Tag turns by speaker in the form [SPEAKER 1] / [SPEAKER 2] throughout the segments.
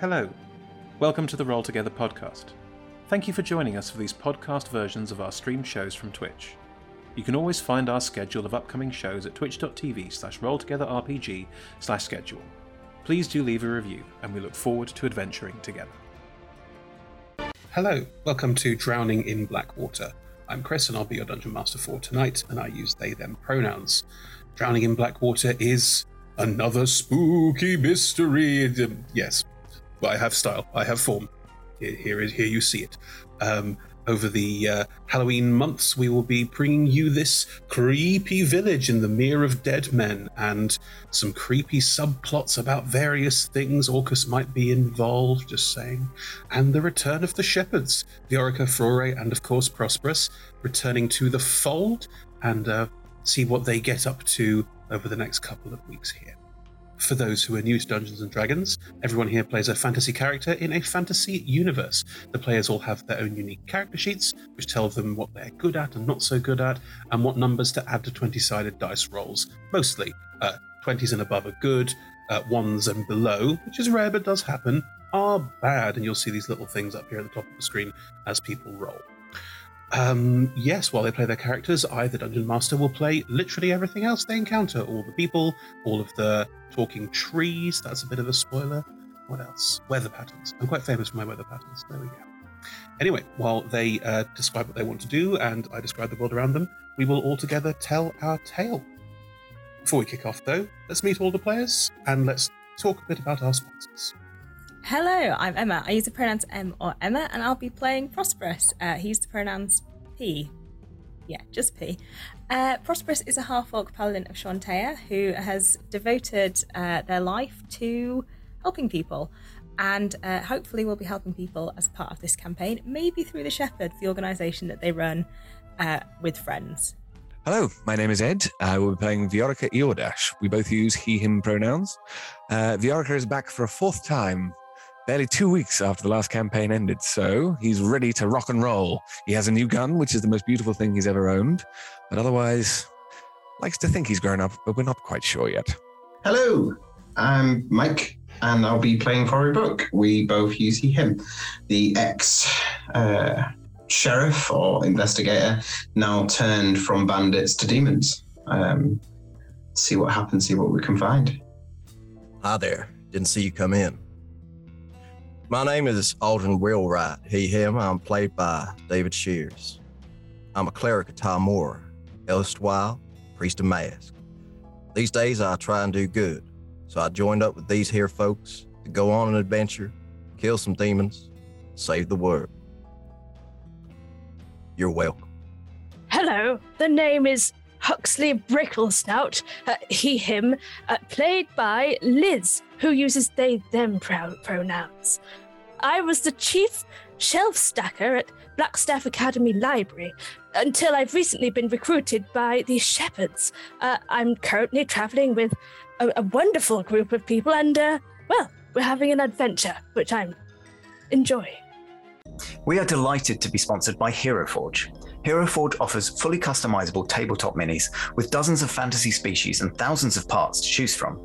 [SPEAKER 1] Hello. Welcome to the Roll Together podcast. Thank you for joining us for these podcast versions of our stream shows from Twitch. You can always find our schedule of upcoming shows at twitch.tv slash rolltogetherrpg slash schedule. Please do leave a review, and we look forward to adventuring together.
[SPEAKER 2] Hello, welcome to Drowning in Blackwater. I'm Chris, and I'll be your dungeon master for tonight, and I use they them pronouns. Drowning in Blackwater is another spooky mystery. Um, Yes, I have style, I have form. Here, here, is- here you see it. Um, over the uh, Halloween months, we will be bringing you this creepy village in the Mere of Dead Men and some creepy subplots about various things Orcus might be involved, just saying. And the return of the shepherds, Viorica, Frore, and of course Prosperous, returning to the fold and uh, see what they get up to over the next couple of weeks here. For those who are new to Dungeons and Dragons, everyone here plays a fantasy character in a fantasy universe. The players all have their own unique character sheets, which tell them what they're good at and not so good at, and what numbers to add to 20 sided dice rolls. Mostly, uh, 20s and above are good, uh, 1s and below, which is rare but does happen, are bad, and you'll see these little things up here at the top of the screen as people roll. Um, yes, while they play their characters, I, the Dungeon Master, will play literally everything else they encounter. All the people, all of the talking trees. That's a bit of a spoiler. What else? Weather patterns. I'm quite famous for my weather patterns. There we go. Anyway, while they uh, describe what they want to do and I describe the world around them, we will all together tell our tale. Before we kick off, though, let's meet all the players and let's talk a bit about our sponsors.
[SPEAKER 3] Hello, I'm Emma. I use the pronouns M or Emma, and I'll be playing Prosperous. Uh, he used the pronouns P. Yeah, just P. Uh, Prosperous is a half orc paladin of Shantea who has devoted uh, their life to helping people, and uh, hopefully will be helping people as part of this campaign, maybe through the Shepherds, the organisation that they run uh, with friends.
[SPEAKER 4] Hello, my name is Ed. I will be playing Viorica Eordash. We both use he, him pronouns. Uh, Viorica is back for a fourth time, barely two weeks after the last campaign ended, so he's ready to rock and roll. He has a new gun, which is the most beautiful thing he's ever owned, but otherwise likes to think he's grown up, but we're not quite sure yet.
[SPEAKER 5] Hello, I'm Mike, and I'll be playing for a book. We both use he, him. The ex uh, sheriff or investigator now turned from bandits to demons. Um, see what happens, see what we can find.
[SPEAKER 6] Hi there. Didn't see you come in. My name is Alden Wheelwright. He, him. I'm played by David Shears. I'm a cleric of Tom Moore, erstwhile priest of Mask. These days I try and do good, so I joined up with these here folks to go on an adventure, kill some demons, save the world. You're welcome.
[SPEAKER 7] Hello, the name is Huxley Bricklesnout, uh, he, him, uh, played by Liz, who uses they, them prou- pronouns. I was the chief shelf stacker at Blackstaff Academy Library until I've recently been recruited by the Shepherds. Uh, I'm currently traveling with a, a wonderful group of people, and, uh, well, we're having an adventure, which I'm enjoying.
[SPEAKER 8] We are delighted to be sponsored by HeroForge. HeroForge offers fully customizable tabletop minis with dozens of fantasy species and thousands of parts to choose from.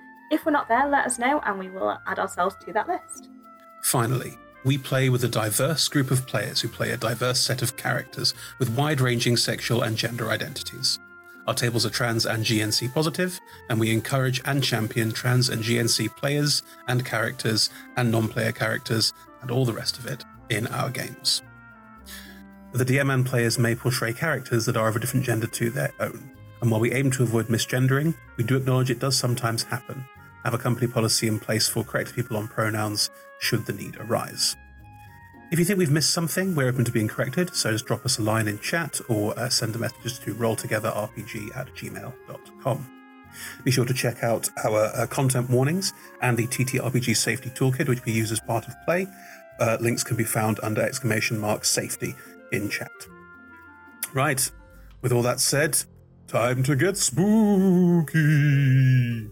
[SPEAKER 9] If we're not there, let us know and we will add ourselves to that list.
[SPEAKER 2] Finally, we play with a diverse group of players who play a diverse set of characters with wide ranging sexual and gender identities. Our tables are trans and GNC positive, and we encourage and champion trans and GNC players and characters and non player characters and all the rest of it in our games. The DM and players may portray characters that are of a different gender to their own, and while we aim to avoid misgendering, we do acknowledge it does sometimes happen. Have a company policy in place for correct people on pronouns should the need arise. If you think we've missed something, we're open to being corrected, so just drop us a line in chat or uh, send a message to rolltogetherrpg at gmail.com. Be sure to check out our uh, content warnings and the TTRPG safety toolkit, which we use as part of play. Uh, links can be found under exclamation mark safety in chat. Right, with all that said, time to get spooky.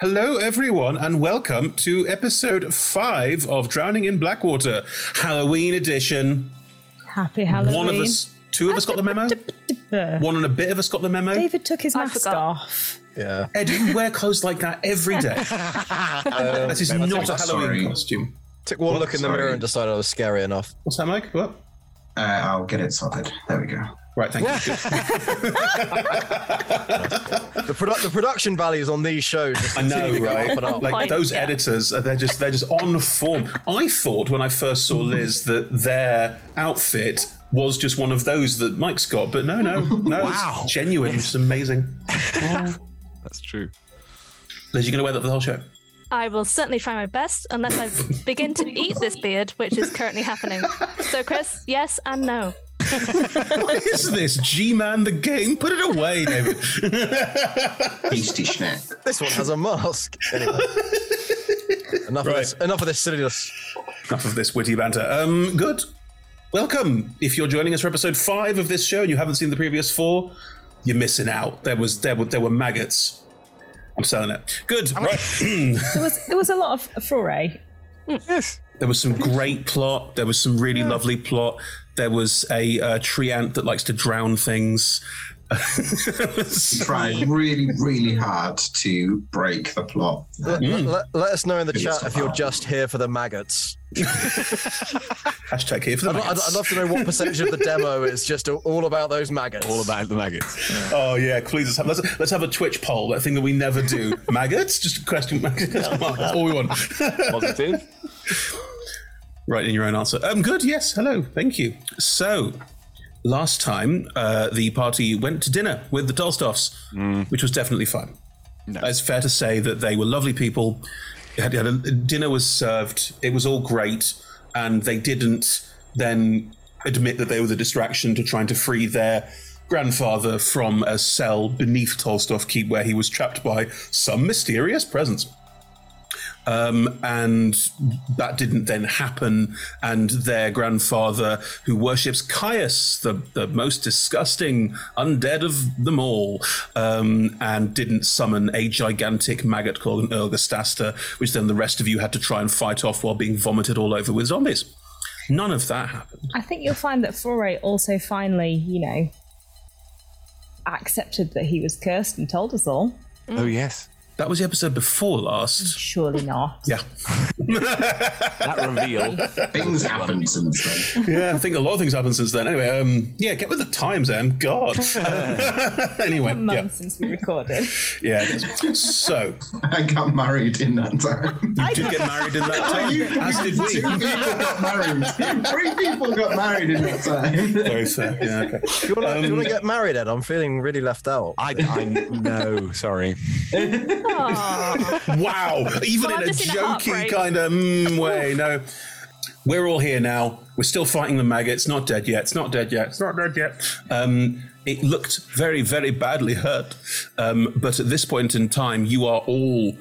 [SPEAKER 2] Hello, everyone, and welcome to episode five of Drowning in Blackwater, Halloween edition.
[SPEAKER 3] Happy Halloween.
[SPEAKER 2] One of us, two of us got the memo. One and a bit of us got the memo.
[SPEAKER 3] David took his mask off.
[SPEAKER 2] Yeah. Ed, you wear clothes like that every day. that is
[SPEAKER 6] Um,
[SPEAKER 2] not a Halloween
[SPEAKER 6] sorry.
[SPEAKER 2] costume.
[SPEAKER 6] Took one
[SPEAKER 2] What?
[SPEAKER 6] look in the
[SPEAKER 2] Sorry.
[SPEAKER 6] mirror and decided I was scary enough.
[SPEAKER 2] What's that, Mike? What?
[SPEAKER 5] Uh, I'll get it sorted. There we go.
[SPEAKER 2] Right, thank you.
[SPEAKER 6] The, produ- the production values on these shows. Just
[SPEAKER 2] I know,
[SPEAKER 6] continue to go up
[SPEAKER 2] right?
[SPEAKER 6] and up.
[SPEAKER 2] Like those editors, uh, they're just they're just on form. I thought when I first saw Liz that their outfit was just one of those that Mike's got, but no, no, no, it's genuine. It's amazing.
[SPEAKER 4] That's true.
[SPEAKER 2] Liz, you're gonna wear that for the whole show.
[SPEAKER 7] I will certainly try my best unless I begin to eat this beard, which is currently happening. So, Chris, yes and no.
[SPEAKER 2] What is this, G-Man? The game? Put it away, David.
[SPEAKER 5] Beastie snack.
[SPEAKER 6] This one has a mask. Anyway. enough, of this, enough of this silliness.
[SPEAKER 2] Enough of this witty banter. Um, good. Welcome. If you're joining us for episode five of this show and you haven't seen the previous four, you're missing out. There was there were there were maggots. I'm selling it. Good. Right.
[SPEAKER 3] There was there was a lot of foray.
[SPEAKER 4] Yes.
[SPEAKER 2] There was some great plot. There was some really lovely plot. There was a uh, tree ant that likes to drown things.
[SPEAKER 5] Trying really, really hard to break the plot.
[SPEAKER 6] Let,
[SPEAKER 2] Hmm.
[SPEAKER 6] let- let us know in the
[SPEAKER 5] Maybe
[SPEAKER 6] chat
[SPEAKER 5] it's not
[SPEAKER 6] if you're
[SPEAKER 5] hard.
[SPEAKER 6] just here for the maggots.
[SPEAKER 2] Hashtag here for the
[SPEAKER 6] I'd, I'd,
[SPEAKER 2] maggots.
[SPEAKER 6] I'd love to know what percentage of the demo is just all about those maggots.
[SPEAKER 4] All about the maggots.
[SPEAKER 2] Oh yeah, please let's have, let's, let's have a Twitch poll. That thing that we never do. maggots? Just a question. Maggots. Come on, that's all we want.
[SPEAKER 10] Positive.
[SPEAKER 2] Right in your own answer. Um, good. Yes. Hello. Thank you. So, last time uh, the party went to dinner with the Tolstoffs,
[SPEAKER 4] Mm.
[SPEAKER 2] which was definitely fun. It's fair to say that they were lovely people. Had, had a, dinner was served. It was all great, and they didn't then admit that they were the distraction to trying to free their grandfather from a cell beneath Tolstoff Keep, where he was trapped by some mysterious presence um, and that didn't then happen. And their grandfather, who worships Caius, the, the most disgusting undead of them all, um, and didn't summon a gigantic maggot called an Ergastasta, which then the rest of you had to try and fight off while being vomited all over with zombies. None of that happened.
[SPEAKER 3] I think you'll find that Foray also finally, you know, accepted that he was cursed and told us all.
[SPEAKER 4] Oh yes.
[SPEAKER 2] That was the episode before last.
[SPEAKER 3] Surely not.
[SPEAKER 2] Yeah.
[SPEAKER 4] That reveal.
[SPEAKER 5] Things happened since then.
[SPEAKER 2] yeah, I think a lot of things happened since then. Anyway, um, yeah, get with the times, Em. God. anyway,
[SPEAKER 3] A month
[SPEAKER 2] yeah,
[SPEAKER 3] since we recorded.
[SPEAKER 2] yeah. it is. So
[SPEAKER 5] I got married in that time.
[SPEAKER 2] you did get married in that time, as did
[SPEAKER 5] Two
[SPEAKER 2] we.
[SPEAKER 5] people got married. Three people got married in that time.
[SPEAKER 2] Very fair. Yeah, okay. Um,
[SPEAKER 6] Do you want to get married, Ed? I'm feeling really left out.
[SPEAKER 4] I, I no, sorry.
[SPEAKER 2] Wow. Oh, Even
[SPEAKER 7] Well,
[SPEAKER 2] in
[SPEAKER 7] I've
[SPEAKER 2] a
[SPEAKER 7] just seen a
[SPEAKER 2] jokey
[SPEAKER 7] heartbreak.
[SPEAKER 2] kind of mm, way. No. We're all here now. We're still fighting the maggot. It's not dead yet. It's not dead yet. It's not dead yet. Um, it looked very, very badly hurt. Um, but at this point in time, you are all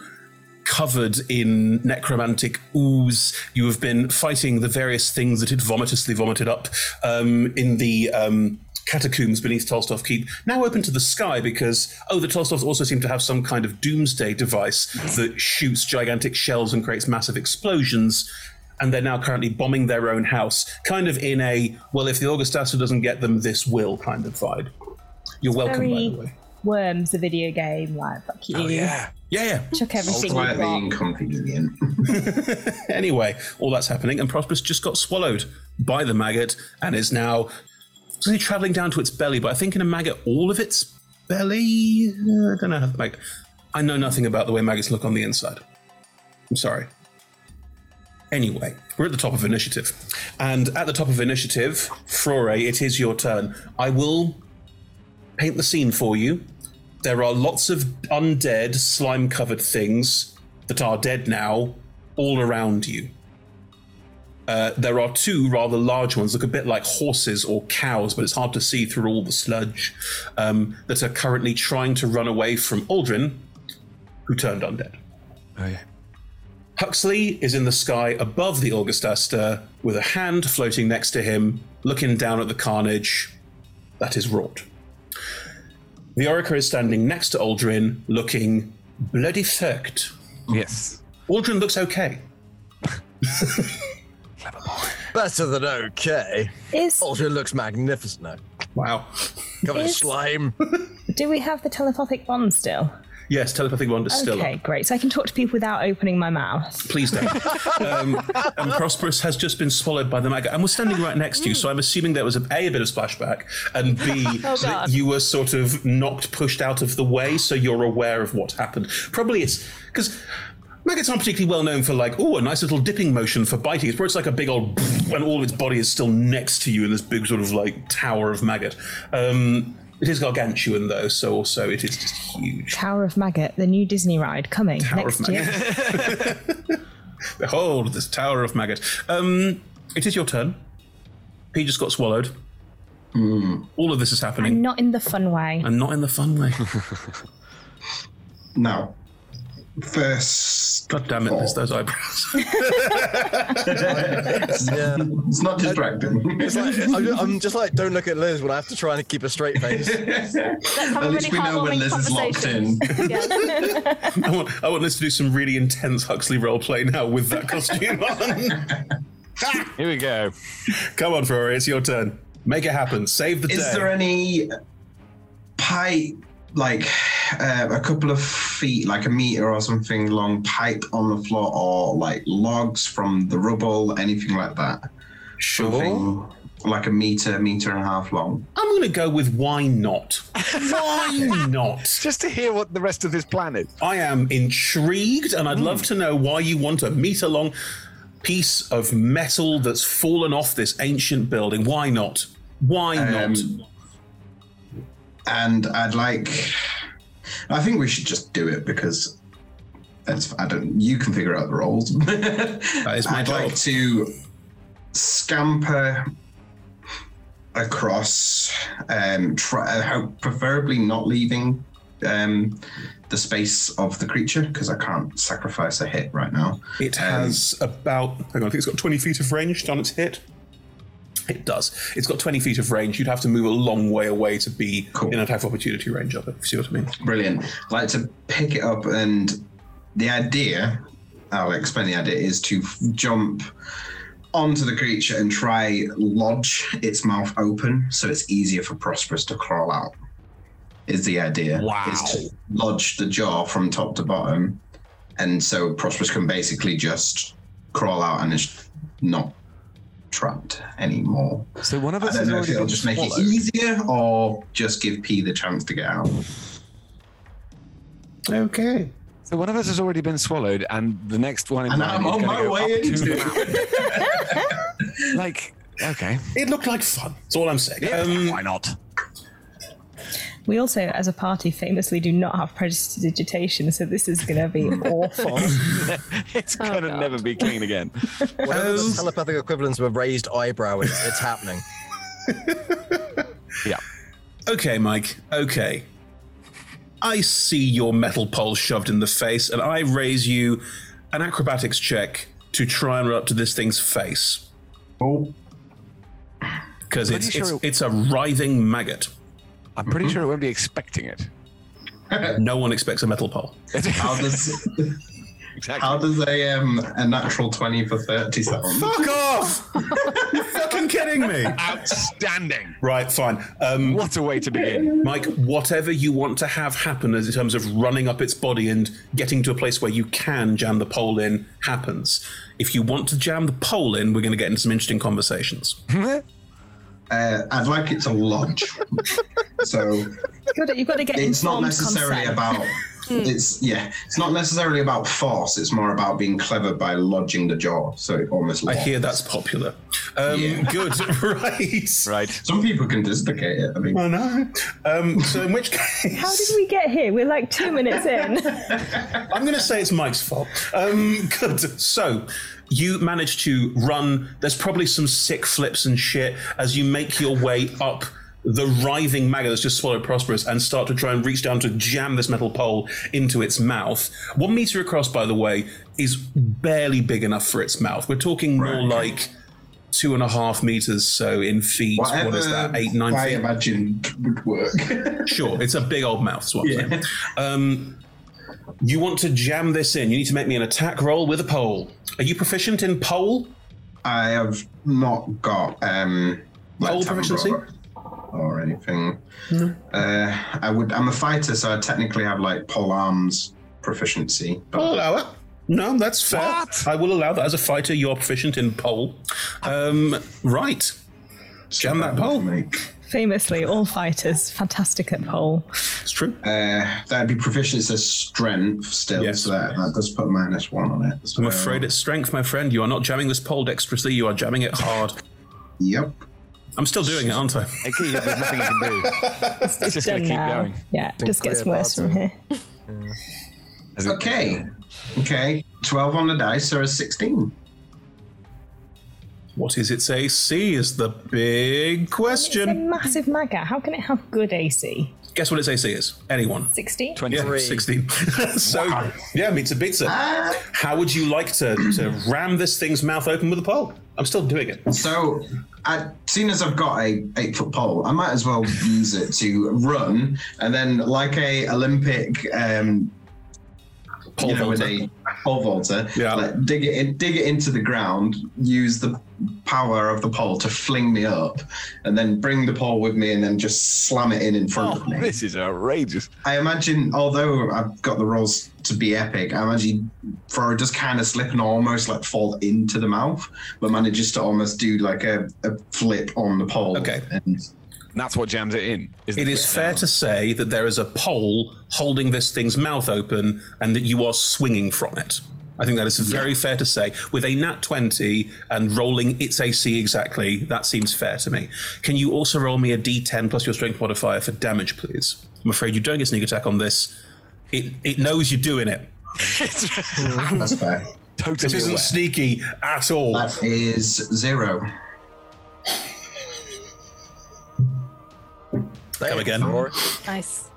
[SPEAKER 2] covered in necromantic ooze. You have been fighting the various things that had vomitously vomited up um, in the um, catacombs beneath Tolstov Keep, now open to the sky because, oh, the Tolstovs also seem to have some kind of doomsday device that shoots gigantic shells and creates massive explosions. And they're now currently bombing their own house, kind of in a, well, if the Augustasta doesn't get them, this will kind of vibe. You're welcome, by the
[SPEAKER 3] Very
[SPEAKER 2] way.
[SPEAKER 3] worms, the video game, like fuck you.
[SPEAKER 4] Oh yeah.
[SPEAKER 2] Yeah, yeah.
[SPEAKER 3] Chuck
[SPEAKER 5] All
[SPEAKER 3] everything you've
[SPEAKER 5] quietly
[SPEAKER 3] got.
[SPEAKER 5] inconvenient.
[SPEAKER 2] Anyway, all that's happening, and Prosperous just got swallowed by the maggot and is now really traveling down to its belly. But I think in a maggot, all of its belly. Uh, I don't know how the maggot. I know nothing about the way maggots look on the inside. I'm sorry. Anyway, we're at the top of initiative, and at the top of initiative, Frore, it is your turn. I will paint the scene for you. There are lots of undead, slime covered things that are dead now all around you. Uh, there are two rather large ones, look a bit like horses or cows, but it's hard to see through all the sludge, um, that are currently trying to run away from Aldrin, who turned undead.
[SPEAKER 4] Oh yeah.
[SPEAKER 2] Huxley is in the sky above the Augustaster with a hand floating next to him, looking down at the carnage that is wrought. The Oracle is standing next to Aldrin, looking Bloody fucked.
[SPEAKER 4] Yes.
[SPEAKER 2] Aldrin looks okay.
[SPEAKER 6] Better than okay.
[SPEAKER 3] Is-
[SPEAKER 6] Ultra looks magnificent now.
[SPEAKER 2] Wow.
[SPEAKER 6] Covered in
[SPEAKER 3] Is-
[SPEAKER 6] slime.
[SPEAKER 3] Do we have the telepathic bond still?
[SPEAKER 2] Yes, telepathic wand is still
[SPEAKER 3] okay,
[SPEAKER 2] up.
[SPEAKER 3] great. So I can talk to people without opening my mouth.
[SPEAKER 2] Please don't. um, and Prosperous has just been swallowed by the maggot. And we're standing right next to you, so I'm assuming there was a, a, a bit of splashback, and B,
[SPEAKER 7] Oh,
[SPEAKER 2] that
[SPEAKER 7] God.
[SPEAKER 2] you were sort of knocked, pushed out of the way, so you're aware of what happened. Probably it's because maggots aren't particularly well known for, like, oh, a nice little dipping motion for biting. It's where it's like a big old, and all of its body is still next to you in this big sort of like tower of maggot. Um, it is gargantuan, though, so also it is just huge.
[SPEAKER 3] Tower of Maggot, the new Disney ride coming
[SPEAKER 2] Tower
[SPEAKER 3] next
[SPEAKER 2] of
[SPEAKER 3] year.
[SPEAKER 2] Maggot. Behold this tower of maggot. Um, it is your turn. He just got swallowed.
[SPEAKER 5] Hmm.
[SPEAKER 2] All of this is happening,
[SPEAKER 3] And not in the fun way.
[SPEAKER 2] and not in the fun way.
[SPEAKER 5] Now, first.
[SPEAKER 2] God damn it! There's those eyebrows.
[SPEAKER 6] yeah.
[SPEAKER 5] It's not distracting.
[SPEAKER 6] It's like, I'm, just, I'm just like, don't look at Liz when I have to try and keep a straight face.
[SPEAKER 7] Let's have
[SPEAKER 5] At
[SPEAKER 7] a
[SPEAKER 5] least
[SPEAKER 7] really
[SPEAKER 5] we know
[SPEAKER 7] heartwarming
[SPEAKER 5] when Liz is locked
[SPEAKER 7] conversation.
[SPEAKER 5] in.
[SPEAKER 2] I want, I want us to do some really intense Huxley roleplay now with that costume on.
[SPEAKER 4] Here we go.
[SPEAKER 2] Come on, Ferrari, it's your turn. Make it happen. Save the day.
[SPEAKER 5] Is there any pipe, like uh, a couple of feet, like a meter or something long pipe on the floor, or like logs from the rubble, anything like that?
[SPEAKER 2] sure.
[SPEAKER 5] Something like a meter, meter and a half long.
[SPEAKER 2] I'm going to go with why not? Why not?
[SPEAKER 4] Just to hear what the rest of this plan is. Hmm.
[SPEAKER 2] I am intrigued, and I'd love to know why you want a meter long piece of metal that's fallen off this ancient building. Why not? Why
[SPEAKER 5] Um,
[SPEAKER 2] not?
[SPEAKER 5] And I'd like. I think we should just do it because that's. I don't. You can figure out the roles. that
[SPEAKER 2] is my
[SPEAKER 5] I'd
[SPEAKER 2] job.
[SPEAKER 5] like to scamper across. Um, try, I hope preferably not leaving um, the space of the creature because I can't sacrifice a hit right now. Um,
[SPEAKER 2] It has about, hang on, I think it's got 20 feet of range on its hit. It does. It's got 20 feet of range. You'd have to move a long way away to be
[SPEAKER 5] Cool.
[SPEAKER 2] in attack of opportunity range of it, if you see what I mean.
[SPEAKER 5] Brilliant. I'd like to pick it up, and the idea, I'll explain the idea, is to f- jump onto the creature and try lodge its mouth open so it's easier for Prosperous to crawl out. Is the idea.
[SPEAKER 11] Wow.
[SPEAKER 5] Is to lodge the jaw from top to bottom, and so Prosperous can basically just crawl out and is not trapped anymore.
[SPEAKER 4] So one of
[SPEAKER 5] I
[SPEAKER 4] us
[SPEAKER 5] don't
[SPEAKER 4] has
[SPEAKER 5] know if
[SPEAKER 4] already
[SPEAKER 5] it'll
[SPEAKER 4] been
[SPEAKER 5] just
[SPEAKER 4] swallowed.
[SPEAKER 5] make it easier or just give P the chance to get out.
[SPEAKER 2] Okay.
[SPEAKER 4] So one of us has already been swallowed, and the next one in
[SPEAKER 5] And
[SPEAKER 4] line
[SPEAKER 5] I'm
[SPEAKER 4] is
[SPEAKER 5] on
[SPEAKER 4] gonna
[SPEAKER 5] my
[SPEAKER 4] go
[SPEAKER 5] way
[SPEAKER 4] up to
[SPEAKER 5] into
[SPEAKER 4] the mountain. like, okay,
[SPEAKER 2] It looked like fun. That's all I'm saying. Um,
[SPEAKER 11] Why not?
[SPEAKER 3] We also, as a party, famously do not have prestidigitation, so this is going to be awful.
[SPEAKER 7] Oh,
[SPEAKER 4] it's gonna never be clean again.
[SPEAKER 6] Whatever
[SPEAKER 5] Um,
[SPEAKER 6] the telepathic equivalents of a raised eyebrow is, it's happening.
[SPEAKER 4] Yeah.
[SPEAKER 2] Okay, Mike. Okay. I see your metal pole shoved in the face, and I raise you an acrobatics check to try and run up to this thing's face.
[SPEAKER 5] Oh.
[SPEAKER 2] Because it's,
[SPEAKER 4] sure
[SPEAKER 2] it's,
[SPEAKER 4] it-
[SPEAKER 2] it's a writhing maggot.
[SPEAKER 4] I'm pretty sure it won't be expecting it.
[SPEAKER 2] No one expects a metal pole.
[SPEAKER 5] How does
[SPEAKER 4] Exactly.
[SPEAKER 5] how does a um a natural twenty for thirty sound?
[SPEAKER 2] Fuck off! You're fucking kidding me!
[SPEAKER 4] Outstanding.
[SPEAKER 2] Right, fine. Um,
[SPEAKER 4] What a way to begin.
[SPEAKER 2] Mike, whatever you want to have happen as in terms of running up its body and getting to a place where you can jam the pole in happens. If you want to jam the pole in, we're going to get into some interesting conversations.
[SPEAKER 5] Uh, I'd like it to lodge. so
[SPEAKER 3] You've got, to get
[SPEAKER 5] it's not
[SPEAKER 3] informed
[SPEAKER 5] necessarily
[SPEAKER 3] consent. Hmm.
[SPEAKER 5] about it's yeah, it's not necessarily about force, it's more about being clever by lodging the jaw. So it almost
[SPEAKER 2] I
[SPEAKER 5] lodges.
[SPEAKER 2] hear that's popular. Um,
[SPEAKER 5] Yeah.
[SPEAKER 2] Good, right.
[SPEAKER 4] Right.
[SPEAKER 5] some people can dislocate it. I mean
[SPEAKER 2] I know. Um, so, in which case.
[SPEAKER 3] How did we get here? We're like two minutes in.
[SPEAKER 2] I'm going to say it's Mike's fault. Um, good. So you manage to run. There's probably some sick flips and shit as you make your way up the writhing maggot that's just swallowed Prosperous and start to try and reach down to jam this metal pole into its mouth. One meter across, by the way, is barely big enough for its mouth. We're talking more like two and a half meters, so in feet.
[SPEAKER 5] whatever
[SPEAKER 2] what is that? Eight, nine
[SPEAKER 5] I
[SPEAKER 2] feet?
[SPEAKER 5] imagined would work.
[SPEAKER 2] Sure, it's a big old mouth. Is what I'm saying. Um, You want to jam this in. You need to make me an attack roll with a pole. Are you proficient in pole?
[SPEAKER 5] I have not got um
[SPEAKER 2] pole proficiency.
[SPEAKER 5] or anything. Uh, I would. I'm a fighter, so I technically have like pole arms proficiency. But
[SPEAKER 2] I'll allow it. No, that's fair. I will allow that. As a fighter, you're proficient in pole. Um, right. Jam that pole.
[SPEAKER 3] Famously, all fighters fantastic at pole.
[SPEAKER 2] It's true.
[SPEAKER 5] Uh, that'd be proficiency as strength still, so that, that does put minus one on it.
[SPEAKER 2] I'm afraid it's strength, my friend. You are not jamming this pole dexterously. You are jamming it hard.
[SPEAKER 5] Yep.
[SPEAKER 2] I'm still doing it, aren't I?
[SPEAKER 11] There's nothing you can do.
[SPEAKER 3] It's,
[SPEAKER 11] It's just
[SPEAKER 3] done
[SPEAKER 11] gonna keep
[SPEAKER 3] now.
[SPEAKER 11] going.
[SPEAKER 3] Yeah,
[SPEAKER 11] It's
[SPEAKER 3] it just gets
[SPEAKER 11] unclear
[SPEAKER 3] worse from here.
[SPEAKER 5] Okay. Okay. Twelve on the dice, so a sixteen.
[SPEAKER 2] What is its AC is the big
[SPEAKER 3] It's a
[SPEAKER 2] question.
[SPEAKER 3] massive maggot. How can it have good AC?
[SPEAKER 2] Guess what its AC is? Anyone?
[SPEAKER 3] 16?
[SPEAKER 2] Yeah, 16. so, yeah, meets a pizza. How would you like to, to ram this thing's mouth open with a pole? I'm still doing it.
[SPEAKER 5] So, I, seeing as I've got a eight foot pole, I might as well use it to run, and then like a Olympic, um,
[SPEAKER 2] Pole
[SPEAKER 5] you know, with
[SPEAKER 2] vaulter.
[SPEAKER 5] a pole vaulter,
[SPEAKER 2] Yeah.
[SPEAKER 5] like, dig it in, dig it into the ground, use the power of the pole to fling me up, and then bring the pole with me, and then just slam it in in front of me.
[SPEAKER 4] Oh, This is outrageous.
[SPEAKER 5] I imagine, although I've got the rolls to be epic, I imagine Fro does kind of slip and almost like fall into the mouth, but manages to almost do like a, a flip on the pole. Okay. And
[SPEAKER 4] That's what jams it in. Is
[SPEAKER 2] It is fair to say that there is a pole holding this thing's mouth open and that you are swinging from it. I think that is very fair to say. With a nat 20 and rolling its AC exactly, that seems fair to me. Can you also roll me a d10 plus your strength modifier for damage, please? I'm afraid you don't get sneak attack on this. It, it knows you're doing it.
[SPEAKER 5] that's fair.
[SPEAKER 2] This
[SPEAKER 4] Totally
[SPEAKER 2] isn't
[SPEAKER 4] aware.
[SPEAKER 2] sneaky at all.
[SPEAKER 5] That is zero.
[SPEAKER 2] Go again.
[SPEAKER 12] Nice.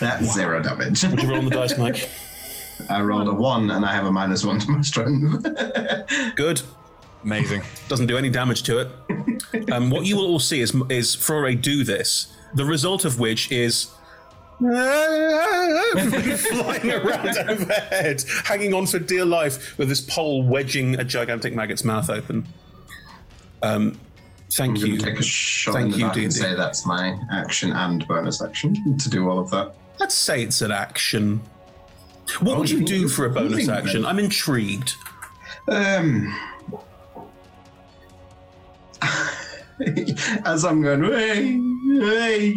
[SPEAKER 5] That's zero damage.
[SPEAKER 2] Would you roll on the dice, Mike?
[SPEAKER 5] I rolled a one and I have a minus one to my strength.
[SPEAKER 2] Good.
[SPEAKER 4] Amazing.
[SPEAKER 2] Doesn't do any damage to it. um, what you will all see is is Frore do this. The result of which is flying around overhead, hanging on for dear life with this pole wedging a gigantic maggot's mouth open. Um, thank
[SPEAKER 5] I'm gonna
[SPEAKER 2] you.
[SPEAKER 5] take a shot in
[SPEAKER 2] Thank
[SPEAKER 5] the
[SPEAKER 2] you,
[SPEAKER 5] back and
[SPEAKER 2] D&D.
[SPEAKER 5] say that's my action and bonus action to do all of that.
[SPEAKER 2] Let's say it's an action. What
[SPEAKER 5] Oh,
[SPEAKER 2] would you do for a bonus
[SPEAKER 5] moving
[SPEAKER 2] action? I'm intrigued.
[SPEAKER 5] Um, as I'm going, hey, hey,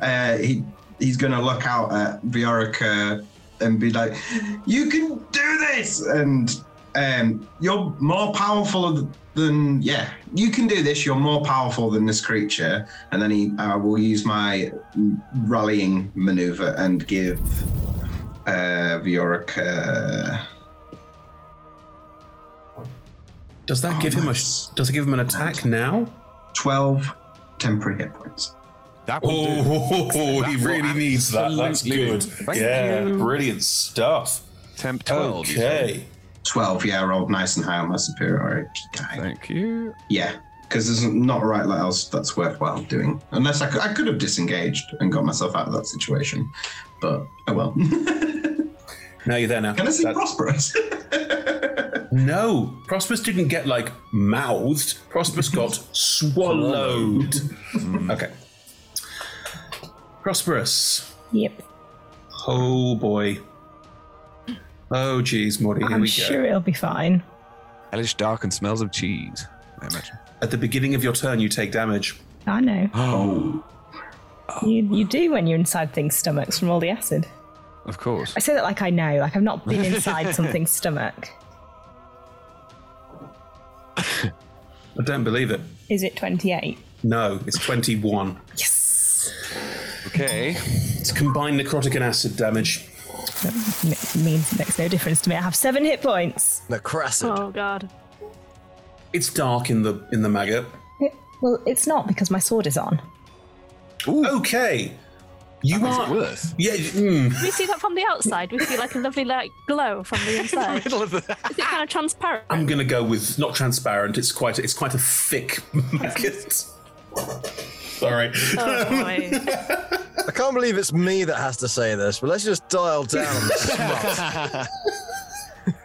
[SPEAKER 5] uh, he he's going to look out at Viorica and be like, "You can do this!" And um, you're more powerful th- than yeah, you can do this. You're more powerful than this creature. And then he uh, will use my rallying maneuver and give uh, Viorica.
[SPEAKER 2] Does that give him a? Does it give him an attack now?
[SPEAKER 5] 12 temporary hit points.
[SPEAKER 4] That will do.
[SPEAKER 2] Oh, he really needs that. That's
[SPEAKER 4] Absolutely.
[SPEAKER 2] good.
[SPEAKER 4] Thank
[SPEAKER 2] yeah,
[SPEAKER 4] you.
[SPEAKER 2] brilliant stuff.
[SPEAKER 4] Temp 12. you
[SPEAKER 2] Okay.
[SPEAKER 5] 12, yeah, I rolled nice and high on my superiority die.
[SPEAKER 4] say. Thank you.
[SPEAKER 5] Yeah, because there's not a right lot else that's worthwhile doing. Unless I could, I could have disengaged and got myself out of that situation. But, oh well.
[SPEAKER 2] Now you're there now.
[SPEAKER 5] Can I see
[SPEAKER 2] That-
[SPEAKER 5] Prosperous?
[SPEAKER 2] No, Prosperous didn't get like mouthed. Prosperous got swallowed. okay. Prosperous.
[SPEAKER 3] Yep.
[SPEAKER 2] Oh boy. Oh geez, Morty. Here
[SPEAKER 3] I'm
[SPEAKER 2] we
[SPEAKER 3] sure
[SPEAKER 2] go.
[SPEAKER 3] it'll be fine.
[SPEAKER 4] Hellish dark and smells of cheese, I imagine.
[SPEAKER 2] At the beginning of your turn, you take damage.
[SPEAKER 3] I know.
[SPEAKER 4] Oh,
[SPEAKER 3] You, you do when you're inside things' stomachs from all the acid.
[SPEAKER 4] of course.
[SPEAKER 3] I say that like I know, like I've not been inside something's stomach.
[SPEAKER 2] I don't believe it.
[SPEAKER 3] Is it 28?
[SPEAKER 2] No, it's 21.
[SPEAKER 3] Yes!
[SPEAKER 4] Okay.
[SPEAKER 2] It's combined necrotic and acid damage.
[SPEAKER 3] That m- means it makes no difference to me. I have seven hit points.
[SPEAKER 6] Necracid.
[SPEAKER 7] Oh god.
[SPEAKER 2] It's dark in the in the maggot.
[SPEAKER 3] It- well, it's not because my sword is on.
[SPEAKER 2] Okay. You
[SPEAKER 4] Is
[SPEAKER 2] are.
[SPEAKER 4] it worth?
[SPEAKER 2] Yeah. mm.
[SPEAKER 7] Do we see that from the outside? We see like a lovely like glow from the inside. Is it kind of transparent?
[SPEAKER 2] I'm gonna go with not transparent. It's quite it's quite a thick maggot. Sorry.
[SPEAKER 7] Oh boy.
[SPEAKER 6] I can't believe it's me that has to say this, but let's just dial down on this smut.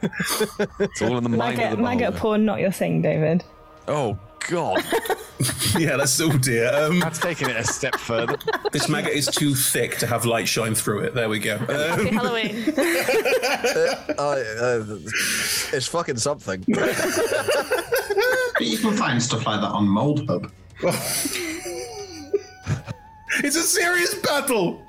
[SPEAKER 4] It's all in the mind of
[SPEAKER 3] Maggot,
[SPEAKER 4] the
[SPEAKER 3] maggot porn, not your thing, David.
[SPEAKER 4] Oh God.
[SPEAKER 2] yeah, that's oh dear. Um,
[SPEAKER 4] That's taking it a step further.
[SPEAKER 2] This maggot is too thick to have light shine through it. There we go. Um,
[SPEAKER 7] Halloween.
[SPEAKER 6] Uh,
[SPEAKER 4] Oh,
[SPEAKER 6] uh, it's fucking something.
[SPEAKER 5] But you can find stuff like that on Mold Hub.
[SPEAKER 2] It's a serious battle.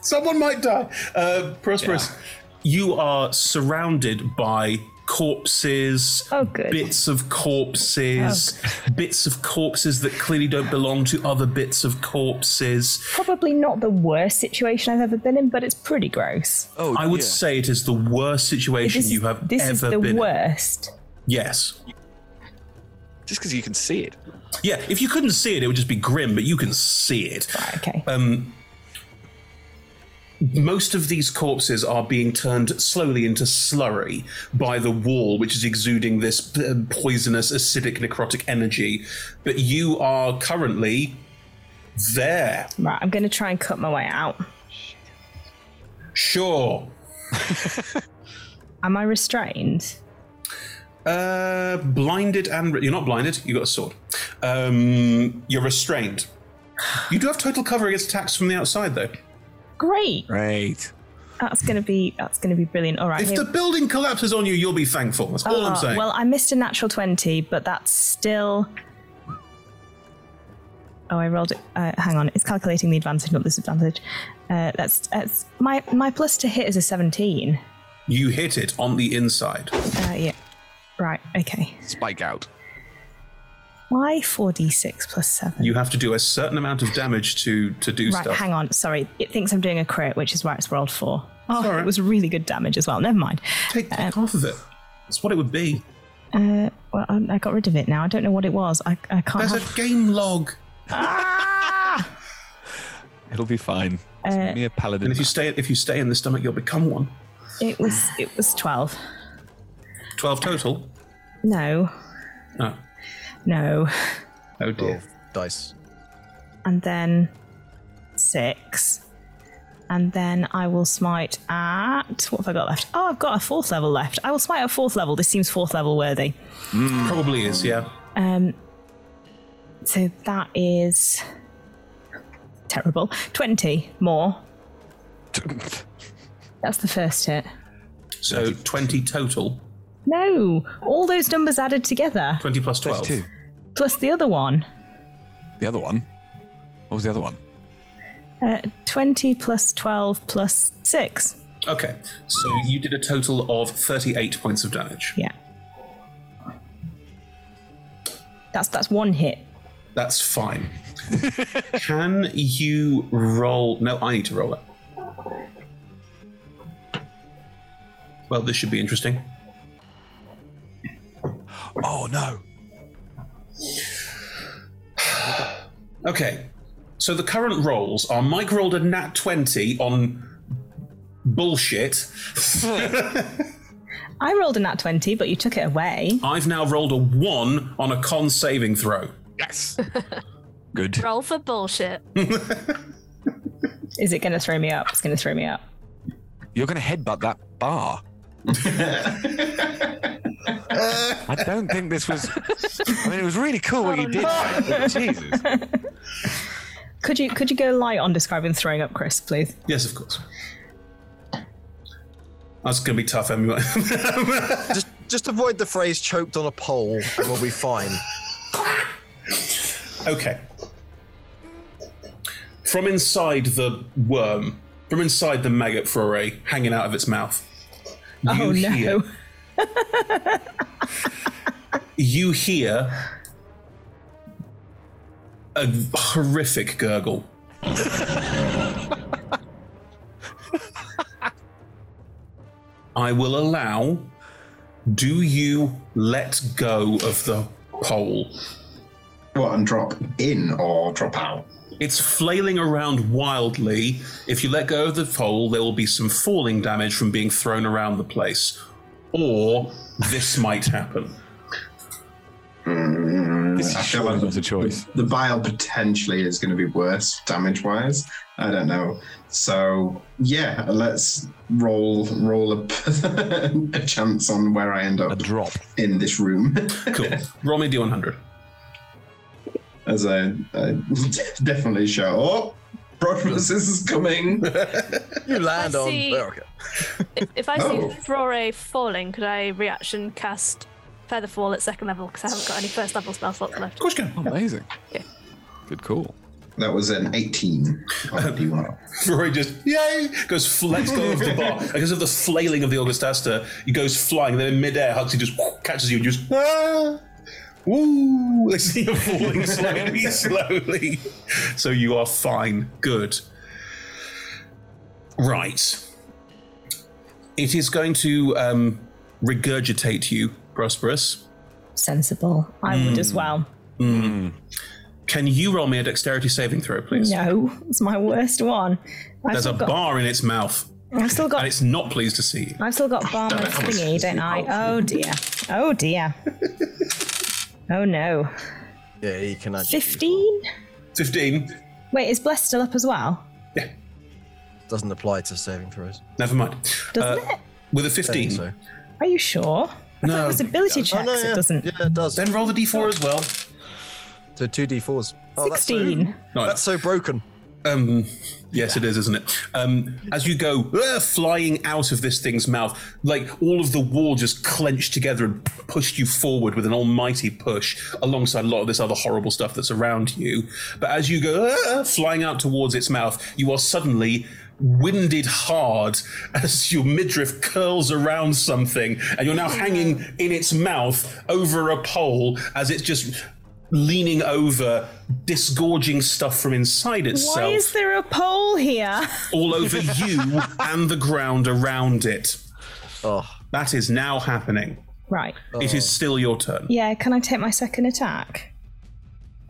[SPEAKER 2] Someone might die. Uh, Prosperous, you are surrounded by corpses,
[SPEAKER 3] Oh, good. Oh,
[SPEAKER 2] bits of corpses, bits of corpses that clearly don't belong to other bits of corpses.
[SPEAKER 3] Probably not the worst situation I've ever been in, but it's pretty gross.
[SPEAKER 4] Oh,
[SPEAKER 2] I would
[SPEAKER 4] yeah.
[SPEAKER 2] say it is the worst situation
[SPEAKER 3] This is-
[SPEAKER 2] you have
[SPEAKER 3] this
[SPEAKER 2] ever
[SPEAKER 3] is the
[SPEAKER 2] been. in.
[SPEAKER 3] worst.
[SPEAKER 2] Yes.
[SPEAKER 4] just because you can see it.
[SPEAKER 2] Yeah. If you couldn't see it, it would just be grim. But you can see it. Um,
[SPEAKER 3] Right, okay.
[SPEAKER 2] Most of these corpses are being turned slowly into slurry by the wall, which is exuding this uh, poisonous, acidic, necrotic energy. But you are currently there.
[SPEAKER 3] right, I'm going to try and cut my way out.
[SPEAKER 2] Sure.
[SPEAKER 3] Am I restrained?
[SPEAKER 2] Uh, blinded and. You're not blinded, you got a sword. Um, you're restrained. You do have total cover against attacks from the outside, though.
[SPEAKER 3] Great.
[SPEAKER 4] Great.
[SPEAKER 3] That's going to be that's going to be brilliant. All right.
[SPEAKER 2] If
[SPEAKER 3] here-
[SPEAKER 2] the building collapses on you, you'll be thankful. That's all I'm
[SPEAKER 3] Oh,
[SPEAKER 2] saying.
[SPEAKER 3] Well, I missed a natural 20, but that's still. Oh, I rolled it. Uh, hang on. It's calculating the advantage, not the disadvantage. Uh, that's, that's my, my plus to hit is a 17.
[SPEAKER 2] you hit it on the inside.
[SPEAKER 3] Uh, yeah. Right. Okay.
[SPEAKER 4] Spike out.
[SPEAKER 3] Why 4d6 plus 7?
[SPEAKER 2] You have to do a certain amount of damage to to do
[SPEAKER 3] right.
[SPEAKER 2] stuff.
[SPEAKER 3] Hang on. Sorry. It thinks I'm doing a crit, which is why it's rolled 4. Oh,
[SPEAKER 2] all right.
[SPEAKER 3] it was really good damage as well. Never mind. Um,
[SPEAKER 2] Take half of it. That's what it would be.
[SPEAKER 3] Uh, well, I, I got rid of it now. I don't know what it was. I, I can't.
[SPEAKER 2] There's
[SPEAKER 3] Have,
[SPEAKER 2] a game log.
[SPEAKER 4] It'll be fine. It's
[SPEAKER 3] Uh,
[SPEAKER 4] mere paladin.
[SPEAKER 2] And if you stay if you stay in the stomach, you'll become one.
[SPEAKER 3] it was. It was 12.
[SPEAKER 2] Twelve total.
[SPEAKER 3] No.
[SPEAKER 2] Oh,
[SPEAKER 3] No.
[SPEAKER 2] oh dear.
[SPEAKER 6] Dice.
[SPEAKER 3] and then six. And then I will smite at what have I got left? Oh, I've got a fourth level left. I will smite at fourth level. This seems fourth level worthy.
[SPEAKER 2] Mm. Probably is. Yeah.
[SPEAKER 3] Um, so that is terrible. Twenty more. That's the first hit.
[SPEAKER 2] So twenty total.
[SPEAKER 3] No, all those numbers added together
[SPEAKER 2] Twenty plus twelve.
[SPEAKER 4] Two.
[SPEAKER 3] plus the other one.
[SPEAKER 4] The other one. What was the other one?
[SPEAKER 3] Uh, Twenty plus twelve plus six.
[SPEAKER 2] Okay. So you did a total of thirty-eight points of damage.
[SPEAKER 3] Yeah. That's that's one hit.
[SPEAKER 2] That's fine. Can you roll? No, I need to roll it. Well, this should be interesting.
[SPEAKER 4] Oh no.
[SPEAKER 2] Okay. So the current rolls are Mike rolled a nat 20 on bullshit.
[SPEAKER 3] I rolled a nat 20, but you took it away.
[SPEAKER 2] I've now rolled a 1 on a con saving throw.
[SPEAKER 4] Yes. Good.
[SPEAKER 7] Roll for bullshit.
[SPEAKER 3] Is it going to throw me up? It's going to throw me up.
[SPEAKER 4] You're going to headbutt that bar. I don't think this was. I mean, it was really cool what you did. but Jesus.
[SPEAKER 3] Could you could you go light on describing throwing up, Chris, please?
[SPEAKER 2] Yes, of course. That's going to be tough, anyway.
[SPEAKER 6] Just, just avoid the phrase choked on a pole and we'll be fine.
[SPEAKER 2] okay. From inside the worm, from inside the maggot foray hanging out of its mouth,
[SPEAKER 3] oh no!
[SPEAKER 2] hear- you hear a horrific gurgle. I will allow. Do you let go of the pole?
[SPEAKER 5] What, and drop in or drop out?
[SPEAKER 2] It's flailing around wildly. If you let go of the pole, there will be some falling damage from being thrown around the place. Or this might happen.
[SPEAKER 4] This
[SPEAKER 5] I feel like
[SPEAKER 4] a choice.
[SPEAKER 5] The bile potentially is going to be worse damage wise. I don't know. So yeah, let's roll roll up a chance on where I end up. A
[SPEAKER 4] drop
[SPEAKER 5] in this room.
[SPEAKER 2] cool. Roll me d100.
[SPEAKER 5] As I, I definitely show. Oh, Brodmus is coming.
[SPEAKER 6] you
[SPEAKER 7] Let's
[SPEAKER 6] land on
[SPEAKER 7] see.
[SPEAKER 6] Berka.
[SPEAKER 7] If, if I
[SPEAKER 5] Oh.
[SPEAKER 7] see Flore falling, could I reaction cast Featherfall at second level? Because I haven't got any first level spell slots left. Of
[SPEAKER 2] course you can.
[SPEAKER 4] Amazing. Good call.
[SPEAKER 5] That was an 18 on d one
[SPEAKER 2] Rory just yay goes fl- lets go of the bar because of the flailing of the Augustaster. He goes flying, then in midair, Huxley just catches you and just ah, woo. They see you falling slowly, slowly. So you are fine. Good. Right. It is going to um, regurgitate you, Prosperous.
[SPEAKER 3] Sensible. I would as
[SPEAKER 2] Mm.
[SPEAKER 3] well.
[SPEAKER 2] Mm. Can you roll me a dexterity saving throw, please?
[SPEAKER 3] No, it's my worst one. I've
[SPEAKER 2] There's a
[SPEAKER 3] still got,
[SPEAKER 2] bar in its mouth,
[SPEAKER 3] I've still got.
[SPEAKER 2] and it's not pleased to see you.
[SPEAKER 3] I've still got bar
[SPEAKER 2] Damn
[SPEAKER 3] my
[SPEAKER 2] it, how much
[SPEAKER 3] thingy,
[SPEAKER 2] is
[SPEAKER 3] don't
[SPEAKER 2] it?
[SPEAKER 3] I? Oh dear. Oh dear. oh no.
[SPEAKER 6] Yeah, he cannot.
[SPEAKER 3] Fifteen.
[SPEAKER 2] Fifteen.
[SPEAKER 3] Wait, is bless still up as well?
[SPEAKER 6] Doesn't apply to saving throws.
[SPEAKER 2] Never mind. Uh,
[SPEAKER 3] Doesn't it?
[SPEAKER 2] With a 15.
[SPEAKER 6] So.
[SPEAKER 3] Are you sure? I thought it was ability
[SPEAKER 6] Oh,
[SPEAKER 3] checks.
[SPEAKER 6] no, yeah.
[SPEAKER 3] It doesn't.
[SPEAKER 6] Yeah, it does.
[SPEAKER 2] Then roll the d4 as well.
[SPEAKER 6] So two d4s. Oh, that's so-
[SPEAKER 3] 16.
[SPEAKER 6] That's so broken.
[SPEAKER 2] Um, yes, it is, isn't it? Um, as you go uh, flying out of this thing's mouth, like all of the wall just clenched together and pushed you forward with an almighty push, alongside a lot of this other horrible stuff that's around you. But as you go uh, flying out towards its mouth, you are suddenly winded hard as your midriff curls around something, and you're now hanging in its mouth over a pole as it's just leaning over, disgorging stuff from inside itself
[SPEAKER 3] Why is there a pole here?
[SPEAKER 2] all over you and the ground around it.
[SPEAKER 6] Oh.
[SPEAKER 2] That is now happening.
[SPEAKER 3] Right.
[SPEAKER 2] It is still your turn.
[SPEAKER 3] Yeah, can I take my second attack?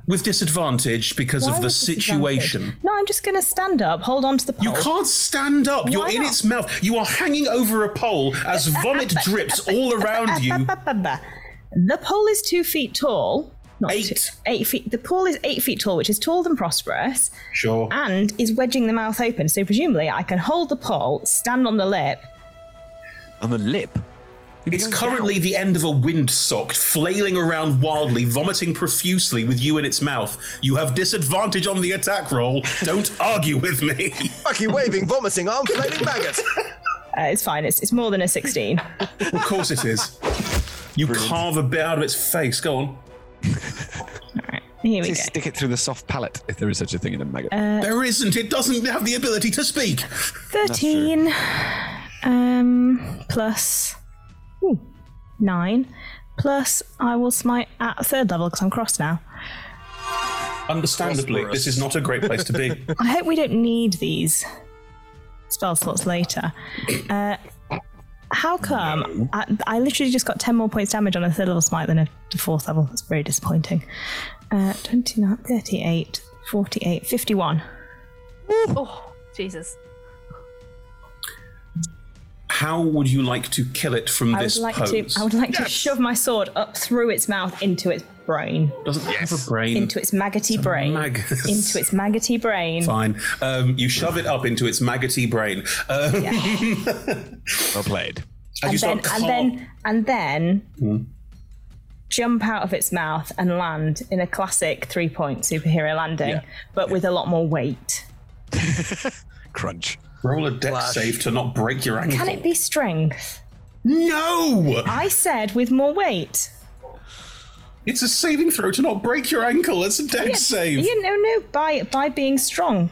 [SPEAKER 2] With disadvantage because
[SPEAKER 3] Why
[SPEAKER 2] of the
[SPEAKER 3] was disadvantage?
[SPEAKER 2] situation.
[SPEAKER 3] No, I'm just going to stand up, hold on to the
[SPEAKER 2] You
[SPEAKER 3] pole.
[SPEAKER 2] can't stand up. You're
[SPEAKER 3] Why
[SPEAKER 2] in
[SPEAKER 3] not?
[SPEAKER 2] its mouth. You are hanging over a pole as vomit drips all around you.
[SPEAKER 3] The pole is two feet tall. Not eight. eight feet. The pole is eight feet tall, which is taller than Prosperous,
[SPEAKER 2] Sure.
[SPEAKER 3] and is wedging the mouth open. So presumably, I can hold the pole, stand on the lip.
[SPEAKER 4] On the lip.
[SPEAKER 2] It's currently the end of a windsock, flailing around wildly, vomiting profusely with you in its mouth. You have disadvantage on the attack roll. Don't argue with me.
[SPEAKER 6] Fucking waving, vomiting, arm flailing maggots.
[SPEAKER 3] Uh, it's fine. It's, it's more than a sixteen.
[SPEAKER 2] Of course it is. You carve a bit out of its face. Go on.
[SPEAKER 3] Here we
[SPEAKER 4] Please
[SPEAKER 3] go.
[SPEAKER 4] stick it through the soft palate if there is such a thing in a maggot.
[SPEAKER 3] Uh,
[SPEAKER 2] there isn't. It doesn't have the ability to speak.
[SPEAKER 3] Thirteen, um, plus ooh, nine, plus I will smite at third level because I'm crossed now.
[SPEAKER 2] Understandably, this is not a great place to be.
[SPEAKER 3] I hope we don't need these spell slots later. Uh, how come I, I literally just got 10 more points damage on a third level smite than a fourth level? That's very disappointing. Uh, 29, 38, 48, 51.
[SPEAKER 7] Oh, Jesus.
[SPEAKER 2] How would you like to kill it from
[SPEAKER 3] I would
[SPEAKER 2] this
[SPEAKER 3] like
[SPEAKER 2] pose?
[SPEAKER 3] to. I would like to shove my sword up through its mouth into its brain,
[SPEAKER 2] Doesn't have a brain.
[SPEAKER 3] into its maggoty brain,
[SPEAKER 2] maggot.
[SPEAKER 3] into its maggoty brain.
[SPEAKER 2] Fine. Um, you shove it up into its maggoty brain. Um,
[SPEAKER 4] well played.
[SPEAKER 2] As you
[SPEAKER 3] and then,
[SPEAKER 2] start
[SPEAKER 3] and then, and then,
[SPEAKER 2] Hmm.
[SPEAKER 3] jump out of its mouth and land in a classic three-point superhero landing, but with a lot more weight.
[SPEAKER 4] Crunch.
[SPEAKER 2] roll a deck save to not break your ankle.
[SPEAKER 3] Can it be strength?
[SPEAKER 2] No!
[SPEAKER 3] I said with more weight.
[SPEAKER 2] It's a saving throw to not break your ankle. It's a deck
[SPEAKER 3] Oh, Yeah,
[SPEAKER 2] save.
[SPEAKER 3] You know, no, by by being strong.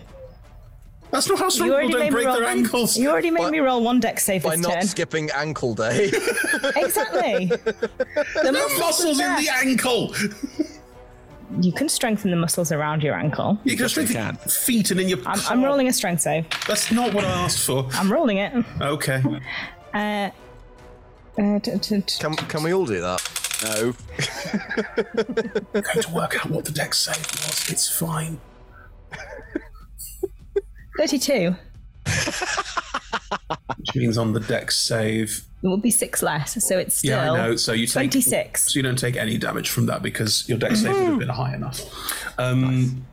[SPEAKER 2] That's not how strong
[SPEAKER 3] You already
[SPEAKER 2] people don't
[SPEAKER 3] made me
[SPEAKER 2] break
[SPEAKER 3] roll.
[SPEAKER 2] their
[SPEAKER 3] one-
[SPEAKER 2] ankles.
[SPEAKER 3] You already made
[SPEAKER 6] By-
[SPEAKER 3] me roll one deck save
[SPEAKER 6] By
[SPEAKER 3] this
[SPEAKER 6] not
[SPEAKER 3] turn.
[SPEAKER 6] skipping ankle day.
[SPEAKER 3] Exactly. the
[SPEAKER 2] The muscles in the ankle.
[SPEAKER 3] You can strengthen the muscles around your ankle.
[SPEAKER 2] You can strengthen
[SPEAKER 4] can.
[SPEAKER 2] feet and in your.
[SPEAKER 3] I'm, I'm rolling a strength save.
[SPEAKER 2] That's not what I asked for.
[SPEAKER 3] I'm rolling it.
[SPEAKER 2] Okay.
[SPEAKER 3] Uh, uh, t- t- t-
[SPEAKER 6] Can, can we all do that?
[SPEAKER 4] No.
[SPEAKER 2] going to work out what the deck save was. It's fine.
[SPEAKER 3] 32.
[SPEAKER 2] Which means on the dex save.
[SPEAKER 3] It would be six less, so it's still
[SPEAKER 2] Yeah, I know. So you take
[SPEAKER 3] twenty-six,
[SPEAKER 2] So you don't take any damage from that because your dex save would have been high enough. Um,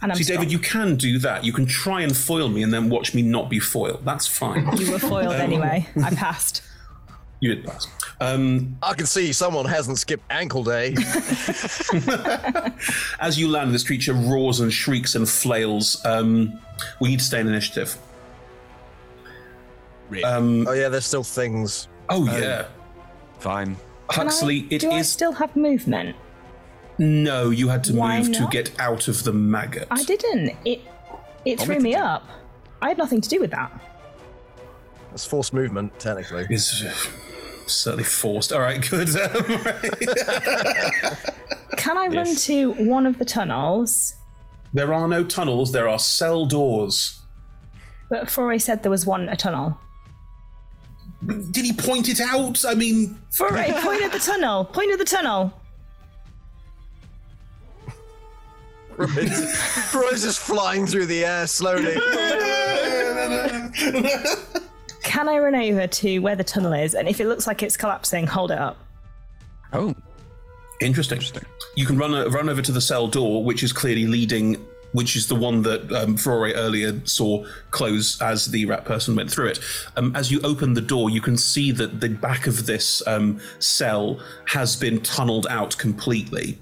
[SPEAKER 3] and I'm
[SPEAKER 2] See,
[SPEAKER 3] strong.
[SPEAKER 2] David, you can do that. You can try and foil me and then watch me not be foiled. That's fine.
[SPEAKER 3] You were foiled
[SPEAKER 2] Um,
[SPEAKER 3] anyway. I passed.
[SPEAKER 2] You did pass. Um,
[SPEAKER 6] I can see someone hasn't skipped ankle day.
[SPEAKER 2] As you land, this creature roars and shrieks and flails. Um, we need to stay in initiative. Um,
[SPEAKER 6] oh yeah, there's still things. Um,
[SPEAKER 2] Oh yeah.
[SPEAKER 4] Fine.
[SPEAKER 3] Can I-
[SPEAKER 2] Huxley, it
[SPEAKER 3] do I
[SPEAKER 2] is.
[SPEAKER 3] still have movement?
[SPEAKER 2] No, you had to
[SPEAKER 3] Why
[SPEAKER 2] move to
[SPEAKER 3] not?
[SPEAKER 2] get out of the maggot.
[SPEAKER 3] I didn't. It it
[SPEAKER 2] I'll
[SPEAKER 3] threw
[SPEAKER 2] make
[SPEAKER 3] me up. I had nothing to do with that.
[SPEAKER 6] That's forced movement, technically.
[SPEAKER 2] Is uh, certainly forced. All right, good. Um,
[SPEAKER 3] Can I run
[SPEAKER 2] Yes.
[SPEAKER 3] to one of the tunnels?
[SPEAKER 2] there are no tunnels. There are cell doors.
[SPEAKER 3] But Foray said there was one a tunnel.
[SPEAKER 2] Did he point it out? I mean,
[SPEAKER 3] Foray, point at the tunnel. Point at the tunnel.
[SPEAKER 6] Rose is flying through the air slowly.
[SPEAKER 3] Can I run over to where the tunnel is? And if it looks like it's collapsing, hold it up.
[SPEAKER 4] Oh,
[SPEAKER 2] interesting. You can run uh, run over to the cell door, which is clearly leading, which is the one that um, Frore earlier saw close as the rat person went through it. Um, as you open the door, you can see that the back of this um, cell has been tunneled out completely,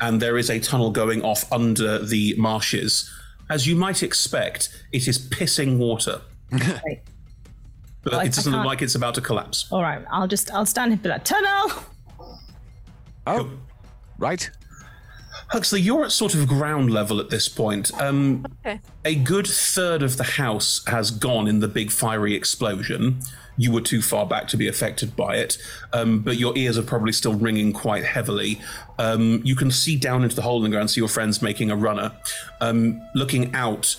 [SPEAKER 2] and there is a tunnel going off under the marshes. As you might expect, it is pissing water,
[SPEAKER 3] Right.
[SPEAKER 2] but
[SPEAKER 3] Well, I-
[SPEAKER 2] it doesn't
[SPEAKER 3] I
[SPEAKER 2] look
[SPEAKER 3] can't-
[SPEAKER 2] like it's about to collapse.
[SPEAKER 3] All right, I'll just I'll stand here and be like tunnel.
[SPEAKER 4] Oh, right.
[SPEAKER 2] Huxley, you're at sort of ground level at this point. Um,
[SPEAKER 7] Okay.
[SPEAKER 2] A good third of the house has gone in the big fiery explosion. You were too far back to be affected by it, um, but your ears are probably still ringing quite heavily. Um, you can see down into the hole in the ground, see your friends making a runner. Um, looking out,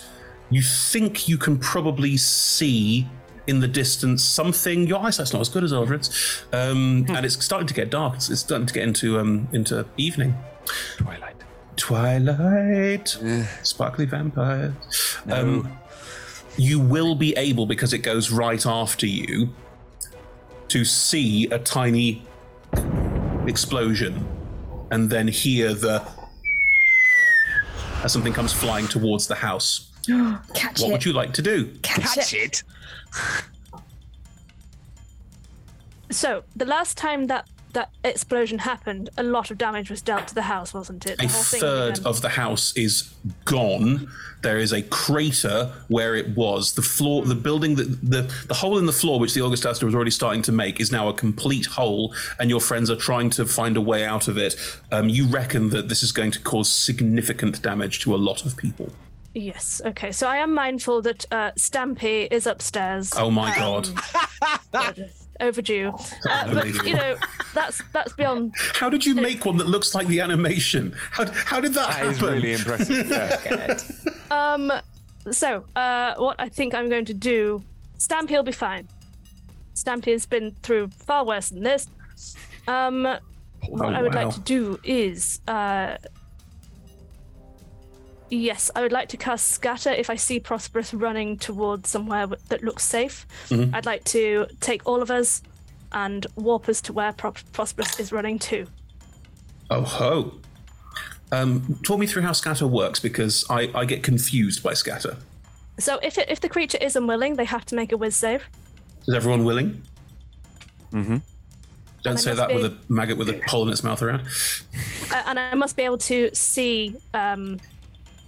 [SPEAKER 2] you think you can probably see in the distance something. Your eyesight's not as good as Aldrin's, um, and it's starting to get dark. It's, it's starting to get into um, into evening. Twilight. Sparkly vampires. Um, you will be able, because it goes right after you, to see a tiny explosion and then hear the. as something comes flying towards the house.
[SPEAKER 3] Catch
[SPEAKER 2] what
[SPEAKER 3] it.
[SPEAKER 2] would you like to do?
[SPEAKER 3] Catch,
[SPEAKER 4] it.
[SPEAKER 7] So the last time that that explosion happened, a lot of damage was dealt to the house, wasn't it? The
[SPEAKER 2] A
[SPEAKER 7] whole thing
[SPEAKER 2] third
[SPEAKER 7] began-
[SPEAKER 2] of the house is gone. There is a crater where it was. The floor, the building, the, the, the hole in the floor, which the Augustaster was already starting to make, is now a complete hole, and your friends are trying to find a way out of it. Um, you reckon that this is going to cause significant damage to a lot of people.
[SPEAKER 7] Yes. Okay. So I am mindful that uh, Stampy is upstairs. Um,
[SPEAKER 2] Oh my god.
[SPEAKER 7] Overdue. Uh, but you know, that's that's beyond.
[SPEAKER 2] How did you make one that looks like the animation? How, how did that, happen?
[SPEAKER 4] is really impressive,
[SPEAKER 7] Um. So, uh, what I think I'm going to do, Stampy will be fine. Stampy has been through far worse than this. Um, what I would
[SPEAKER 2] wow.
[SPEAKER 7] like to do is, uh, yes, I would like to cast Scatter if I see Prosperous running towards somewhere w- that looks safe.
[SPEAKER 12] Mhm.
[SPEAKER 7] I'd like to take all of us and warp us to where Pro- Prosperous is running to.
[SPEAKER 2] Oh ho. Um, talk me through how scatter works because I, I get confused by scatter.
[SPEAKER 7] So, if it, if the creature is unwilling, they have to make a Wiz save.
[SPEAKER 2] Is everyone willing? Mm-hmm. Don't
[SPEAKER 7] And
[SPEAKER 2] say
[SPEAKER 7] I
[SPEAKER 2] that with
[SPEAKER 7] must
[SPEAKER 2] a maggot with a hole in its mouth around.
[SPEAKER 7] Uh, and I must be able to see um,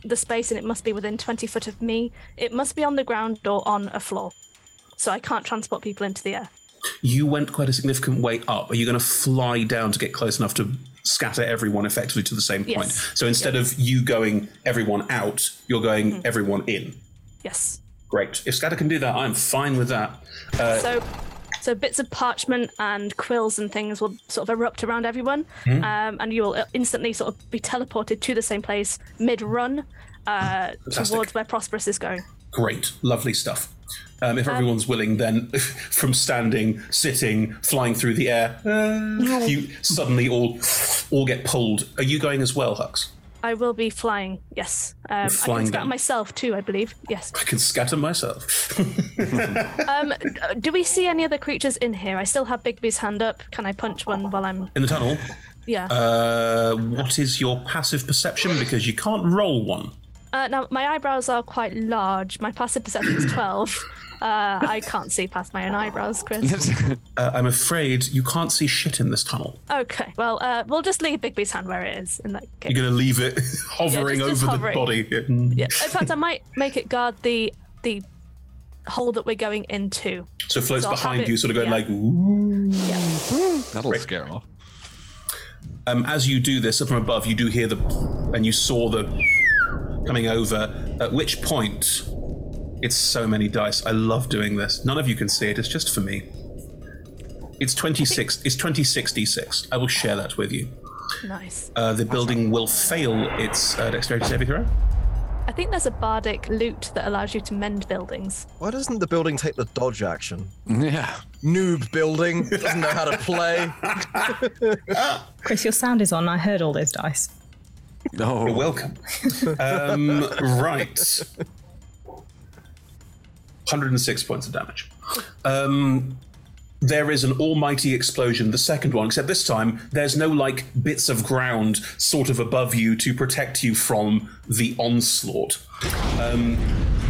[SPEAKER 7] the space, and it must be within 20 foot of me. It must be on the ground or on a floor. So I can't transport people into the air.
[SPEAKER 2] You went quite a significant way up. Are you going to fly down to get close enough to scatter everyone effectively to the same
[SPEAKER 7] Yes.
[SPEAKER 2] point? So instead of you going everyone out, you're going
[SPEAKER 7] Mm-hmm.
[SPEAKER 2] everyone in.
[SPEAKER 7] Yes.
[SPEAKER 2] Great. If scatter can do that, I'm fine with that. Uh,
[SPEAKER 7] so, so bits of parchment and quills and things will sort of erupt around everyone,
[SPEAKER 2] Hmm.
[SPEAKER 7] um, and you will instantly sort of be teleported to the same place mid-run uh,
[SPEAKER 2] Fantastic.
[SPEAKER 7] towards where Prosperous is going.
[SPEAKER 2] Great, lovely stuff. Um, if everyone's willing, then from standing, sitting, flying through Uh, the air, you suddenly all all get pulled. Are you going as well, Hux?
[SPEAKER 7] I will be flying. Yes, um, I
[SPEAKER 2] flying
[SPEAKER 7] can scout
[SPEAKER 2] down.
[SPEAKER 7] myself too. I believe. Yes.
[SPEAKER 2] I can scatter myself.
[SPEAKER 7] um, d- do we see any other creatures in here? I still have Bigby's hand up. Can I punch one while I'm?
[SPEAKER 2] In the tunnel,
[SPEAKER 7] Yeah.
[SPEAKER 2] uh, what is your passive perception? Because you can't roll one.
[SPEAKER 7] Uh, now my eyebrows are quite large. My passive perception is twelve. Uh, I can't see past my own eyebrows, Chris.
[SPEAKER 2] Uh, I'm afraid you can't see shit in this tunnel.
[SPEAKER 7] Okay. Well, uh, we'll just leave Bigby's hand where it is. In that case.
[SPEAKER 2] You're going to leave it hovering
[SPEAKER 7] Yeah, just- just
[SPEAKER 2] over
[SPEAKER 7] hovering.
[SPEAKER 2] the body.
[SPEAKER 7] Yeah. In fact, I might make it guard the the hole that we're going into.
[SPEAKER 2] So it floats
[SPEAKER 7] I'll have
[SPEAKER 2] behind
[SPEAKER 7] it-
[SPEAKER 2] you, sort of going
[SPEAKER 7] yeah.
[SPEAKER 2] like, ooh.
[SPEAKER 4] That'll scare him off.
[SPEAKER 2] Um, as you do this, up from above, you do hear the, and you saw the coming over. At which point, it's so many dice. I love doing this. None of you can see it. It's just for me. It's twenty six. It's twenty six d six. I will share that with you.
[SPEAKER 7] Nice.
[SPEAKER 2] Uh, the building will fail its uh, dexterity saving throw.
[SPEAKER 7] I think there's a bardic loot that allows you to mend buildings.
[SPEAKER 6] Why doesn't the building take the dodge action?
[SPEAKER 4] Yeah.
[SPEAKER 6] Noob building doesn't know how to play.
[SPEAKER 3] Chris, your sound is on. I heard all those dice.
[SPEAKER 4] No.
[SPEAKER 2] You're welcome. Um, right. 106 points of damage. Um, there is an almighty explosion, the second one, except this time there's no like bits of ground sort of above you to protect you from the onslaught. Um,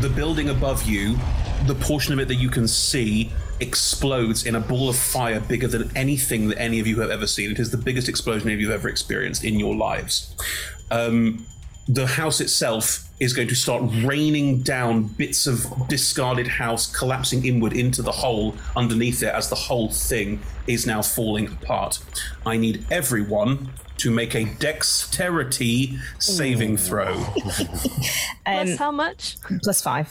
[SPEAKER 2] the building above you, the portion of it that you can see, explodes in a ball of fire bigger than anything that any of you have ever seen. It is the biggest explosion any of you have ever experienced in your lives. Um, the house itself is going to start raining down bits of discarded house, collapsing inward into the hole underneath it as the whole thing is now falling apart. I need everyone to make a dexterity saving throw.
[SPEAKER 7] Plus, how much?
[SPEAKER 3] Um, Plus five.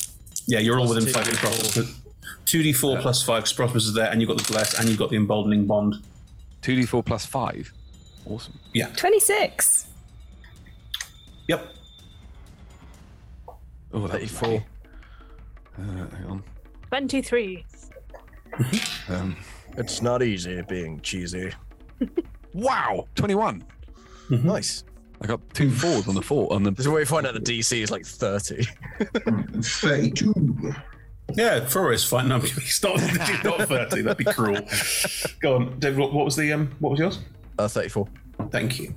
[SPEAKER 2] yeah, you're all within five of Two D four plus five. Prosperous is there, and you've got the bless, and you've got the emboldening bond.
[SPEAKER 4] 2d4 plus 5. Awesome.
[SPEAKER 2] Yeah.
[SPEAKER 3] 26.
[SPEAKER 2] Yep.
[SPEAKER 4] Oh, that'd be four. Uh, hang on.
[SPEAKER 7] Twenty-three.
[SPEAKER 4] Um,
[SPEAKER 6] It's not easy being cheesy.
[SPEAKER 4] wow, 21.
[SPEAKER 5] Mm-hmm.
[SPEAKER 6] Nice.
[SPEAKER 4] I got two fours on the four on the.
[SPEAKER 6] There's a way to find out the DC is like 30.
[SPEAKER 5] 32.
[SPEAKER 2] Yeah, four is fine. No, he's not. He's not thirty. That'd be cruel. Go on, David. What, what was the um? What was yours?
[SPEAKER 6] Uh, 34.
[SPEAKER 2] Thank you.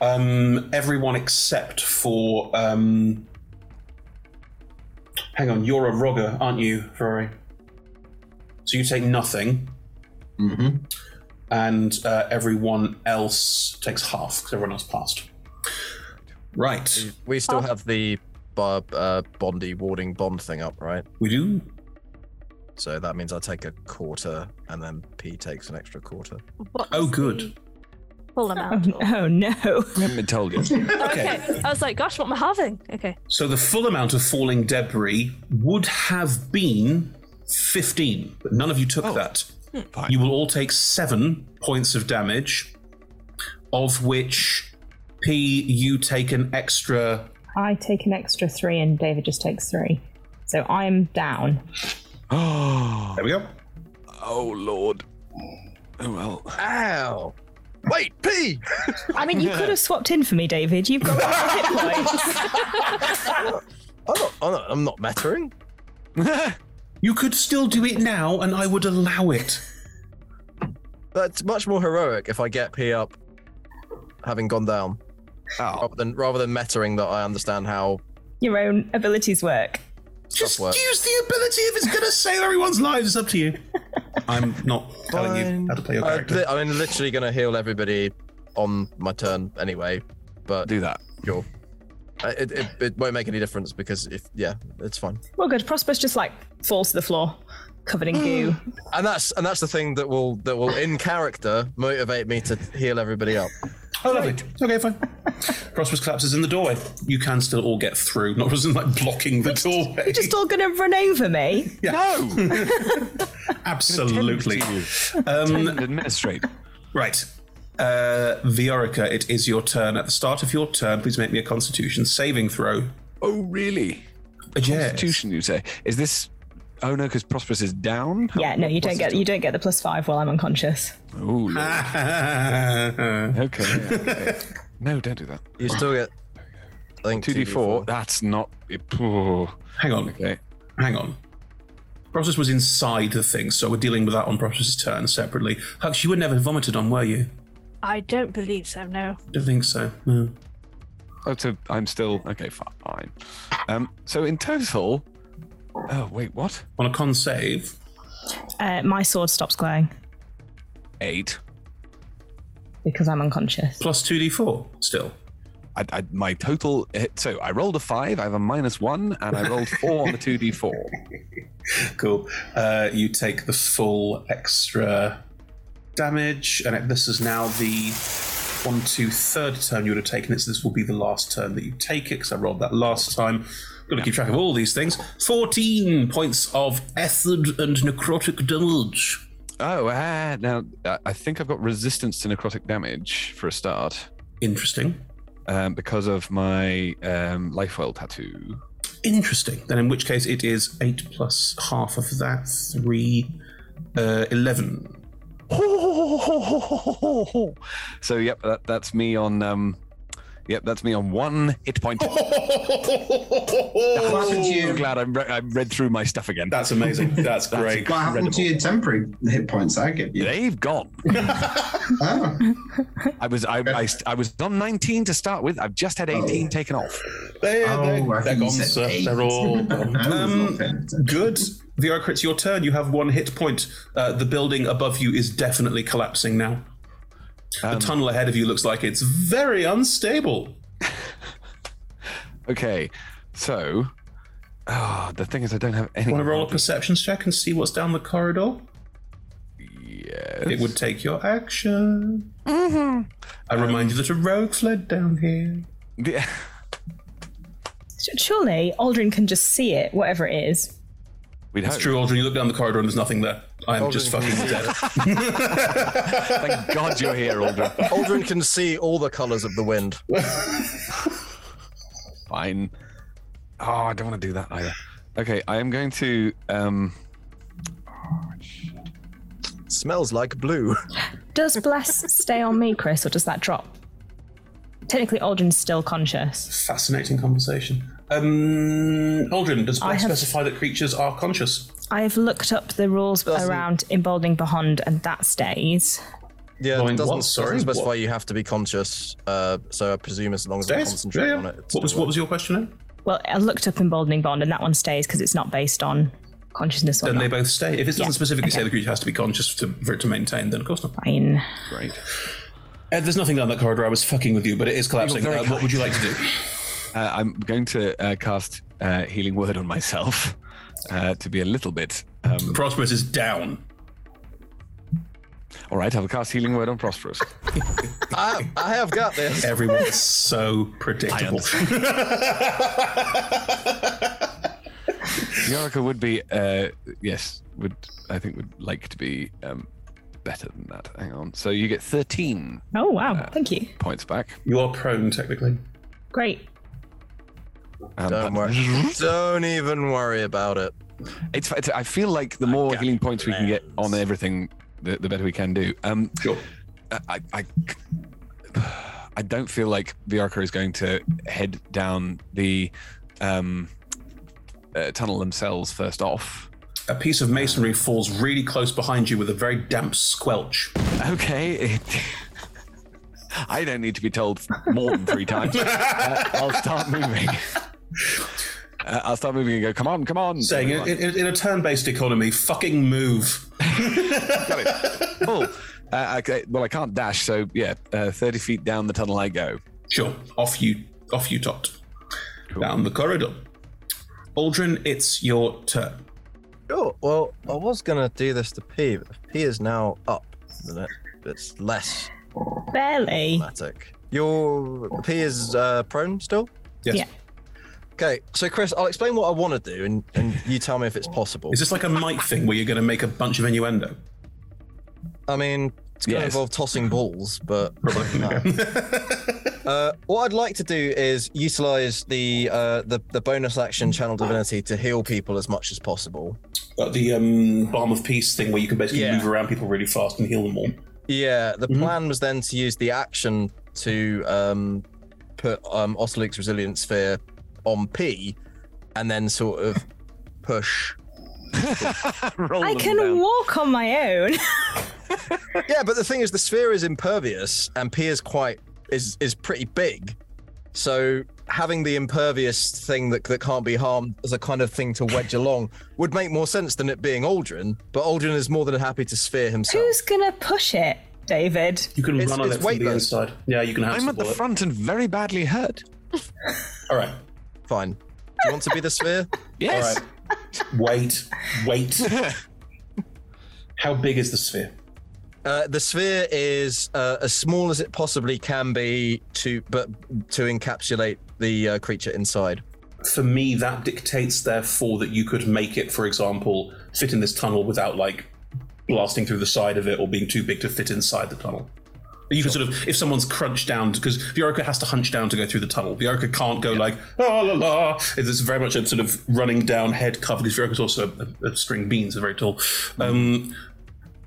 [SPEAKER 2] Um, everyone except for um. Hang on, you're a Rogger, aren't you, Ferrari? So you take nothing,
[SPEAKER 5] Mm-hmm.
[SPEAKER 2] and uh, everyone else takes half because everyone else passed. Right,
[SPEAKER 6] We still have the bar, uh, Bondy warding bond thing up, right?
[SPEAKER 2] we do.
[SPEAKER 6] So that means I take a quarter and then P takes an extra quarter.
[SPEAKER 7] What
[SPEAKER 2] Oh,
[SPEAKER 7] was
[SPEAKER 2] good.
[SPEAKER 7] the Full
[SPEAKER 3] Oh,
[SPEAKER 7] amount.
[SPEAKER 3] oh, no.
[SPEAKER 4] I haven't been told yet.
[SPEAKER 7] Oh, okay. I was like, gosh, what am I having? Okay.
[SPEAKER 2] So the full amount of falling debris would have been 15, but none of you took that.
[SPEAKER 4] Fine.
[SPEAKER 2] You will all take seven points of damage, of which P, you take an extra.
[SPEAKER 3] I take an extra three and David just takes three. So I'm down.
[SPEAKER 4] oh,
[SPEAKER 2] There we go.
[SPEAKER 4] Lord. Oh, well.
[SPEAKER 6] Ow! Wait, P!
[SPEAKER 3] I mean, you could have swapped in for me, David. You've got more hit points.
[SPEAKER 6] I'm not, I'm not, I'm not mattering.
[SPEAKER 2] You could still do it now, and I would allow it.
[SPEAKER 6] That's much more heroic if I get P up having gone down.
[SPEAKER 4] Ow.
[SPEAKER 6] Rather than rather than mattering that I understand how
[SPEAKER 3] Your own abilities work.
[SPEAKER 2] Just
[SPEAKER 6] work.
[SPEAKER 2] use the ability if it's going to save everyone's lives. It's up to you. I'm not telling you how to play your
[SPEAKER 6] Uh,
[SPEAKER 2] character.
[SPEAKER 6] li- I'm literally going to heal everybody on my turn anyway, but
[SPEAKER 4] Do that.
[SPEAKER 6] sure. Uh, It, it, it won't make any difference because if, yeah, it's fine.
[SPEAKER 3] Well, good. Prosperous just like falls to the floor, covered in goo.
[SPEAKER 6] And that's and that's the thing that will that will in character motivate me to heal everybody up.
[SPEAKER 2] Oh, lovely. Okay, fine. Prosperous collapses in the doorway. You can still all get through, not as in like blocking the doorway.
[SPEAKER 3] You're just all gonna run over me.
[SPEAKER 4] No!
[SPEAKER 2] Absolutely.
[SPEAKER 4] Um, administrate.
[SPEAKER 2] Right. Uh, Viorica, it is your turn. At the start of your turn, please make me a constitution saving throw.
[SPEAKER 4] Oh, really?
[SPEAKER 2] Yeah.
[SPEAKER 4] Constitution, you say? Is this. Oh, no, because Prosperous is down?
[SPEAKER 3] Yeah, no, you don't get you don't get the plus five while I'm unconscious.
[SPEAKER 4] Oh, Lord.
[SPEAKER 2] Constitution.
[SPEAKER 4] Okay. okay. no, don't do that.
[SPEAKER 6] You still get think
[SPEAKER 4] 2d4. Oh, That's not. Hang
[SPEAKER 2] on.
[SPEAKER 4] Okay.
[SPEAKER 2] Hang on. Process was inside the thing, so we're dealing with that on Process's turn separately. Hux, you were never vomited on, were you?
[SPEAKER 7] I don't believe so, no.
[SPEAKER 2] Don't think so. No.
[SPEAKER 4] Oh, so I'm still okay. Fine. Um, so in total, oh wait, what?
[SPEAKER 2] On a con save,
[SPEAKER 3] Uh, my sword stops glowing
[SPEAKER 4] eight.
[SPEAKER 3] because I'm unconscious.
[SPEAKER 2] Plus two d four still.
[SPEAKER 4] I, I, my total. Hit, so I rolled a five. I have a minus one, and I rolled four on the two d four.
[SPEAKER 2] Cool. Uh, you take the full extra damage, and it, this is now the one, two, third turn you would have taken it. So this will be the last turn that you take it because I rolled that last time. Got to keep track of all these things. Fourteen points of acid and necrotic damage.
[SPEAKER 4] Oh, ah, now uh, I think I've got resistance to necrotic damage for a start.
[SPEAKER 2] Interesting.
[SPEAKER 4] Um, because of my um, life well tattoo.
[SPEAKER 2] Interesting. Then, in which case, it is eight plus half of that three, uh, eleven.
[SPEAKER 4] So yep, that, that's me on. Um, yep, that's me on one hit point.
[SPEAKER 2] Oh,
[SPEAKER 5] What happened to
[SPEAKER 4] so
[SPEAKER 5] you?
[SPEAKER 4] glad I'm re- I read through my stuff again.
[SPEAKER 2] That's amazing. That's great.
[SPEAKER 5] What happened to your temporary hit points I give you?
[SPEAKER 4] They've gone.
[SPEAKER 5] Oh,
[SPEAKER 4] I was I, I, I was on 19 to start with. I've just had 18 taken off.
[SPEAKER 2] They're,
[SPEAKER 5] Oh,
[SPEAKER 2] they're-
[SPEAKER 5] I
[SPEAKER 2] they're
[SPEAKER 5] think you
[SPEAKER 2] gone,
[SPEAKER 5] said
[SPEAKER 4] uh,
[SPEAKER 2] sir.
[SPEAKER 5] eight.
[SPEAKER 2] They're all gone.
[SPEAKER 5] I was not
[SPEAKER 2] Um,
[SPEAKER 5] paying attention.
[SPEAKER 2] good. Viocra, it's your turn. You have one hit point. Uh, the building above you is definitely collapsing now.
[SPEAKER 4] Um,
[SPEAKER 2] The tunnel ahead of you looks like it's very unstable.
[SPEAKER 4] Okay, so oh, the thing is, I don't have any.
[SPEAKER 2] Want to roll a perceptions check and see what's down the corridor?
[SPEAKER 4] Yes.
[SPEAKER 2] It would take your action. I remind you that a rogue fled down here.
[SPEAKER 4] The-
[SPEAKER 3] Surely Aldrin can just see it, whatever it is.
[SPEAKER 4] We'd
[SPEAKER 2] It's true, Aldrin. You look down the corridor and there's nothing there. I am just fucking dead.
[SPEAKER 4] Thank God you're here, Aldrin.
[SPEAKER 6] Aldrin can see all the colors of the wind.
[SPEAKER 4] Fine. Oh, I don't want to do that either. Okay, I am going to. um oh,
[SPEAKER 6] Smells like blue.
[SPEAKER 3] Does Bless stay on me, Chris, or does that drop? Technically, Aldrin's still conscious.
[SPEAKER 2] Fascinating conversation. Um, Aldrin, does Black
[SPEAKER 3] have-
[SPEAKER 2] specify that creatures are conscious?
[SPEAKER 3] I have looked up the rules
[SPEAKER 6] Doesn't-
[SPEAKER 3] around emboldening Behond, and that stays.
[SPEAKER 6] Yeah,
[SPEAKER 2] Blind
[SPEAKER 6] it doesn't,
[SPEAKER 2] what? Sorry,
[SPEAKER 6] doesn't specify
[SPEAKER 2] what?
[SPEAKER 6] you have to be conscious. Uh, so I presume as long as I
[SPEAKER 2] Yes,
[SPEAKER 6] concentrate
[SPEAKER 2] yeah, yeah.
[SPEAKER 6] on it. it's
[SPEAKER 2] What was
[SPEAKER 6] still
[SPEAKER 2] what was your question? Then?
[SPEAKER 3] Well, I looked up emboldening bond, and that one stays because it's not based on consciousness or
[SPEAKER 2] Then they
[SPEAKER 3] not.
[SPEAKER 2] both stay. If it doesn't
[SPEAKER 3] Yeah,
[SPEAKER 2] specifically say
[SPEAKER 3] okay.
[SPEAKER 2] the creature has to be conscious to, for it to maintain, then of course not.
[SPEAKER 3] Fine.
[SPEAKER 4] Great.
[SPEAKER 2] Ed, there's nothing down that corridor. I was fucking with you, but it is collapsing.
[SPEAKER 4] very
[SPEAKER 2] Uh, what would you like to do?
[SPEAKER 4] Uh, I'm going to uh, cast uh, healing word on myself uh, to be a little bit. Um,
[SPEAKER 2] Prosperous is down.
[SPEAKER 4] all right, I'll cast healing word on Prosperous.
[SPEAKER 6] I, I have got this.
[SPEAKER 2] Everyone's so predictable.
[SPEAKER 4] The Oracle would be, uh, yes, would I think would like to be um, better than that. Hang on. So you get 13
[SPEAKER 3] Oh wow! Thank you.
[SPEAKER 4] points back.
[SPEAKER 2] you are prone technically.
[SPEAKER 3] Great.
[SPEAKER 4] Um, but-
[SPEAKER 6] Don't worry. Don't even worry about it.
[SPEAKER 4] It's, it's. I feel like the more healing points we can get on everything, the, the better we can do. Um,
[SPEAKER 2] Sure.
[SPEAKER 4] I, I, I don't feel like Viarka is going to head down the um, uh, tunnel themselves first off.
[SPEAKER 2] A piece of masonry falls really close behind you with a very damp squelch.
[SPEAKER 4] Okay. I don't need to be told more than three times. Uh, I'll start moving. Uh, I'll start moving and go, come on, come on.
[SPEAKER 2] Saying, in, in, in a turn-based economy, fucking move.
[SPEAKER 4] Cool. Uh, okay, well, I can't dash, so yeah, uh, 30 feet down the tunnel I go.
[SPEAKER 2] Sure. Off you off you topped. Down the corridor. Aldrin, it's your turn.
[SPEAKER 6] Sure. Well, I was gonna do this to P, but if P is now up, then it, it's less
[SPEAKER 3] Barely.
[SPEAKER 6] dramatic. Your P is uh, prone still.
[SPEAKER 2] Yes.
[SPEAKER 3] Yeah.
[SPEAKER 6] Okay, so Chris, I'll explain what I want to do, and, and you tell me if it's possible.
[SPEAKER 2] Is this like a mic thing where you're going to make a bunch of innuendo?
[SPEAKER 6] I mean, it's gonna
[SPEAKER 4] Yes.
[SPEAKER 6] involve tossing balls, but Uh, what I'd like to do is utilize the uh, the the bonus action channel divinity to heal people as much as possible.
[SPEAKER 2] Like the um, balm of peace thing where you can basically
[SPEAKER 6] Yeah.
[SPEAKER 2] move around people really fast and heal them all.
[SPEAKER 6] Mm-hmm. Yeah, the plan was then to use the action to um, put um, Osterlick's resilience sphere on P, and then sort of push.
[SPEAKER 3] I can walk on my own.
[SPEAKER 6] yeah, but the thing is, the sphere is impervious, and P is quite is is pretty big. So having the impervious thing that that can't be harmed as a kind of thing to wedge along would make more sense than it being Aldrin. But Aldrin is more than happy to sphere himself.
[SPEAKER 3] Who's gonna push it, David?
[SPEAKER 6] You can It's- run on it's it from the weightless.
[SPEAKER 2] inside. Yeah, you can have
[SPEAKER 4] I'm at the front and very badly hurt.
[SPEAKER 2] All right.
[SPEAKER 6] Fine. Do you want to be the sphere?
[SPEAKER 4] Yes.
[SPEAKER 2] Wait, wait. How big is the sphere?
[SPEAKER 6] Uh, the sphere is uh, as small as it possibly can be to, but to encapsulate the uh, creature inside.
[SPEAKER 2] For me, that dictates, therefore, that you could make it, for example, fit in this tunnel without like blasting through the side of it or being too big to fit inside the tunnel. You can sort of, if someone's crunched down, because Viorica has to hunch down to go through the tunnel. Viorica can't go like, "Ah, la la la. It's very much a sort of running down head cover, because Viorica's also a, a string beans, are very tall. Um,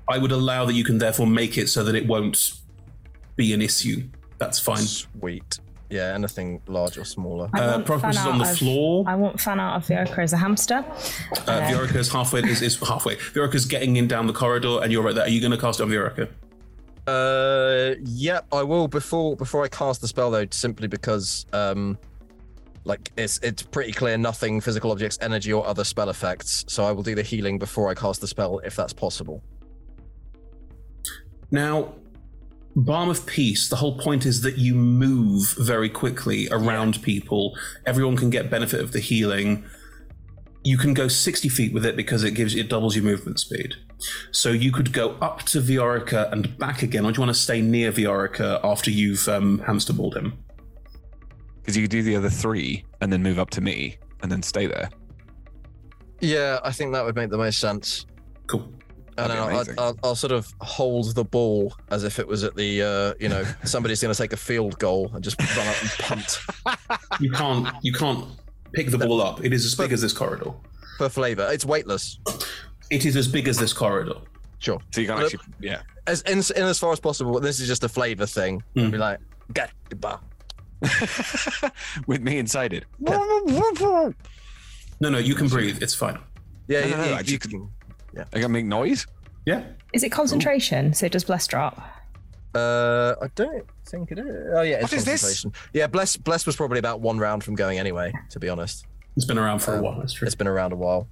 [SPEAKER 2] I would allow that you can therefore make it so that it won't be an issue. That's fine.
[SPEAKER 6] Sweet. Yeah, anything large or smaller.
[SPEAKER 3] I
[SPEAKER 2] Uh,
[SPEAKER 3] want
[SPEAKER 2] Prosperous is
[SPEAKER 3] fan
[SPEAKER 2] on the
[SPEAKER 3] art of-
[SPEAKER 2] floor.
[SPEAKER 3] I want fan art of Viorica as a hamster.
[SPEAKER 2] Uh, Viorica's halfway. Is, is halfway. Viorica's getting in down the corridor, and you're right there. Are you going to cast it on Viorica?
[SPEAKER 6] Uh, yep, I will before before I cast the spell though, simply because um, like it's it's pretty clear nothing physical objects, energy or other spell effects. So I will do the healing before I cast the spell if that's possible.
[SPEAKER 2] Now, Balm of Peace, the whole point is that you move very quickly around people. Everyone can get benefit of the healing. You can go 60 feet with it because it gives it doubles your movement speed. So you could go up to Viorica and back again, or do you want to stay near Viorica after you've um, hamsterballed him?
[SPEAKER 4] Because you could do the other three and then move up to me and then stay there.
[SPEAKER 6] Yeah, I think that would make the most sense.
[SPEAKER 2] Cool.
[SPEAKER 4] That'd
[SPEAKER 6] And
[SPEAKER 4] be
[SPEAKER 6] I'll,
[SPEAKER 4] amazing.
[SPEAKER 6] I'll, I'll sort of hold the ball as if it was at the, uh, you know, somebody's going to take a field goal and just run up and punt.
[SPEAKER 2] You can't. You can't pick the ball up. It is as big as this corridor.
[SPEAKER 6] For flavour, it's weightless.
[SPEAKER 2] It is as big as this corridor.
[SPEAKER 6] Sure.
[SPEAKER 4] So you can't
[SPEAKER 6] Look-
[SPEAKER 4] actually. Yeah.
[SPEAKER 6] As in, in as far as possible. This is just a flavour thing.
[SPEAKER 2] Hmm.
[SPEAKER 6] I'll Be like, get the ball.
[SPEAKER 4] With me inside it.
[SPEAKER 2] No, no, you can breathe. It's fine.
[SPEAKER 6] Yeah,
[SPEAKER 4] no,
[SPEAKER 6] yeah,
[SPEAKER 4] no, no,
[SPEAKER 6] yeah,
[SPEAKER 4] I
[SPEAKER 6] you
[SPEAKER 4] just- I can make noise.
[SPEAKER 2] Yeah.
[SPEAKER 3] Is it concentration? So it does bless drop.
[SPEAKER 6] Uh, I don't think it is. Oh yeah, it's
[SPEAKER 4] What is this?
[SPEAKER 6] concentration. Yeah, bless bless was probably about one round from going anyway. To be honest,
[SPEAKER 2] It's been around
[SPEAKER 4] Um,
[SPEAKER 2] for a while. That's true.
[SPEAKER 6] it's been around a while.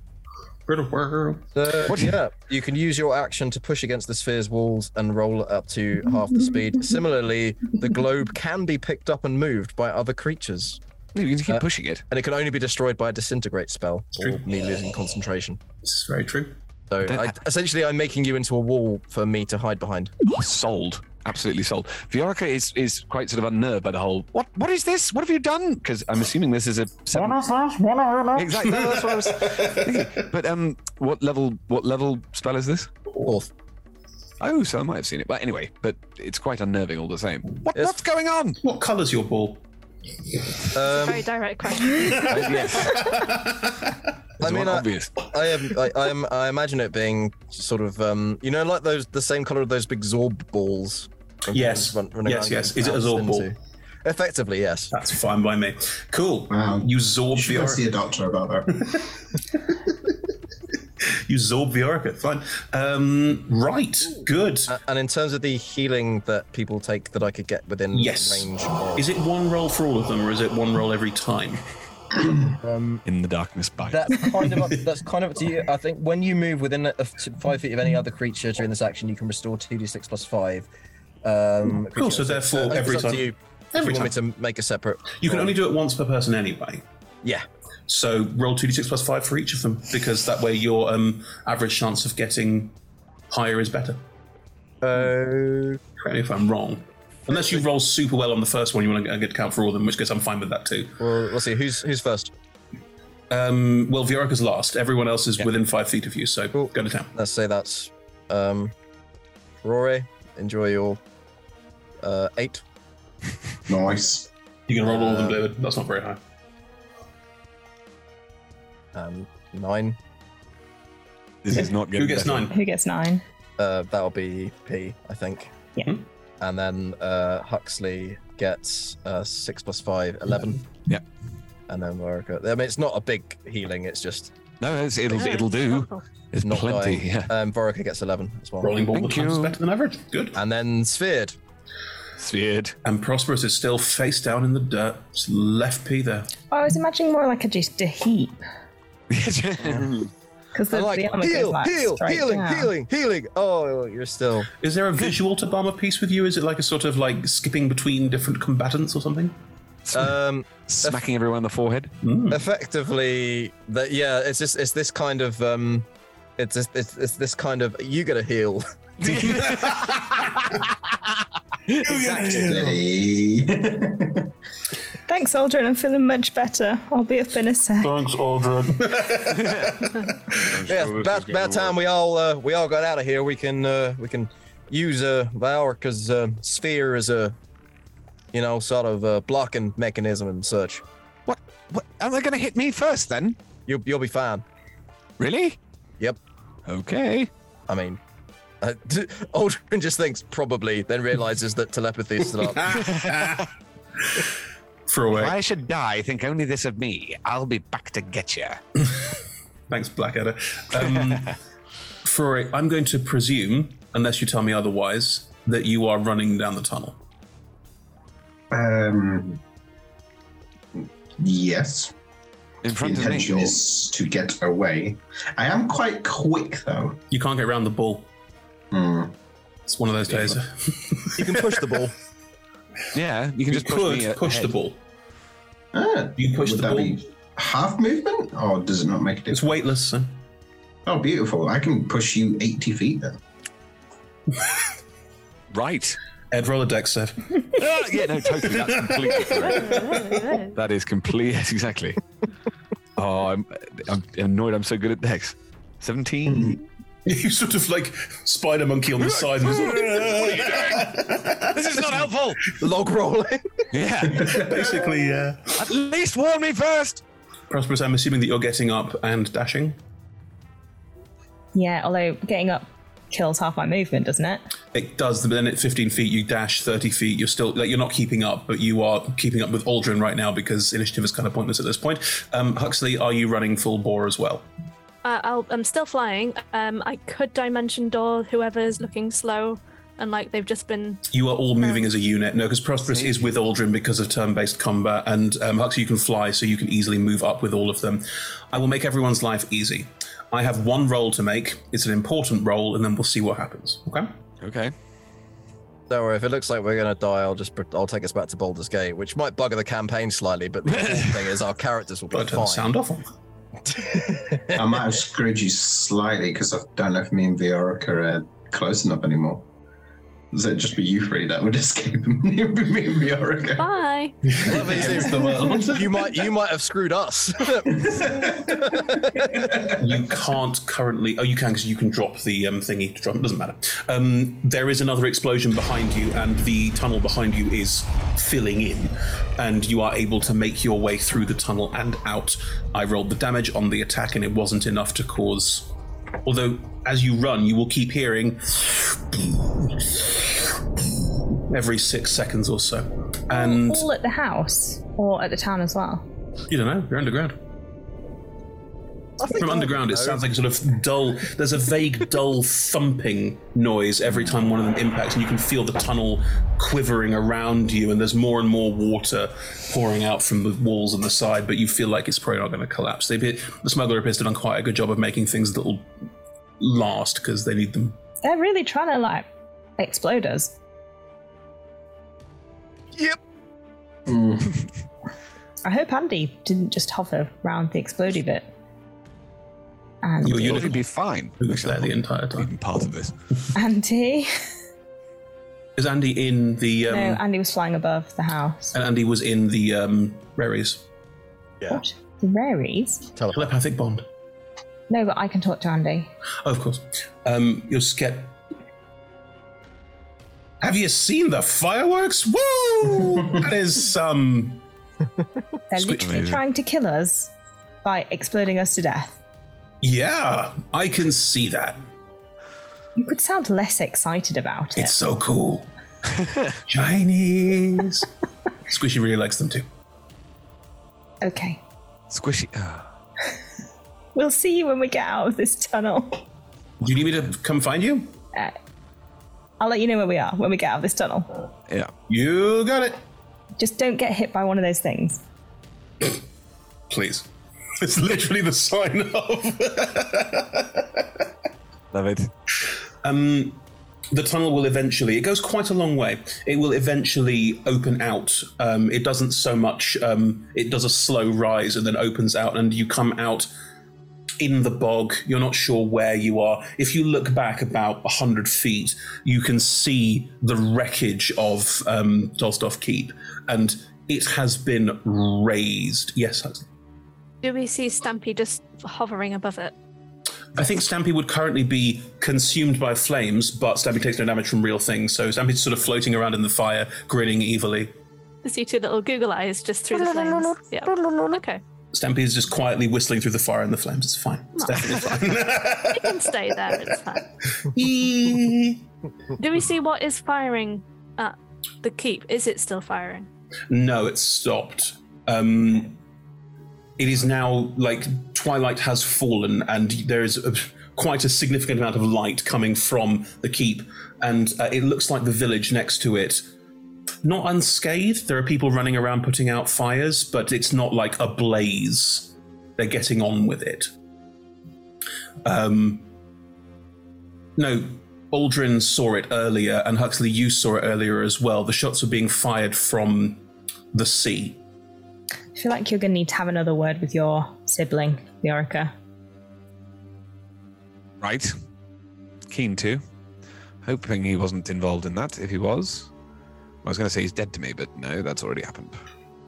[SPEAKER 6] So, yeah, you can use your action to push against the sphere's walls and roll it up to half the speed. Similarly, the globe can be picked up and moved by other creatures,
[SPEAKER 4] No, you can keep
[SPEAKER 6] Uh,
[SPEAKER 4] pushing it.
[SPEAKER 6] and it can only be destroyed by a disintegrate spell
[SPEAKER 2] true.
[SPEAKER 6] or me losing concentration.
[SPEAKER 2] This is very true.
[SPEAKER 6] So
[SPEAKER 4] Then-
[SPEAKER 6] I, essentially, I'm making you into a wall for me to hide behind.
[SPEAKER 4] Sold. Absolutely sold. Viorica is is quite sort of unnerved by the whole. What what is this? What have you done? Because I'm assuming this is a. Seven... Exactly. No, that's what I was thinking. But um, what level what level spell is this?
[SPEAKER 6] Fourth.
[SPEAKER 4] Oh, so I might have seen it. But anyway, but it's quite unnerving all the same. What,
[SPEAKER 6] Yes.
[SPEAKER 4] What's going on?
[SPEAKER 2] What colour's your ball?
[SPEAKER 6] Um,
[SPEAKER 7] Very direct question.
[SPEAKER 4] yes,
[SPEAKER 6] I mean, I,
[SPEAKER 4] obvious.
[SPEAKER 6] I am. I, I am. I imagine it being sort of, um, you know, like those the same color of those big Zorb balls. that
[SPEAKER 2] Yes.
[SPEAKER 6] run- running
[SPEAKER 2] Yes,
[SPEAKER 6] around
[SPEAKER 2] yes.
[SPEAKER 6] getting
[SPEAKER 2] Is it a Zorb
[SPEAKER 6] bounced
[SPEAKER 2] ball?
[SPEAKER 6] into. Effectively, yes.
[SPEAKER 2] That's fine by me. Cool.
[SPEAKER 5] Wow.
[SPEAKER 2] You zorb
[SPEAKER 5] You should go see a
[SPEAKER 2] Viorica.
[SPEAKER 5] doctor about that.
[SPEAKER 2] You zorb Viorica. Fine. Um, right. Good.
[SPEAKER 6] A- And in terms of the healing that people take, that I could get within
[SPEAKER 2] Yes.
[SPEAKER 6] range. of-
[SPEAKER 2] Is it one roll for all of them, or is it one roll every time?
[SPEAKER 4] In the darkness, by
[SPEAKER 6] That's kind of up, that's kind of up to you. I think when you move within a, of t- five feet of any other creature during this action, you can restore two d six plus five. Um,
[SPEAKER 2] Cool. So
[SPEAKER 6] creature.
[SPEAKER 2] therefore,
[SPEAKER 6] it's
[SPEAKER 2] every
[SPEAKER 6] up to
[SPEAKER 2] time-
[SPEAKER 6] you. If
[SPEAKER 2] every
[SPEAKER 6] you want me to make a separate.
[SPEAKER 2] You can only do it once per person anyway.
[SPEAKER 6] Yeah.
[SPEAKER 2] So roll two d six plus five for each of them, because that way your um, average chance of getting higher is better.
[SPEAKER 6] Uh,
[SPEAKER 2] Correct me if I'm wrong. Unless you roll super well on the first one, you want a good count for all of them, in which case I'm fine with that too.
[SPEAKER 6] well, let's see. Who's who's first?
[SPEAKER 2] Um, well, Viorica's last. Everyone else is within five feet of you, so
[SPEAKER 6] Cool.
[SPEAKER 2] go to town.
[SPEAKER 6] let's say that's um Rory, enjoy your uh eight.
[SPEAKER 5] nice.
[SPEAKER 2] You can roll all of them,
[SPEAKER 6] Um,
[SPEAKER 2] David. That's not very high.
[SPEAKER 6] Um nine.
[SPEAKER 4] This is not getting
[SPEAKER 2] Who gets
[SPEAKER 4] better.
[SPEAKER 2] nine?
[SPEAKER 3] Who gets nine?
[SPEAKER 6] Uh that'll be P, I think.
[SPEAKER 3] Yeah.
[SPEAKER 2] Mhm.
[SPEAKER 6] And then uh Huxley gets uh, six plus five, 11.
[SPEAKER 4] Yeah.
[SPEAKER 6] And then Veronica. I mean, it's not a big healing. It's just
[SPEAKER 4] No, it's, it'll it'll do. It's
[SPEAKER 6] not
[SPEAKER 4] plenty.
[SPEAKER 6] dying.
[SPEAKER 4] Yeah.
[SPEAKER 6] Um, Veronica gets 11 as well.
[SPEAKER 2] Rolling ball with is better than average. Good.
[SPEAKER 6] And then sphered.
[SPEAKER 4] Sphered.
[SPEAKER 2] And Prosperous is still face down in the dirt. It's left P there.
[SPEAKER 3] Oh, I was imagining more like a just a heap. Because the,
[SPEAKER 6] I like
[SPEAKER 3] the armor goes
[SPEAKER 6] heal,
[SPEAKER 3] like
[SPEAKER 6] heal,
[SPEAKER 3] straight
[SPEAKER 6] healing,
[SPEAKER 3] down.
[SPEAKER 6] healing, healing. Oh, you're still.
[SPEAKER 2] Is there a visual to bomber piece with you? Is it like a sort of like skipping between different combatants or something?
[SPEAKER 6] Um,
[SPEAKER 4] Smacking everyone on the forehead.
[SPEAKER 2] Mm.
[SPEAKER 6] effectively that yeah it's just it's this kind of um it's just, it's, it's this kind of you gotta heal
[SPEAKER 3] Thanks, Aldrin. I'm feeling much better. I'll be up in a sec.
[SPEAKER 2] Thanks, Aldrin.
[SPEAKER 6] yeah about, about time we all uh, we all got out of here we can uh, we can use uh Valorka's uh, sphere as a you know sort of uh, blocking mechanism and such
[SPEAKER 4] What? What? Are they going to hit me first then?
[SPEAKER 6] you, you'll be fine
[SPEAKER 4] Really?
[SPEAKER 6] yep
[SPEAKER 4] Okay.
[SPEAKER 6] i mean uh, Aldrin just thinks probably, then realizes that telepathy is still up.
[SPEAKER 2] For away.
[SPEAKER 4] I should die. Think only this of me. I'll be back to get you.
[SPEAKER 2] Thanks, Blackadder. Um, Frory, I'm going to presume, unless you tell me otherwise, that you are running down the tunnel.
[SPEAKER 5] Um, yes.
[SPEAKER 4] In
[SPEAKER 5] The
[SPEAKER 4] front of me.
[SPEAKER 5] intention is to get away. I am quite quick though.
[SPEAKER 2] You can't get around the ball.
[SPEAKER 5] Hmm.
[SPEAKER 2] It's one of those days.
[SPEAKER 6] You can push the ball.
[SPEAKER 4] Yeah, you can
[SPEAKER 2] You
[SPEAKER 4] just push me.
[SPEAKER 2] could push the
[SPEAKER 4] ahead.
[SPEAKER 2] ball.
[SPEAKER 5] Ah,
[SPEAKER 2] You push
[SPEAKER 5] would
[SPEAKER 2] the ball.
[SPEAKER 5] that be half movement, or does it not make a
[SPEAKER 2] It's
[SPEAKER 5] difference?
[SPEAKER 2] weightless. So.
[SPEAKER 5] Oh, beautiful! I can push you eighty feet then.
[SPEAKER 4] Right.
[SPEAKER 2] Ed, roll a dex save.
[SPEAKER 4] Ah, yeah, no, totally. That's completely correct. that is complete. Yes, exactly. Oh, I'm, I'm annoyed. I'm so good at Dex. 17.
[SPEAKER 2] You sort of like spider monkey on the side. And
[SPEAKER 4] this is not helpful.
[SPEAKER 6] Log rolling.
[SPEAKER 4] Yeah.
[SPEAKER 2] just- basically, uh,
[SPEAKER 4] At least warn me first.
[SPEAKER 2] Prosperous, I'm assuming that you're getting up and dashing.
[SPEAKER 3] Yeah, although getting up kills half my movement, doesn't it?
[SPEAKER 2] It does, but then at 15 feet, you dash 30 feet. You're still, like, you're not keeping up, but you are keeping up with Aldrin right now because initiative is kind of pointless at this point. Um, Huxley, are you running full bore as well?
[SPEAKER 7] Uh, I'll, I'm still flying. Um, I could dimension door whoever's looking slow and like they've just been.
[SPEAKER 2] You are all moving as a unit. No, because Prosperous is with Aldrin because of turn based combat, and um, Huxley, you can fly, so you can easily move up with all of them. I will make everyone's life easy. I have one roll to make. It's an important roll, and then we'll see what happens. Okay?
[SPEAKER 4] Okay.
[SPEAKER 6] Don't worry, if it looks like we're gonna die, I'll just I'll take us back to Baldur's Gate, which might bugger the campaign slightly, but the important thing is our characters will be
[SPEAKER 2] But I turn the
[SPEAKER 6] fine.
[SPEAKER 2] sound off.
[SPEAKER 5] I might have screwed you slightly because I don't know if me and Viorica are close enough anymore. So it'd just be you three that would escape and it would be me and Viorica.
[SPEAKER 7] Bye.
[SPEAKER 6] That means you- you might you might have screwed us.
[SPEAKER 2] you can't currently. Oh, you can because you can drop the um, thingy to drop. It doesn't matter. Um, there is another explosion behind you, and the tunnel behind you is filling in, and you are able to make your way through the tunnel and out. I rolled the damage on the attack, and it wasn't enough to cause. Although, as you run, you will keep hearing every six seconds or so, and
[SPEAKER 3] All at the house or at the town as well.
[SPEAKER 2] you don't know. You're underground. From underground, it sounds like a sort of dull. There's a vague, dull thumping noise every time one of them impacts, and you can feel the tunnel quivering around you. And there's more and more water pouring out from the walls on the side, but you feel like it's probably not going to collapse. They appear, the smuggler appears to have done quite a good job of making things that will last because they need them.
[SPEAKER 3] They're really trying to like explode us.
[SPEAKER 6] yep.
[SPEAKER 2] Mm.
[SPEAKER 3] I hope Andy didn't just hover around the explodey bit. And
[SPEAKER 2] Your
[SPEAKER 4] It'll
[SPEAKER 2] unit
[SPEAKER 4] be fine.
[SPEAKER 2] was there the entire time.
[SPEAKER 4] Even part of this.
[SPEAKER 3] Andy?
[SPEAKER 2] Is Andy in the? Um,
[SPEAKER 3] No, Andy was flying above the house.
[SPEAKER 2] and Andy was in the um, Raries
[SPEAKER 3] What? The Raries?
[SPEAKER 2] telepathic bond.
[SPEAKER 3] No, but I can talk to Andy.
[SPEAKER 2] Oh, of course. Um, you'll just get. Have you seen the fireworks? Woo! that is um.
[SPEAKER 3] They're literally
[SPEAKER 2] Oh,
[SPEAKER 4] Amazing.
[SPEAKER 3] trying to kill us by exploding us to death.
[SPEAKER 2] Yeah, I can see that.
[SPEAKER 3] You could sound less excited about it.
[SPEAKER 2] It's so cool. Chinese. Squishy really likes them too.
[SPEAKER 3] Okay.
[SPEAKER 4] Squishy. uh.
[SPEAKER 3] We'll see you when we get out of this tunnel.
[SPEAKER 2] Do you need me to come find you?
[SPEAKER 3] Uh, I'll let you know where we are when we get out of this tunnel.
[SPEAKER 4] Yeah.
[SPEAKER 2] You got it.
[SPEAKER 3] Just don't get hit by one of those things.
[SPEAKER 2] Please. It's literally the sign of.
[SPEAKER 4] Love it.
[SPEAKER 2] Um, the tunnel will eventually. It goes quite a long way. It will eventually open out. Um, it doesn't so much. Um, it does a slow rise and then opens out, and you come out in the bog. You're not sure where you are. If you look back about hundred feet, you can see the wreckage of um, Dolstov Keep, and it has been razed. Yes, Huxley.
[SPEAKER 7] Do we see Stampy just hovering above it?
[SPEAKER 2] I think Stampy would currently be consumed by flames, but Stampy takes no damage from real things, so Stampy's sort of floating around in the fire, grinning evilly.
[SPEAKER 7] I see two little Google eyes just through the flames. Yeah. Okay.
[SPEAKER 2] Stampy is just quietly whistling through the fire and the flames. It's fine. It's definitely
[SPEAKER 7] It can stay there. It's fine.
[SPEAKER 2] fine.
[SPEAKER 7] Do we see what is firing at the keep? Is it still firing?
[SPEAKER 2] no, it's stopped. Um, it is now like twilight has fallen, and there is a, quite a significant amount of light coming from the keep, and uh, it looks like the village next to it. Not unscathed. There are people running around putting out fires, but it's not like a blaze. They're getting on with it. Um, no, Aldrin saw it earlier, and Huxley, you saw it earlier as well. The shots were being fired from the sea.
[SPEAKER 3] I feel like you're going to need to have another word with your sibling, the Orica.
[SPEAKER 4] Right. Keen to. Hoping he wasn't involved in that. If he was, I was going to say he's dead to me, but no, that's already happened.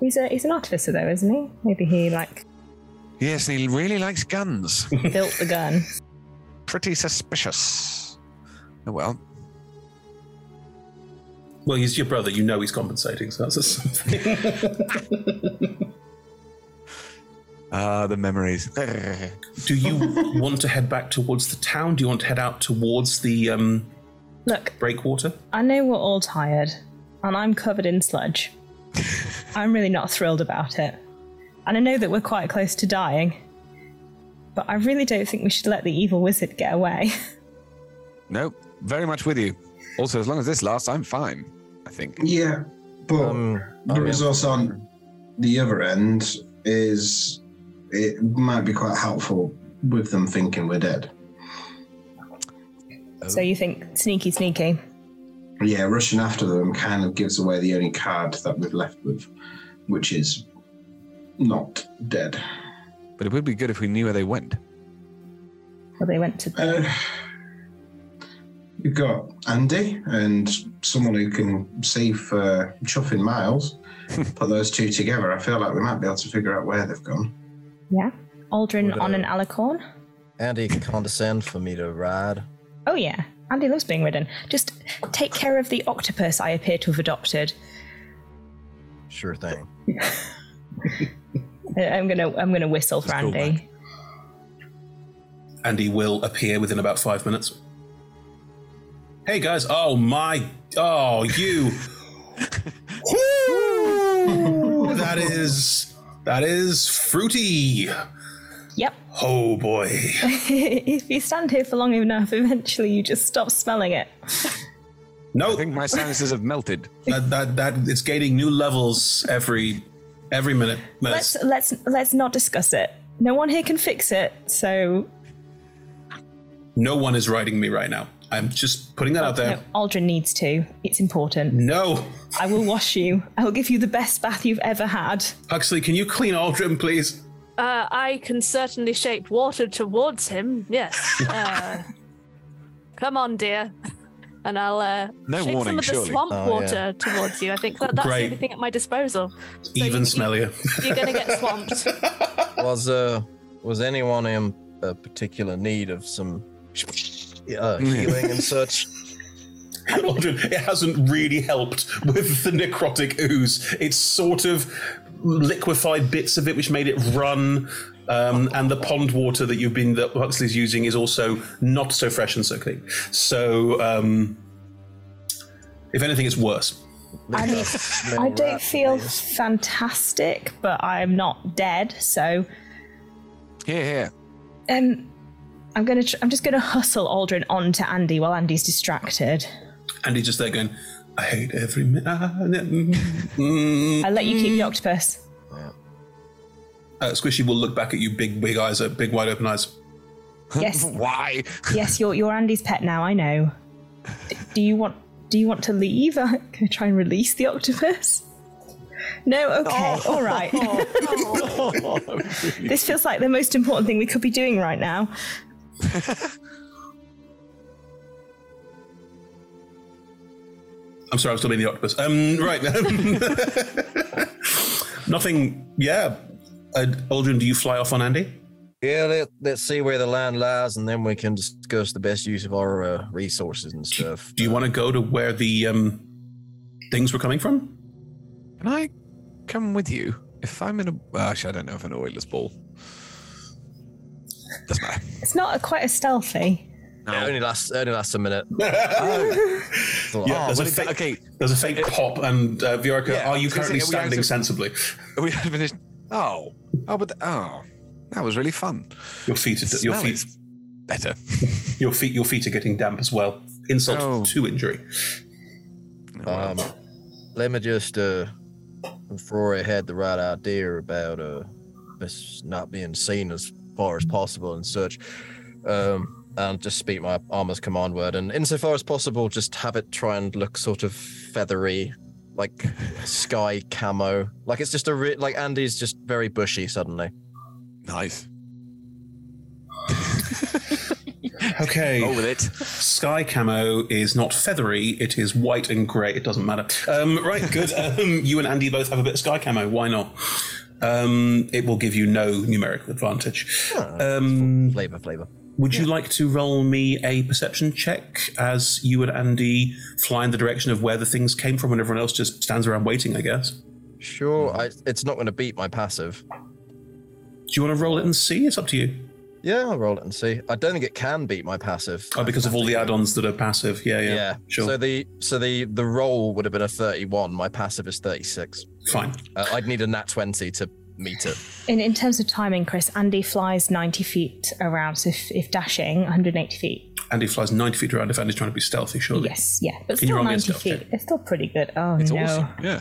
[SPEAKER 3] He's a he's an artificer though, isn't he? Maybe he like
[SPEAKER 4] Yes, and he really likes guns.
[SPEAKER 3] built the gun.
[SPEAKER 4] Pretty suspicious. Oh well.
[SPEAKER 2] Well, he's your brother. You know he's compensating, so that's a something.
[SPEAKER 4] Ah, the memories.
[SPEAKER 2] Do you want to head back towards the town? Do you want to head out towards the um,
[SPEAKER 3] Look,
[SPEAKER 2] breakwater?
[SPEAKER 3] I know we're all tired, and I'm covered in sludge. I'm really not thrilled about it, and I know that we're quite close to dying. But I really don't think we should let the evil wizard get away.
[SPEAKER 4] no, very much with you. Also, as long as this lasts, I'm fine. I think.
[SPEAKER 5] Yeah, but
[SPEAKER 4] Um, oh,
[SPEAKER 5] the resource on the other end is it might be quite helpful with them thinking we're dead.
[SPEAKER 3] So you think sneaky, sneaky?
[SPEAKER 5] Yeah, rushing after them kind of gives away the only card that we've left with, which is not dead.
[SPEAKER 4] But it would be good if we knew where they went.
[SPEAKER 3] Well, they went to
[SPEAKER 5] Uh, you've got Andy and someone who can see for chuffing miles. Put those two together, I feel like we might be able to figure out where they've gone.
[SPEAKER 3] yeah, Aldrin
[SPEAKER 6] Would,
[SPEAKER 3] on
[SPEAKER 6] uh,
[SPEAKER 3] an alicorn.
[SPEAKER 6] Andy condescend for me to ride.
[SPEAKER 3] Oh yeah, Andy loves being ridden. Just take care of the octopus I appear to have adopted.
[SPEAKER 6] Sure thing.
[SPEAKER 3] I- Uh, I'm gonna I'm gonna whistle for
[SPEAKER 2] Just call
[SPEAKER 3] Andy.
[SPEAKER 2] Andy will appear within about five minutes. Hey guys! Oh my! Oh you! Woo! that is that is fruity.
[SPEAKER 3] Yep.
[SPEAKER 2] Oh boy!
[SPEAKER 3] if you stand here for long enough, eventually you just stop smelling it.
[SPEAKER 4] I
[SPEAKER 2] No,
[SPEAKER 4] think my sinuses have melted.
[SPEAKER 2] that, that that it's gaining new levels every every minute.
[SPEAKER 3] Let's let's let's not discuss it. No one here can fix it, so
[SPEAKER 2] No one is riding me right now. I'm just putting that out
[SPEAKER 3] no,
[SPEAKER 2] there.
[SPEAKER 3] Aldrin needs to. It's important.
[SPEAKER 2] No.
[SPEAKER 3] I will wash you. I will give you the best bath you've ever had.
[SPEAKER 2] Huxley, can you clean Aldrin, please?
[SPEAKER 7] Uh, I can certainly shape water towards him. Yes. Uh, come on, dear. And I'll uh,
[SPEAKER 4] No
[SPEAKER 7] shape
[SPEAKER 4] warning,
[SPEAKER 7] some of the
[SPEAKER 4] surely.
[SPEAKER 7] swamp
[SPEAKER 6] Oh,
[SPEAKER 7] water towards you. I think that, that's
[SPEAKER 2] Great.
[SPEAKER 7] the only thing at my disposal. So
[SPEAKER 2] Even
[SPEAKER 7] you,
[SPEAKER 2] smellier.
[SPEAKER 7] You, are going to get swamped.
[SPEAKER 6] Was uh was anyone in a particular need of some uh, healing and such?
[SPEAKER 2] Aldrin, it hasn't really helped with the necrotic ooze. It's sort of liquefied bits of it which made it run. Um, and the pond water that you've been that Huxley's using is also not so fresh and so clean. So um, if anything, it's worse.
[SPEAKER 3] I mean, I don't feel fantastic, but I'm not dead, so
[SPEAKER 4] Here, here.
[SPEAKER 3] um, I'm gonna. Tr- I'm just gonna hustle Aldrin onto Andy while Andy's distracted.
[SPEAKER 2] And he's just there going, I hate every minute.
[SPEAKER 3] I'll
[SPEAKER 2] I
[SPEAKER 3] let you keep the octopus.
[SPEAKER 2] Uh, Squishy will look back at you, big, big eyes, uh, big, wide open eyes.
[SPEAKER 3] Yes.
[SPEAKER 4] Why?
[SPEAKER 3] yes, you're you're Andy's pet now. I know. D- do you want? Do you want to leave? Can I try and release the octopus? No. Okay. All right. this feels like the most important thing we could be doing right now.
[SPEAKER 2] I'm sorry, I'm still being the octopus. Um, right. Nothing. Yeah. Uh, Aldrin, do you fly off on Andy?
[SPEAKER 6] Yeah, let, let's see where the line lies, and then we can discuss the best use of our uh, resources and stuff.
[SPEAKER 2] Do you want to go to where the um, things were coming from?
[SPEAKER 4] Can I come with you? If I'm in a. Well, actually, I don't know if I'm in a weightless ball. Doesn't matter.
[SPEAKER 3] It's not quite as stealthy.
[SPEAKER 6] It only lasts, it only lasts a minute. Oh.
[SPEAKER 2] Yeah, there's,
[SPEAKER 4] Oh, well,
[SPEAKER 2] a
[SPEAKER 4] it's-
[SPEAKER 2] fake,
[SPEAKER 4] okay.
[SPEAKER 2] there's a fake pop, and uh, Viorica,
[SPEAKER 4] Yeah,
[SPEAKER 2] are
[SPEAKER 4] I
[SPEAKER 2] you
[SPEAKER 4] was gonna
[SPEAKER 2] currently
[SPEAKER 4] say, are we
[SPEAKER 2] standing
[SPEAKER 4] actually-
[SPEAKER 2] sensibly?
[SPEAKER 4] Are we had finished. Oh. Oh, but. oh. That was really fun.
[SPEAKER 2] Your feet, are, your
[SPEAKER 4] Smell
[SPEAKER 2] feet,
[SPEAKER 4] is better.
[SPEAKER 2] your feet, your feet are getting damp as well. Insult
[SPEAKER 4] Oh.
[SPEAKER 2] to injury.
[SPEAKER 6] Um, let me just, uh, Rory had the right idea about uh, us not being seen as far as possible and such. Um, and just speak my armor's command word, and insofar as possible, just have it try and look sort of feathery, like sky camo. Like it's just a re- like Andy's just very bushy suddenly.
[SPEAKER 4] Nice.
[SPEAKER 2] Okay.
[SPEAKER 4] Roll with it.
[SPEAKER 2] Sky camo is not feathery; it is white and grey. It doesn't matter. Um, right, good. um, you and Andy both have a bit of sky camo. Why not? Um, it will give you no numerical advantage. Um,
[SPEAKER 6] Ah, Flavor, flavor.
[SPEAKER 2] would you like to roll me a perception check as you and Andy fly in the direction of where the things came from, and everyone else just stands around waiting? I guess. Do
[SPEAKER 6] Sure, I, it's not going to beat my passive.
[SPEAKER 2] you want to roll it and see? It's up to you.
[SPEAKER 6] Yeah, I'll roll it and see. I don't think it can beat my passive.
[SPEAKER 2] Oh, because of all the add-ons that are passive. Yeah, yeah,
[SPEAKER 6] Yeah.
[SPEAKER 2] sure.
[SPEAKER 6] So the so the the roll would have been a 31. My passive is 36.
[SPEAKER 2] Fine.
[SPEAKER 6] Uh, I'd need a nat 20 to meet it.
[SPEAKER 3] In in terms of timing, Chris, Andy flies 90 feet around. So if, if dashing, 180 feet.
[SPEAKER 2] Andy flies 90 feet around if Andy's trying to be stealthy, surely.
[SPEAKER 3] Yes. Yeah. But
[SPEAKER 2] Can you
[SPEAKER 3] still
[SPEAKER 2] roll me a
[SPEAKER 3] 90
[SPEAKER 2] stealth
[SPEAKER 3] feet. It's still pretty good. Oh
[SPEAKER 4] It's
[SPEAKER 3] no.
[SPEAKER 4] awesome. Yeah.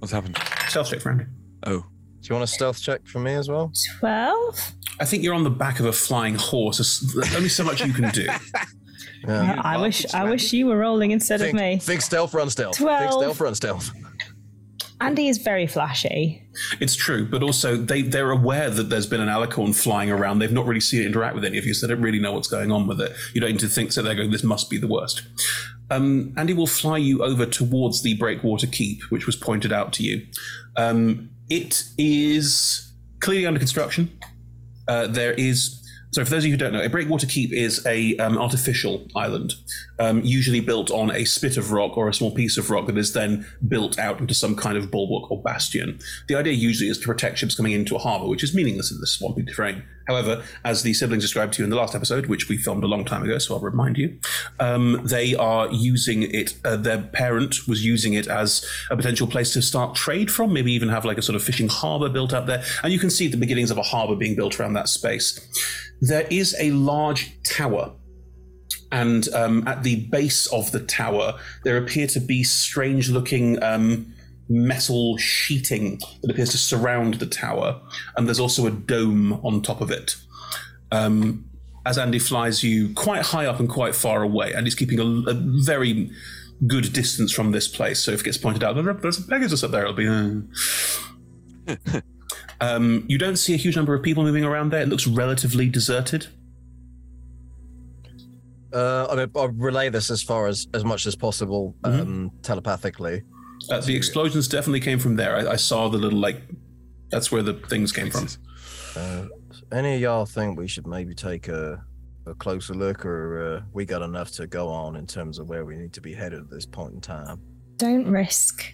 [SPEAKER 4] What's happened?
[SPEAKER 2] Stealth check for Andy.
[SPEAKER 4] Oh.
[SPEAKER 6] Do you want a stealth check from me as well?
[SPEAKER 3] 12.
[SPEAKER 2] I think you're on the back of a flying horse. There's only so much you can do.
[SPEAKER 3] I wish I wish you were rolling instead
[SPEAKER 6] Think,
[SPEAKER 3] of me.
[SPEAKER 6] think stealth, run stealth. Think
[SPEAKER 3] Twelve.
[SPEAKER 6] stealth, run stealth.
[SPEAKER 3] Andy is very flashy.
[SPEAKER 2] It's true, but also they, they're aware that there's been an alicorn flying around. They've not really seen it interact with any of you, so they don't really know what's going on with it. You don't need to think, so they're going, this must be the worst. Um, Andy will fly you over towards the breakwater keep, which was pointed out to you. Um, it is clearly under construction. Uh, there is. So, for those of you who don't know, a breakwater keep is a um, artificial island, um, usually built on a spit of rock or a small piece of rock that is then built out into some kind of bulwark or bastion. The idea usually is to protect ships coming into a harbour, which is meaningless in this swampy terrain. However, as the siblings described to you in the last episode, which we filmed a long time ago, so I'll remind you, um, they are using it. Uh, their parent was using it as a potential place to start trade from, maybe even have like a sort of fishing harbour built up there. And you can see the beginnings of a harbour being built around that space. There is a large tower and um, at the base of the tower, there appear to be strange looking um, metal sheeting that appears to surround the tower, and there's also a dome on top of it. Um, as Andy flies you quite high up and quite far away, and he's keeping a, a very good distance from this place. So if it gets pointed out, "Oh, there's a Pegasus up there, it'll be. "Uh." um, you don't see a huge number of people moving around there. It looks relatively deserted.
[SPEAKER 6] Uh, I mean, I'll relay this as far as as much as possible
[SPEAKER 2] Mm-hmm.
[SPEAKER 6] um, telepathically.
[SPEAKER 2] Uh, the explosions definitely came from there. I, I saw the little like. That's where the things came from.
[SPEAKER 6] Uh, any of y'all think we should maybe take a a closer look, or uh, we got enough to go on in terms of where we need to be headed at this point in time?
[SPEAKER 3] Don't risk.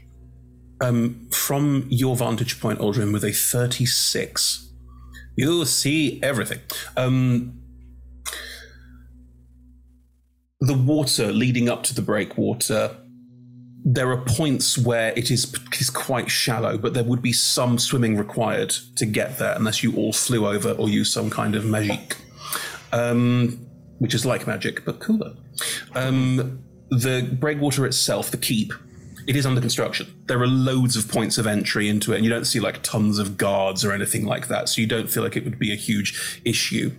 [SPEAKER 2] Um, from your vantage point, Aldrin, with a 36, you see everything. Um, the water leading up to the breakwater there are points where it is is quite shallow, but there would be some swimming required to get there, unless you all flew over or used some kind of magic, um, which is like magic but cooler. Um, the breakwater itself, the keep, it is under construction. There are loads of points of entry into it, and you don't see like tons of guards or anything like that, so you don't feel like it would be a huge issue.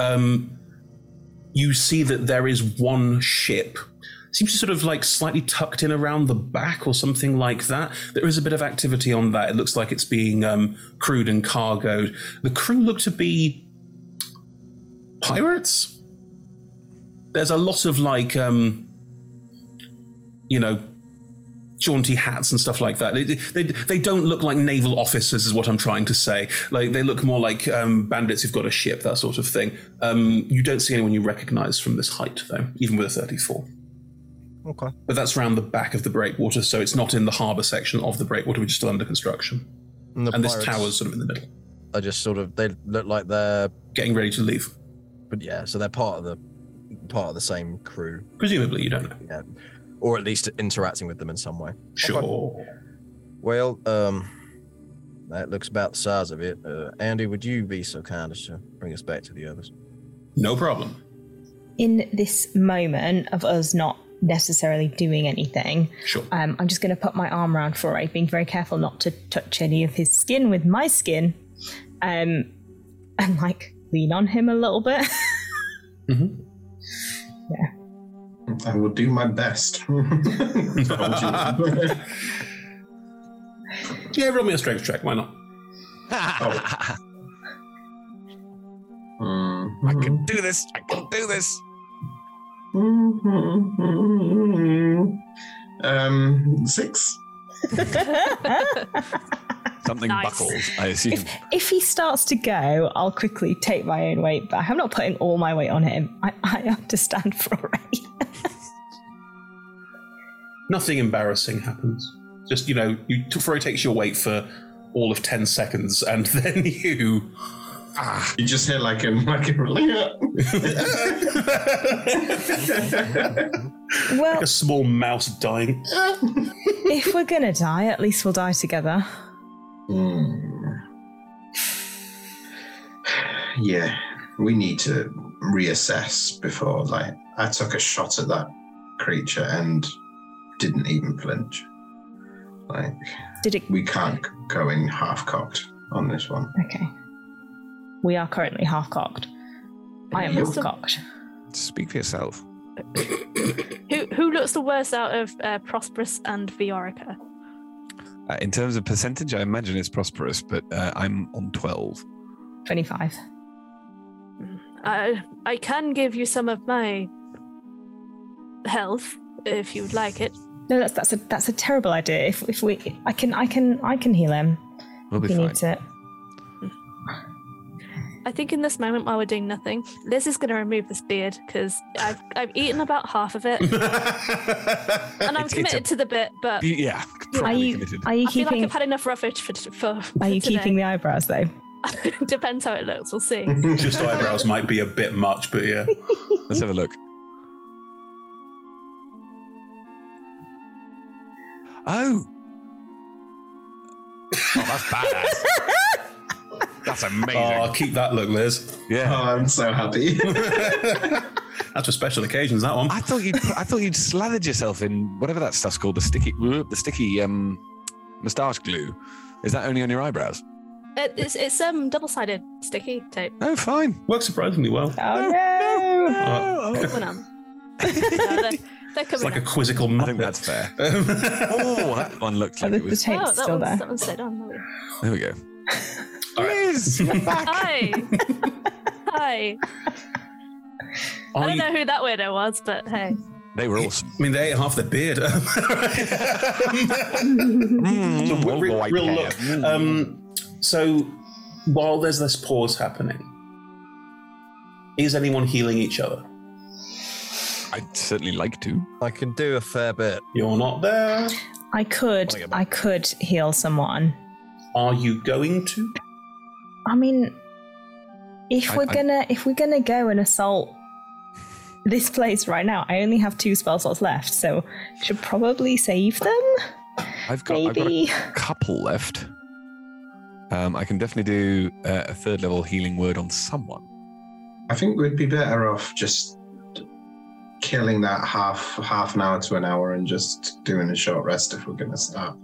[SPEAKER 2] Um, you see that there is one ship seems to sort of like slightly tucked in around the back or something like that. There is a bit of activity on that. It looks like it's being um, crewed and cargoed. The crew look to be pirates. There's a lot of like, um, you know, jaunty hats and stuff like that. They, they, they don't look like naval officers, is what I'm trying to say. Like they look more like um, bandits who've got a ship, that sort of thing. Um, you don't see anyone you recognise from this height, though, even with a 34.
[SPEAKER 6] Okay.
[SPEAKER 2] But that's round the back of the breakwater, so it's not in the harbour section of the breakwater, which is still under construction.
[SPEAKER 6] And, the
[SPEAKER 2] and this
[SPEAKER 6] pirates
[SPEAKER 2] tower's sort of in the middle.
[SPEAKER 6] Are just sort of they look like they're
[SPEAKER 2] getting ready to leave.
[SPEAKER 6] But yeah, so they're part of the part of the same crew.
[SPEAKER 2] Presumably, you don't know.
[SPEAKER 6] Yeah, or at least interacting with them in some way.
[SPEAKER 2] Sure.
[SPEAKER 6] Well, um, that looks about the size of it. Uh, Andy, would you be so kind as to bring us back to the others?
[SPEAKER 2] No problem.
[SPEAKER 3] in this moment of us not necessarily doing anything,
[SPEAKER 2] sure.
[SPEAKER 3] um, I'm just going to put my arm around Foray, being very careful not to touch any of his skin with my skin, um, and like lean on him a little bit.
[SPEAKER 6] Mm-hmm.
[SPEAKER 5] I will do my best. yeah,
[SPEAKER 2] roll me a strength check. Why not?
[SPEAKER 4] I can do this. I can do this.
[SPEAKER 3] Mm-hmm.
[SPEAKER 5] um, six.
[SPEAKER 4] Something buckles, I assume.
[SPEAKER 3] if, if he starts to go, I'll quickly take my own weight back. I'm not putting all my weight on him. I, I understand Foray.
[SPEAKER 2] Nothing embarrassing happens. Just, you know, you Furry takes your weight for all of 10 seconds, and then you. ah.
[SPEAKER 5] You just hear like a like a
[SPEAKER 3] Well,
[SPEAKER 2] like a small mouse dying.
[SPEAKER 3] if we're going to die, at least we'll die together.
[SPEAKER 5] Hmm. Yeah, we need to reassess before. Like, I took a shot at that creature and didn't even flinch. Like,
[SPEAKER 3] Did it?
[SPEAKER 5] we can't go in half cocked on this one.
[SPEAKER 3] Okay. We are currently half cocked. I am
[SPEAKER 5] Yep.
[SPEAKER 3] half cocked.
[SPEAKER 4] Speak for yourself.
[SPEAKER 7] Who who looks the worst out of uh, Prosperous and Viorica?
[SPEAKER 4] Uh, in terms of percentage, I imagine it's prosperous, but uh, I'm on 12.
[SPEAKER 3] 25.
[SPEAKER 7] I I can give you some of my health if you would like it.
[SPEAKER 3] No, that's that's a that's a terrible idea. If if we, I can I can I can heal him.
[SPEAKER 4] We'll be
[SPEAKER 3] he
[SPEAKER 4] fine.
[SPEAKER 3] needs it.
[SPEAKER 7] I think in this moment while we're doing nothing, Liz is going to remove this beard because I've I've eaten about half of it, and I'm
[SPEAKER 4] It's- it's a
[SPEAKER 7] committed to the bit. But
[SPEAKER 4] Be- yeah,
[SPEAKER 3] uh, Are
[SPEAKER 4] properly
[SPEAKER 3] you
[SPEAKER 4] committed.
[SPEAKER 3] are you
[SPEAKER 7] I feel like
[SPEAKER 3] keeping
[SPEAKER 7] I've had enough roughage for for.
[SPEAKER 3] are you
[SPEAKER 7] today.
[SPEAKER 3] keeping the eyebrows though?
[SPEAKER 7] Depends how it looks. We'll see.
[SPEAKER 2] Just eyebrows might be a bit much, but yeah.
[SPEAKER 4] Let's have a look. Oh. Oh, that's badass. that's amazing.
[SPEAKER 2] Oh, keep that look, Liz.
[SPEAKER 4] yeah.
[SPEAKER 5] Oh, I'm so happy.
[SPEAKER 2] That's for special occasions, that one.
[SPEAKER 4] I thought you'd I thought you'd slathered yourself in whatever that stuff's called, the sticky the sticky um moustache glue. Is that only on your eyebrows?
[SPEAKER 7] It, it's it's um double sided sticky tape.
[SPEAKER 4] Oh fine.
[SPEAKER 2] Works surprisingly well.
[SPEAKER 3] Oh
[SPEAKER 4] No,
[SPEAKER 3] no!
[SPEAKER 4] no.
[SPEAKER 7] Come on. No, they're, they're
[SPEAKER 2] It's
[SPEAKER 7] coming.
[SPEAKER 2] like
[SPEAKER 7] up.
[SPEAKER 2] a quizzical
[SPEAKER 4] I think
[SPEAKER 2] muppet.
[SPEAKER 4] that's fair.
[SPEAKER 2] Um,
[SPEAKER 4] Oh, that one looked
[SPEAKER 3] Oh,
[SPEAKER 4] like
[SPEAKER 3] the,
[SPEAKER 4] it
[SPEAKER 3] the
[SPEAKER 4] was.
[SPEAKER 3] tape's
[SPEAKER 7] oh, that
[SPEAKER 3] still
[SPEAKER 7] one's,
[SPEAKER 3] there.
[SPEAKER 7] that one's stayed on.
[SPEAKER 4] There we go. Liz, you're back.
[SPEAKER 7] Hi. Hi. I
[SPEAKER 2] are
[SPEAKER 7] don't
[SPEAKER 2] you-
[SPEAKER 7] know who that weirdo was, but hey.
[SPEAKER 4] They were awesome.
[SPEAKER 2] I mean, they ate half the beard. So,
[SPEAKER 4] Mm,
[SPEAKER 2] re-
[SPEAKER 4] all the
[SPEAKER 2] re-
[SPEAKER 4] white
[SPEAKER 2] real
[SPEAKER 4] hair.
[SPEAKER 2] look.
[SPEAKER 4] Mm.
[SPEAKER 2] Um, so, while there's this pause happening, is anyone healing each other?
[SPEAKER 4] I'd certainly like to.
[SPEAKER 6] I can do a fair bit.
[SPEAKER 2] You're not there.
[SPEAKER 3] I could I could heal someone.
[SPEAKER 2] Are you going to?
[SPEAKER 3] I mean, if
[SPEAKER 4] I-
[SPEAKER 3] we're
[SPEAKER 4] I-
[SPEAKER 3] gonna if we're gonna go and assault this place right now, I only have two spell slots left, so should probably save them.
[SPEAKER 4] I've got, I've got
[SPEAKER 3] Maybe.
[SPEAKER 4] a couple left. Um, I can definitely do uh, a third level healing word on someone.
[SPEAKER 5] I think we'd be better off just killing that half half an hour to an hour and just doing a short rest if we're going to start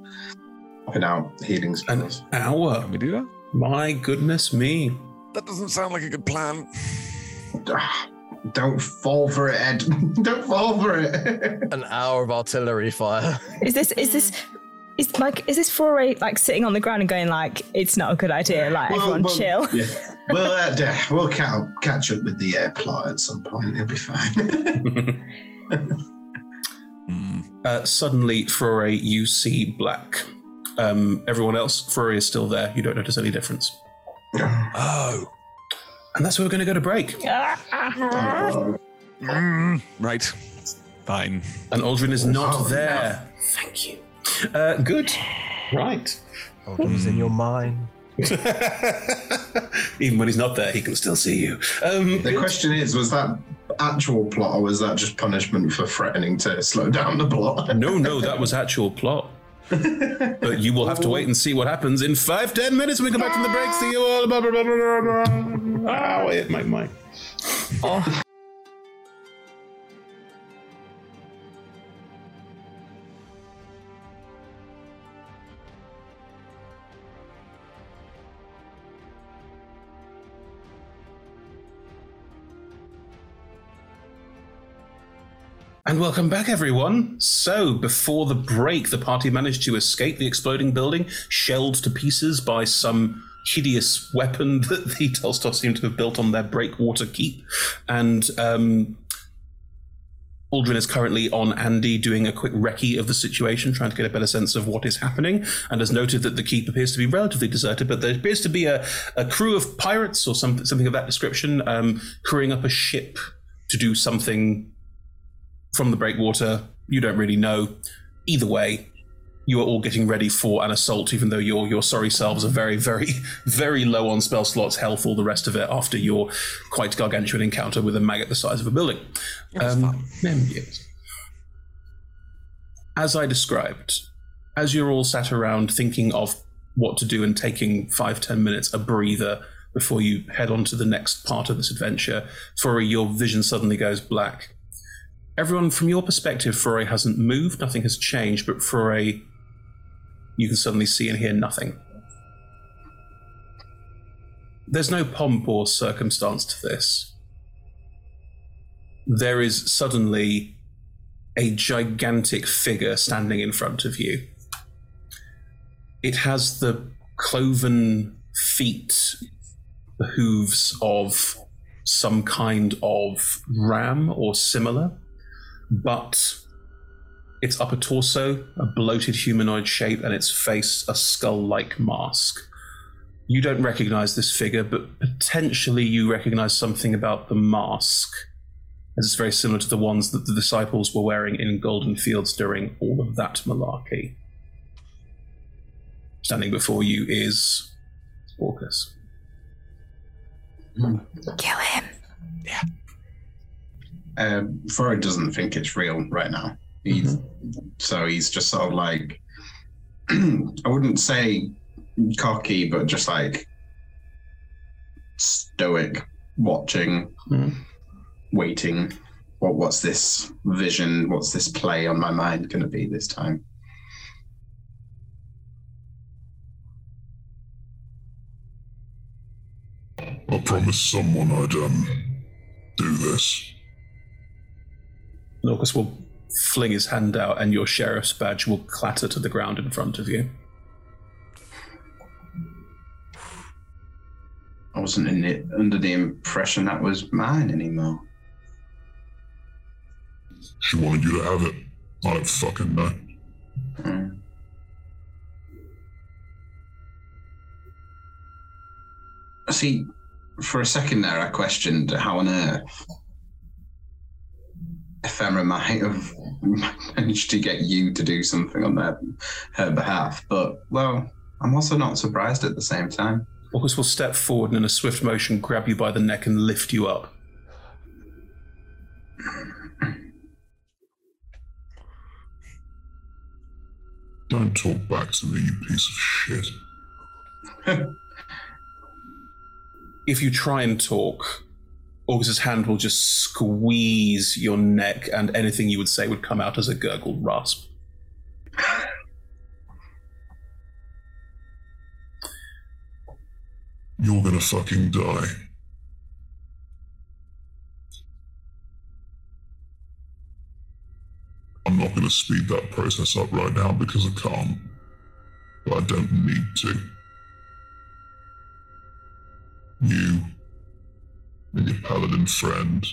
[SPEAKER 5] popping out healing spells.
[SPEAKER 2] Hour. Can
[SPEAKER 4] we do that?
[SPEAKER 2] My goodness me.
[SPEAKER 4] That doesn't sound like a good plan.
[SPEAKER 5] Um, Don't fall for it, Ed. Don't fall for it.
[SPEAKER 6] An hour of artillery fire.
[SPEAKER 3] Is this is this is like is this foray like sitting on the ground and going like it's not a good idea? Like
[SPEAKER 5] Well,
[SPEAKER 3] everyone
[SPEAKER 5] well,
[SPEAKER 3] chill.
[SPEAKER 5] Yeah. We'll, uh, yeah, we'll ca- catch up with the air plot at some point. It'll be fine.
[SPEAKER 2] Uh, suddenly, Frore, you see black. Um, everyone else, Frore is still there. You don't notice any difference.
[SPEAKER 4] Oh.
[SPEAKER 2] And that's where we're going to go to break.
[SPEAKER 13] Ah,
[SPEAKER 2] Mm-hmm.
[SPEAKER 4] Mm, right. Fine.
[SPEAKER 2] And Aldrin is not there.
[SPEAKER 13] Thank you.
[SPEAKER 2] Uh, good. Right.
[SPEAKER 6] Aldrin's in your mind.
[SPEAKER 2] Even when he's not there, he can still see you. Um,
[SPEAKER 5] the question is was that actual plot or was that just punishment for threatening to slow down the plot?
[SPEAKER 2] no, no, that was actual plot. but you will have to wait and see what happens in five, ten minutes when we come back from the break. See you all. Blah, blah, blah, blah, blah, blah. Ow, I hit my mic. And welcome back, everyone. So, before the break, the party managed to escape the exploding building, shelled to pieces by some hideous weapon that the Tolstov seem to have built on their breakwater keep. And um, Aldrin is currently on Andy doing a quick recce of the situation, trying to get a better sense of what is happening, and has noted that the keep appears to be relatively deserted, but there appears to be a, a crew of pirates or some, something of that description um, crewing up a ship to do something from the breakwater. You don't really know. Either way, you are all getting ready for an assault, even though your your sorry selves are very, very, very low on spell slots, health, all the rest of it after your quite gargantuan encounter with a maggot the size of a building. Um, mem- yes. As I described, as you're all sat around thinking of what to do and taking five, ten minutes, a breather before you head on to the next part of this adventure, Furry, your vision suddenly goes black everyone from your perspective, Foray hasn't moved, nothing has changed, but Foray, you can suddenly see and hear nothing. There's no pomp or circumstance to this. There is suddenly a gigantic figure standing in front of you. It has the cloven feet, the hooves of some kind of ram or similar but its upper torso, a bloated humanoid shape, and its face, a skull like mask. You don't recognize this figure, but potentially you recognize something about the mask, as it's very similar to the ones that the disciples were wearing in Golden Fields during all of that malarkey. Standing before you is Orcus.
[SPEAKER 13] Kill him.
[SPEAKER 5] Um, Furry doesn't think it's real right now. He's, So he's just sort of like, I wouldn't say cocky, but just like stoic, watching, waiting. What, what's this vision? What's this play on my mind going to be this time?
[SPEAKER 12] I promised someone I'd um do this.
[SPEAKER 2] Orcus will fling his hand out, and your sheriff's badge will clatter to the ground in front of you.
[SPEAKER 5] I wasn't in it under the impression that was mine anymore.
[SPEAKER 12] She wanted you to have it. I don't fucking know.
[SPEAKER 5] Hmm. See, for a second there, I questioned how on earth Ephemera might have managed to get you to do something on their, her behalf. But, well, I'm also not surprised at the same time.
[SPEAKER 2] Orcus will step forward and in a swift motion grab you by the neck and lift you up.
[SPEAKER 12] Don't talk back to me, you piece of shit.
[SPEAKER 2] if you try and talk, Augus's hand will just squeeze your neck, and anything you would say would come out as a gurgled rasp.
[SPEAKER 12] You're gonna fucking die. I'm not gonna speed that process up right now because I can't. But I don't need to. You and your paladin friend,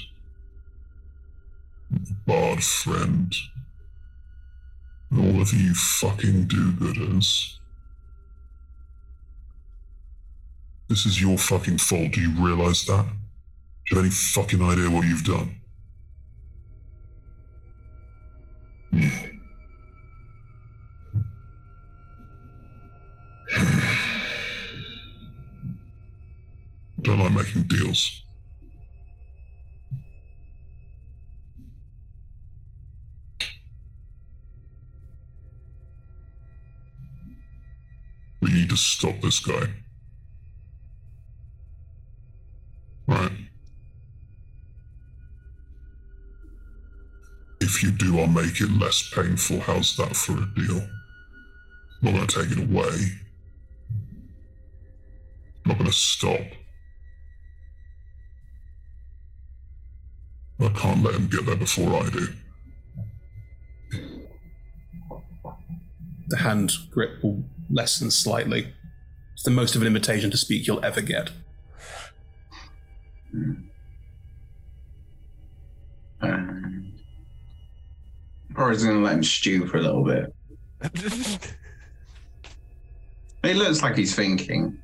[SPEAKER 12] and your bard friend, and all of you fucking do gooders. This is your fucking fault. Do you realize that? Do you have any fucking idea what you've done? Don't like making deals. We need to stop this guy. Right. If you do, I'll make it less painful. How's that for a deal? I'm not going to take it away. I'm not going to stop. I can't let him get there before I do.
[SPEAKER 2] The hand grip will lessen slightly. It's the most of an invitation to speak you'll ever get.
[SPEAKER 5] Um, probably just gonna let him stew for a little bit. he looks like he's thinking.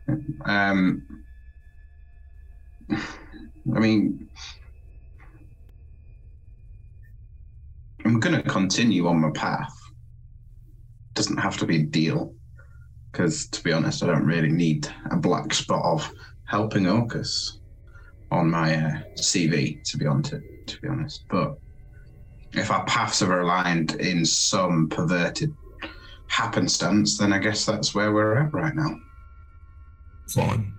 [SPEAKER 5] Um, I mean, I'm gonna continue on my path. Doesn't have to be a deal, because to be honest, I don't really need a black spot of helping Orcus on my uh, CV. To be on to, to be honest, but if our paths are aligned in some perverted happenstance, then I guess that's where we're at right now.
[SPEAKER 12] Fine.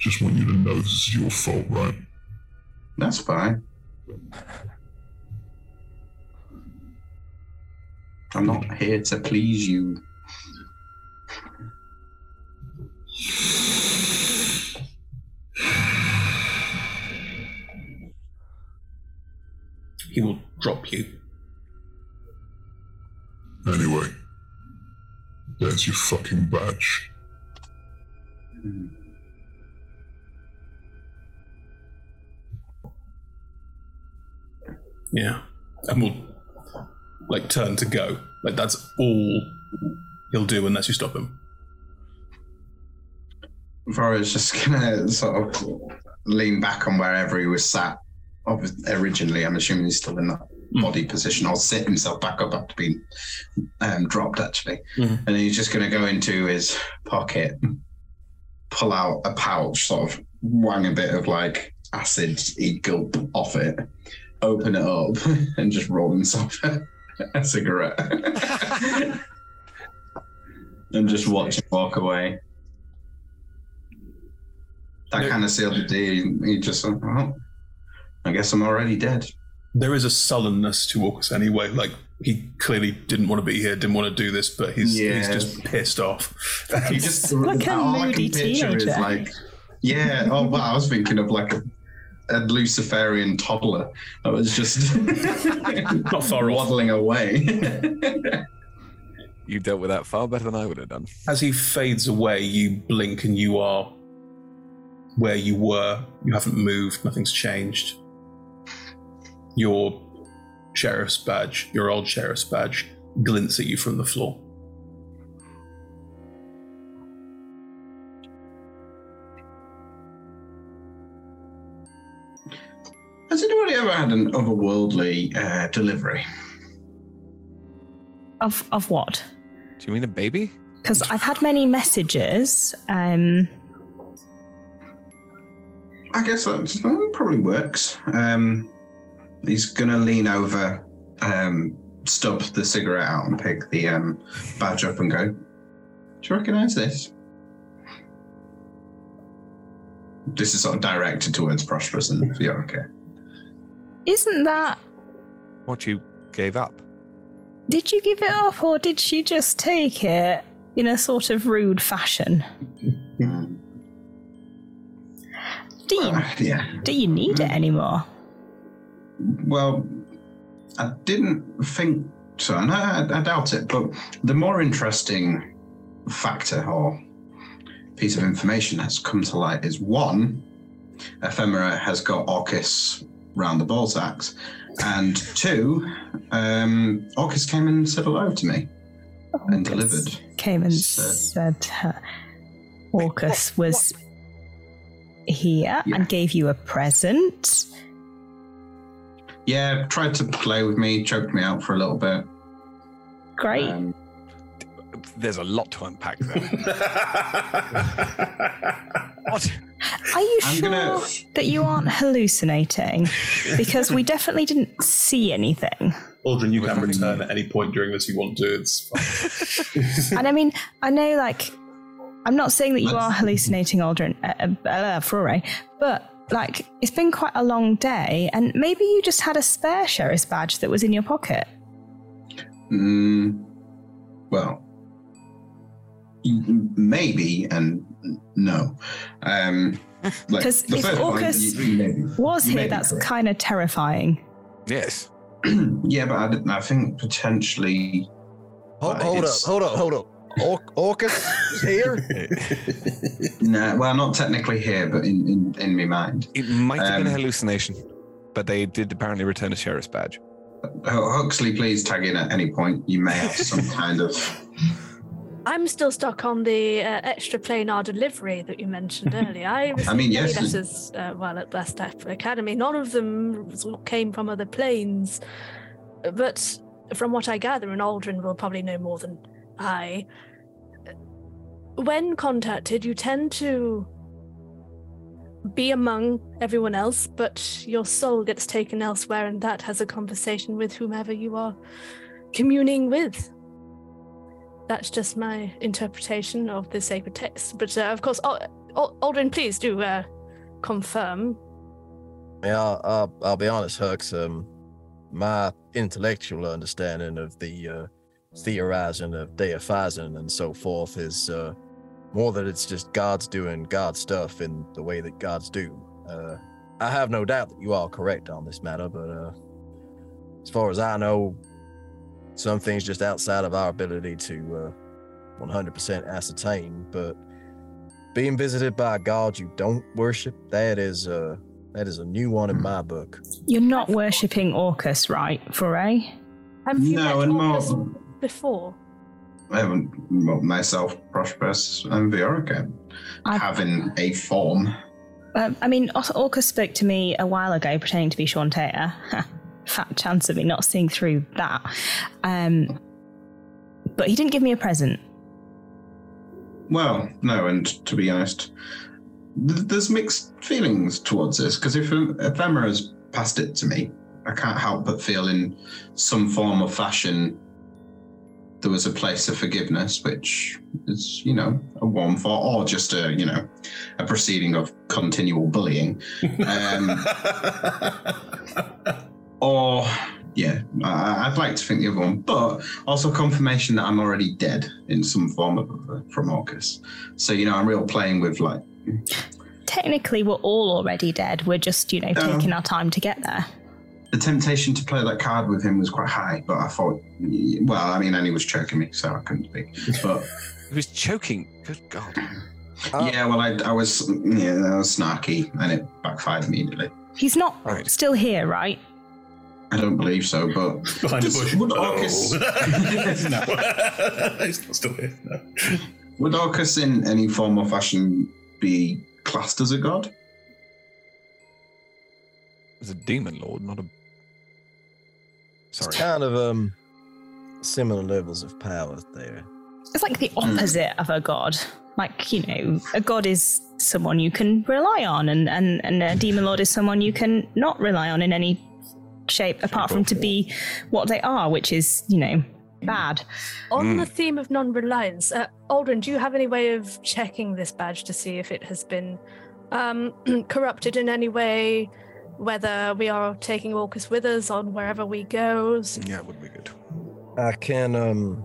[SPEAKER 12] Just want you to know this is your fault, right?
[SPEAKER 5] That's fine. I'm not here to please you.
[SPEAKER 2] He will drop you.
[SPEAKER 12] Anyway, there's your fucking badge.
[SPEAKER 2] Yeah. And will like turn to go. Like that's all he'll do unless you stop him.
[SPEAKER 5] Varro's just gonna sort of lean back on wherever he was sat ob- originally. I'm assuming he's still in that body position or sit himself back up after being um, dropped, actually. And then he's just gonna go into his pocket, pull out a pouch, sort of wang a bit of like acid y gulp off it, open it up, and just roll himself a, a cigarette. and just watch him walk away. That kind of sealed the deal. He just said, well, I guess I'm already dead.
[SPEAKER 2] There is a sullenness to Orcus anyway. Like he clearly didn't want to be here, didn't want to do this, but he's he's
[SPEAKER 5] Yeah.
[SPEAKER 2] just pissed off.
[SPEAKER 5] He just- Like a all I can moody picture is, teenager. like- Yeah. Oh, well, I was thinking of like a, a Luciferian toddler that was just
[SPEAKER 2] not far
[SPEAKER 5] waddling away.
[SPEAKER 4] You dealt with that far better than I would have done.
[SPEAKER 2] As he fades away, you blink and you are where you were. You haven't moved, nothing's changed. Your sheriff's badge, your old sheriff's badge, glints at you from the floor.
[SPEAKER 5] Has anybody ever had an otherworldly uh, delivery?
[SPEAKER 3] Of of what?
[SPEAKER 4] Do you mean a baby?
[SPEAKER 3] Because I've had many messages. Um,
[SPEAKER 5] I guess that that probably works. Um, he's gonna lean over um, stub the cigarette out and pick the um, badge up and go, Do you recognize this? This is sort of directed towards Prosperous and Fiorica.
[SPEAKER 3] Isn't that?
[SPEAKER 4] What you gave up?
[SPEAKER 3] Did you give it up, or did she just take it in a sort of rude fashion? Do you?
[SPEAKER 5] yeah.
[SPEAKER 3] Do you need it anymore?
[SPEAKER 5] Well, I didn't think so, and I, I- I doubt it. But the more interesting factor or piece of information has come to light is one, ephemera has got Orcus round the Balzacs, and two, um, Orcus came and said hello to me and delivered.
[SPEAKER 3] Oh, Came and said uh, Orcus was here and gave you a present.
[SPEAKER 5] Yeah, tried to play with me, choked me out for a little bit. Um,
[SPEAKER 3] Great.
[SPEAKER 4] There's a lot to unpack there.
[SPEAKER 3] Are you
[SPEAKER 5] I'm
[SPEAKER 3] sure
[SPEAKER 5] gonna-
[SPEAKER 3] that you aren't hallucinating? Because we definitely didn't see anything.
[SPEAKER 2] Aldrin, you can return at any point during this you want to. It's fine.
[SPEAKER 3] And I mean, I know, like, I'm not saying that you are hallucinating, Aldrin, uh, uh, uh, Frore, but like, it's been quite a long day, and maybe you just had a spare sheriff's badge that was in your pocket.
[SPEAKER 5] Mm, well, m- maybe and no. Um, like,
[SPEAKER 3] Because
[SPEAKER 5] the
[SPEAKER 3] if
[SPEAKER 5] first one,
[SPEAKER 3] Orcus
[SPEAKER 5] you- you maybe-
[SPEAKER 3] was
[SPEAKER 5] you
[SPEAKER 3] here,
[SPEAKER 5] maybe
[SPEAKER 3] that's
[SPEAKER 5] correct.
[SPEAKER 3] kind of terrifying.
[SPEAKER 4] Yes.
[SPEAKER 5] yeah, but I, didn't- I think potentially. uh,
[SPEAKER 6] Hold, hold up, hold up, hold up. Or- Orcus is here?
[SPEAKER 5] No, well, not technically here, but in in, in my mind.
[SPEAKER 4] It might have been a
[SPEAKER 5] Um,
[SPEAKER 4] hallucination, but they did apparently return a sheriff's badge.
[SPEAKER 5] Hu- Huxley, please tag in at any point. You may have some kind of.
[SPEAKER 7] I'm still stuck on the uh, extra planar delivery that you mentioned earlier. I received many
[SPEAKER 5] mean, yes, it-
[SPEAKER 7] letters uh, while at Blast Apple Academy. None of them was- came from other planes, but from what I gather, and Aldrin will probably know more than I. When contacted, you tend to be among everyone else, but your soul gets taken elsewhere, and that has a conversation with whomever you are communing with. That's just my interpretation of the sacred text. But uh, of course, Al- Al- Aldrin, please do uh, confirm.
[SPEAKER 6] Yeah, I'll, I'll, I'll be honest, Hux. Um, my intellectual understanding of the uh, theorizing of deifying and so forth is uh, more that it's just God's doing God stuff in the way that God's do. Uh, I have no doubt that you are correct on this matter, but uh, as far as I know, some things just outside of our ability to uh, 100% ascertain. But being visited by a God you don't worship, that is uh, that is a new one
[SPEAKER 4] Hmm.
[SPEAKER 6] in my book.
[SPEAKER 3] You're not worshipping Orcus, right, Foray?
[SPEAKER 7] Have you
[SPEAKER 5] No,
[SPEAKER 7] met
[SPEAKER 5] and more-
[SPEAKER 7] Orcus before?
[SPEAKER 5] I haven't well, myself, um, Prosperous, and Viorica
[SPEAKER 3] I-
[SPEAKER 5] having a form.
[SPEAKER 3] Um, I mean, Or- Orcus spoke to me a while ago, pretending to be Sean Taylor. Fat chance of me not seeing through that. Um, but he didn't give me a present.
[SPEAKER 5] Well, no, and to be honest, th- there's mixed feelings towards this because if em- Ephemera's passed it to me, I can't help but feel in some form or fashion there was a place of forgiveness, which is, you know, a warm for, or just a, you know, a proceeding of continual bullying. Um, or, yeah, I- I'd like to think the other one, but also confirmation that I'm already dead in some form of from Orcus. So you know, I'm real playing with like.
[SPEAKER 3] Technically, we're all already dead. We're just, you know,
[SPEAKER 5] Oh.
[SPEAKER 3] taking our time to get there.
[SPEAKER 5] The temptation to play that card with him was quite high, but I thought, well, I mean, and he was choking me, so I couldn't speak. But
[SPEAKER 4] He was choking. Good God.
[SPEAKER 5] yeah, well, I, I was, yeah, I was snarky, and it backfired immediately.
[SPEAKER 3] He's not still here, right?
[SPEAKER 5] I don't believe so, but
[SPEAKER 2] Behind the
[SPEAKER 5] Does-
[SPEAKER 2] bush.
[SPEAKER 5] Would
[SPEAKER 2] No.
[SPEAKER 5] Orcus,
[SPEAKER 2] It's not still here. No.
[SPEAKER 5] would Orcus, in any form or fashion, be classed as a god?
[SPEAKER 4] It's a demon lord, not a. Sorry.
[SPEAKER 6] It's kind of um similar levels of power there.
[SPEAKER 3] It's like the opposite of a god. Like, you know, a god is someone you can rely on, and, and, and a demon lord is someone you can not rely on in any shape apart from to be what they are, which is, you know, bad.
[SPEAKER 7] On
[SPEAKER 3] Mm.
[SPEAKER 4] Hmm.
[SPEAKER 7] the theme of non-reliance, uh, Aldrin, do you have any way of checking this badge to see if it has been um, corrupted in any way? Whether we are taking Orcus with us on wherever we go?
[SPEAKER 4] Yeah, it would be good.
[SPEAKER 6] I can um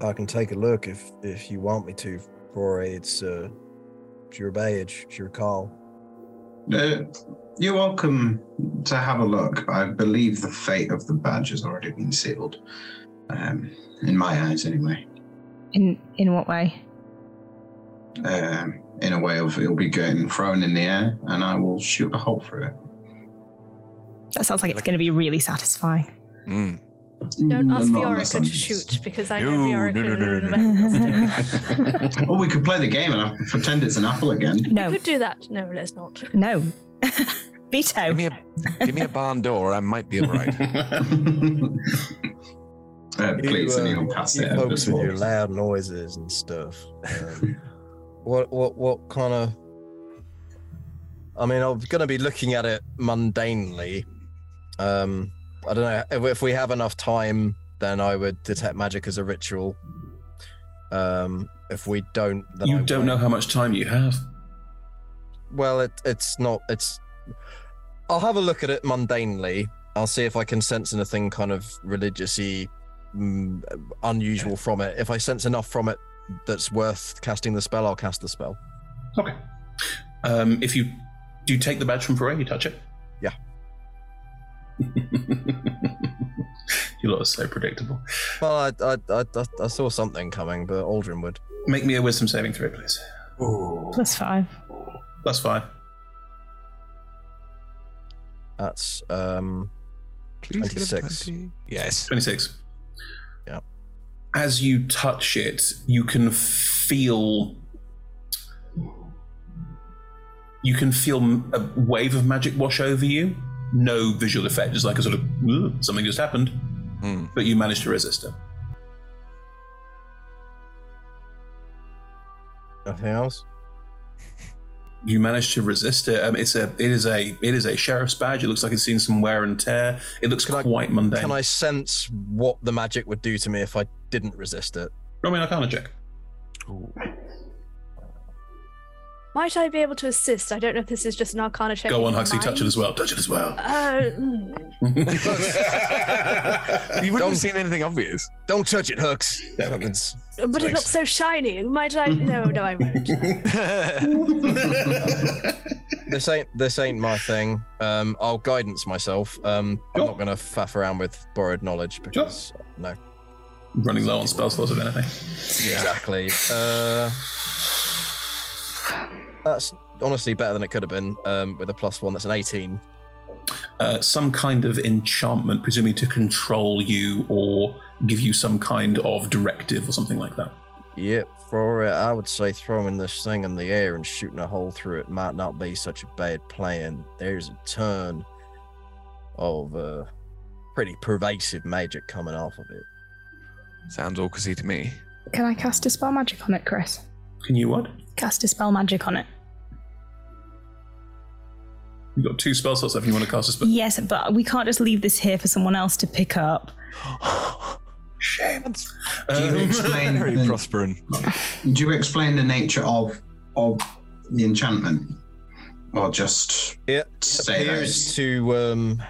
[SPEAKER 6] I can take a look if if you want me to, Rory. It's uh it's your badge, it's your call.
[SPEAKER 5] Uh, you're welcome to have a look. I believe the fate of the badge has already been sealed. Um, in my eyes, anyway.
[SPEAKER 3] In in what way?
[SPEAKER 5] Um, in a way of it'll be getting thrown in the air, and I will shoot a hole through it.
[SPEAKER 3] That sounds like it's going to be really satisfying.
[SPEAKER 7] Don't ask
[SPEAKER 5] not unless
[SPEAKER 7] Viorica
[SPEAKER 5] I'm-
[SPEAKER 7] to shoot because I know Viorica.
[SPEAKER 5] oh, we could play the game and I pretend it's an apple again.
[SPEAKER 7] No. We could do that. No, let's not.
[SPEAKER 3] No. Veto.
[SPEAKER 4] Give me a, give me a barn door. I might be all right.
[SPEAKER 5] Uh, please, and you'll pass
[SPEAKER 6] you
[SPEAKER 5] it. and
[SPEAKER 6] folks
[SPEAKER 5] just
[SPEAKER 6] with your
[SPEAKER 5] walk.
[SPEAKER 6] loud noises and stuff. Um, what what what kind of? I mean, I'm going to be looking at it mundanely. Um, I don't know if, if we have enough time. Then I would detect magic as a ritual. Um, if we don't, then I
[SPEAKER 2] You don't
[SPEAKER 6] won't.
[SPEAKER 2] know how much time you have.
[SPEAKER 6] Well, it, it's not. It's. I'll have a look at it mundanely. I'll see if I can sense anything kind of religiously mm, unusual from it. If I sense enough from it that's worth casting the spell, I'll cast the spell.
[SPEAKER 2] Um, if you do you take the badge from Foray, you touch it.
[SPEAKER 6] Yeah.
[SPEAKER 2] You lot are so predictable.
[SPEAKER 6] Well, I I, I, I- I saw something coming, but Aldrin would.
[SPEAKER 2] Make me a wisdom saving throw, please.
[SPEAKER 3] Plus five.
[SPEAKER 2] Plus five.
[SPEAKER 6] That's um, twenty six.
[SPEAKER 4] Yes.
[SPEAKER 2] 26.
[SPEAKER 6] Yeah.
[SPEAKER 2] As you touch it, you can feel. You can feel m- a wave of magic wash over you. No visual effect, just like a sort of "Ugh, something just happened,
[SPEAKER 6] Hmm.
[SPEAKER 2] but you manage to resist it.
[SPEAKER 6] Nothing else.
[SPEAKER 2] You manage to resist it. Um, it's a, it is a, it is a sheriff's badge. It looks like it's seen some wear and tear. It looks quite mundane.
[SPEAKER 6] Can I sense what the magic would do to me if I didn't resist it?
[SPEAKER 2] Roll me an Arcana check.
[SPEAKER 7] Might I be able to assist? I don't know if this is just an Arcana check.
[SPEAKER 2] Go on,
[SPEAKER 7] in
[SPEAKER 2] Huxley. Touch it
[SPEAKER 7] mine.
[SPEAKER 2] as well. Touch it as well.
[SPEAKER 7] Uh, mm.
[SPEAKER 4] You wouldn't have seen anything obvious.
[SPEAKER 6] Don't touch it, Hooks.
[SPEAKER 7] but it looks so shiny. Might I? No, no, I won't.
[SPEAKER 6] this ain't this ain't my thing. Um, I'll guidance myself. Um, I'm not gonna faff around with borrowed knowledge because no.
[SPEAKER 2] Running low on spell slots, if anything.
[SPEAKER 6] Exactly. Uh, that's honestly better than it could have been. Um, with a plus one, that's an eighteen.
[SPEAKER 2] uh, some kind of enchantment, presumably to control you or give you some kind of directive or something like that.
[SPEAKER 6] Yep. For it, I would say throwing this thing in the air and shooting a hole through it might not be such a bad plan. There's a ton of uh, pretty pervasive magic coming off of it.
[SPEAKER 4] Sounds awkward to me.
[SPEAKER 3] Can I cast dispel magic on it, Chris?
[SPEAKER 2] Can you what?
[SPEAKER 3] Cast dispel magic on it.
[SPEAKER 2] You've got two spell slots if you want to cast a spell.
[SPEAKER 3] Yes, but we can't just leave this here for someone else to pick up.
[SPEAKER 2] Shame.
[SPEAKER 5] Do you explain
[SPEAKER 4] Very
[SPEAKER 5] the-
[SPEAKER 4] prospering.
[SPEAKER 5] Do you explain the nature of of the enchantment, or just
[SPEAKER 6] It
[SPEAKER 5] say
[SPEAKER 6] appears
[SPEAKER 5] those?
[SPEAKER 6] to um,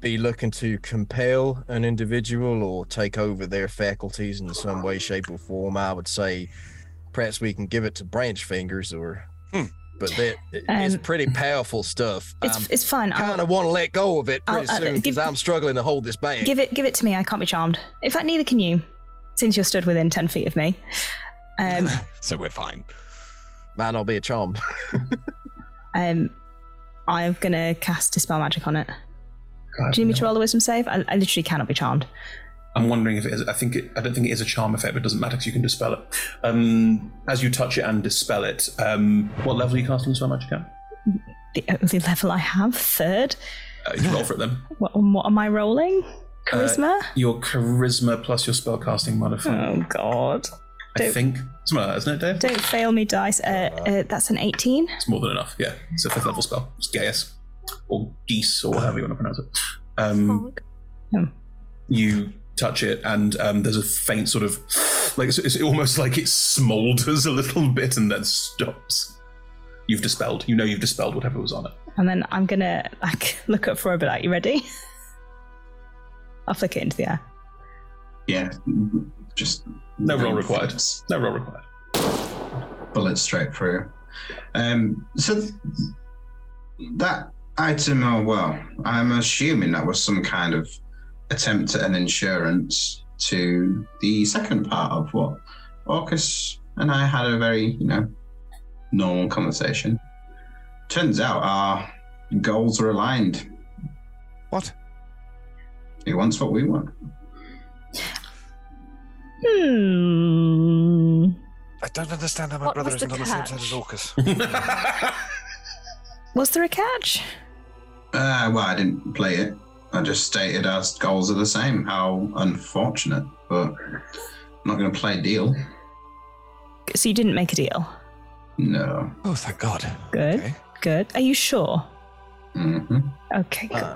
[SPEAKER 6] be looking to compel an individual or take over their faculties in some way, shape, or form. I would say perhaps we can give it to branch fingers or.
[SPEAKER 4] Hmm.
[SPEAKER 6] But that it- it's
[SPEAKER 3] Um,
[SPEAKER 6] pretty powerful stuff.
[SPEAKER 3] It's, it's fine. I'll-
[SPEAKER 6] kind of want to let go of it pretty
[SPEAKER 3] I'll- uh,
[SPEAKER 6] soon because
[SPEAKER 3] give-
[SPEAKER 6] I'm struggling to hold this bag.
[SPEAKER 3] Give it, give it to me. I can't be charmed. In fact, neither can you, since you're stood within ten feet of me. Um,
[SPEAKER 4] So we're fine.
[SPEAKER 6] Might not be a charm.
[SPEAKER 3] um, I'm gonna cast dispel magic on it. Do you need me to roll a wisdom save? I, I literally cannot be charmed.
[SPEAKER 2] I'm wondering if it is. I think it, I don't think it is a charm effect, but it doesn't matter because you can dispel it. Um, as you touch it and dispel it, um, what level are you casting spell magic at?
[SPEAKER 3] The only level I have, third.
[SPEAKER 2] Uh, you roll for it then.
[SPEAKER 3] What, what am I rolling? Charisma.
[SPEAKER 2] Uh, your charisma plus your spell casting modifier.
[SPEAKER 3] Oh God.
[SPEAKER 2] I
[SPEAKER 3] Don't-
[SPEAKER 2] think it's more than that, isn't it, Dave?
[SPEAKER 3] Don't fail me, dice. Uh, uh, that's an eighteen.
[SPEAKER 2] It's more than enough. Yeah, it's a fifth level spell. It's Gaius or Geese or whatever you want to pronounce it. Um, you touch it, and um, there's a faint sort of like it's, it's almost like it smoulders a little bit and then stops. You've dispelled. You know you've dispelled whatever was on it.
[SPEAKER 3] And then I'm gonna like look up for a bit. Like, you ready? I'll flick it into the air.
[SPEAKER 5] Yeah, just
[SPEAKER 2] no roll required. No roll required.
[SPEAKER 5] Bullet straight through. Um, so that item, oh well, I'm assuming that was some kind of attempt at an insurance to the second part of what Orcus and I had a very, you know, normal conversation. Turns out our goals are aligned.
[SPEAKER 4] What?
[SPEAKER 5] He wants what we want.
[SPEAKER 3] Hmm.
[SPEAKER 4] I don't understand how my
[SPEAKER 14] What
[SPEAKER 4] brother
[SPEAKER 14] was the
[SPEAKER 4] isn't on the same
[SPEAKER 14] catch?
[SPEAKER 4] side as Orcus.
[SPEAKER 3] Was there a catch?
[SPEAKER 5] Uh, well, I didn't play it. I just stated our goals are the same. How unfortunate, but I'm not going to play deal.
[SPEAKER 3] So you didn't make a deal.
[SPEAKER 5] No.
[SPEAKER 4] Oh, thank God.
[SPEAKER 3] Good. Good. Are you sure?
[SPEAKER 5] hmm
[SPEAKER 3] Okay,
[SPEAKER 2] Uh,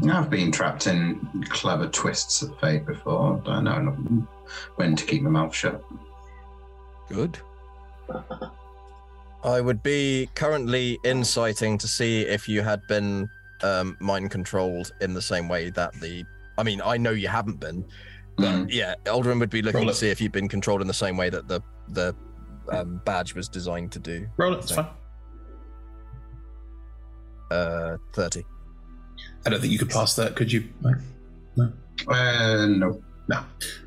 [SPEAKER 3] good.
[SPEAKER 5] I've been trapped in clever twists of fate before. I know not- when to keep my mouth shut.
[SPEAKER 4] Good.
[SPEAKER 6] I would be currently insighting to see if you had been um, mind controlled in the same way that the. I mean, I know you haven't been, but yeah, Aldrin would be looking
[SPEAKER 2] Mm. Roll
[SPEAKER 6] to
[SPEAKER 2] it.
[SPEAKER 6] see if you've been controlled in the same way that the the um, badge was designed to do.
[SPEAKER 2] Roll it. It's
[SPEAKER 6] So,
[SPEAKER 2] fine.
[SPEAKER 6] Uh, thirty.
[SPEAKER 2] I don't think you could pass that, could you? No. No.
[SPEAKER 5] Uh, no.
[SPEAKER 2] No.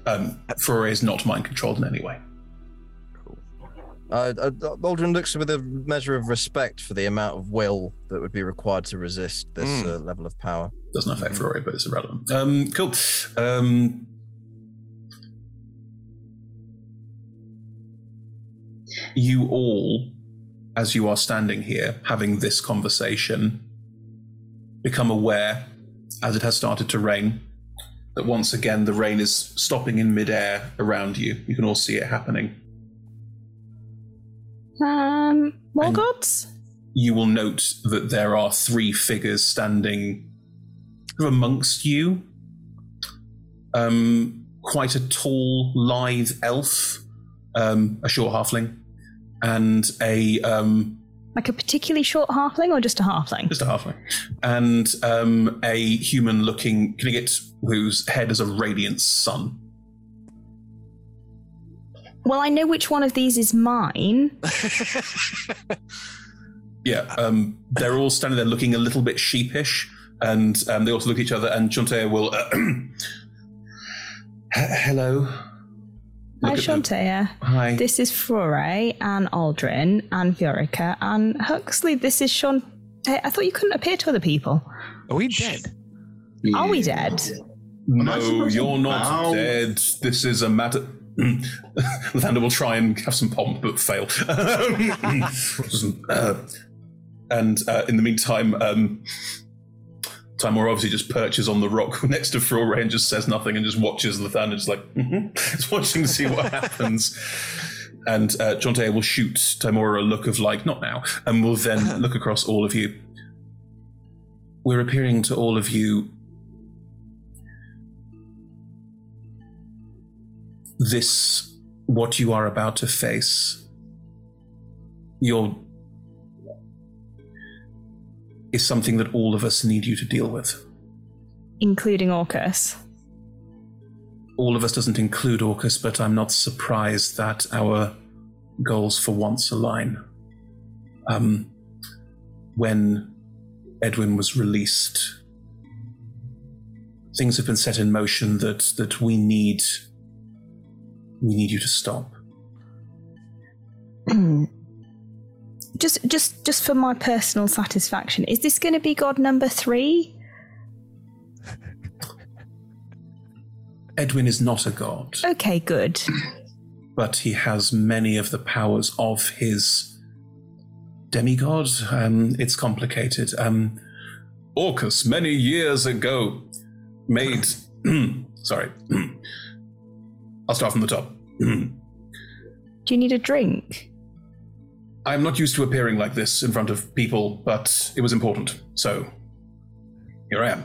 [SPEAKER 2] Um, Furore is not mind controlled in any way.
[SPEAKER 6] Uh, uh, Aldrin looks with a measure of respect for the amount of will that would be required to resist this
[SPEAKER 2] Mm.
[SPEAKER 6] uh, level of power. Mm-hmm.
[SPEAKER 2] Doesn't affect Furore, but it's irrelevant. Um, cool. Um, you all, as you are standing here having this conversation, become aware as it has started to rain that once again the rain is stopping in midair around you. You can all see it happening.
[SPEAKER 3] Um, more gods?
[SPEAKER 2] you will note that there are three figures standing amongst you. Um, quite a tall, lithe elf, um, a short halfling, and a um,
[SPEAKER 3] Like a particularly short halfling or just a halfling?
[SPEAKER 2] just a halfling, and um, a human-looking Knigget whose head is a radiant sun.
[SPEAKER 3] Well, I know which one of these is mine.
[SPEAKER 2] Yeah, um, they're all standing there looking a little bit sheepish, and um, they also look at each other. And Chuntea will, hello.
[SPEAKER 3] Hi,
[SPEAKER 2] Look at them.
[SPEAKER 3] Shantea.
[SPEAKER 2] Hi.
[SPEAKER 3] This is Frore and Aldrin and Viorica and Huxley. This is Shantea. I thought you couldn't appear to other people.
[SPEAKER 4] Are we dead?
[SPEAKER 3] Are we dead?
[SPEAKER 2] No,
[SPEAKER 3] supposed to
[SPEAKER 2] you're not
[SPEAKER 3] bow?
[SPEAKER 2] dead. This is a matter. Lathander will try and have some pomp, but fail. Uh, and uh, in the meantime, um, Timor obviously just perches on the rock next to Frore and just says nothing and just watches Lathander, just like, it's watching to see what happens. And uh, Jonte will shoot Timora a look of like, not now, and will then look across all of you. We're appearing to all of you this what you are about to face your is something that all of us need you to deal with
[SPEAKER 3] Including Orcus.
[SPEAKER 2] all of us doesn't include orcus but i'm not surprised that our goals for once align um, when edwin was released things have been set in motion that that we need we need you to stop
[SPEAKER 3] just just just for my personal satisfaction is this going to be god number three
[SPEAKER 2] Edwin is not a god,
[SPEAKER 3] okay good
[SPEAKER 2] but he has many of the powers of his demigod. Um, it's complicated. Um, Orcus, many years ago, made. sorry. I'll start from the top.
[SPEAKER 3] do you need a drink
[SPEAKER 2] I'm not used to appearing like this in front of people, but it was important, so here I am.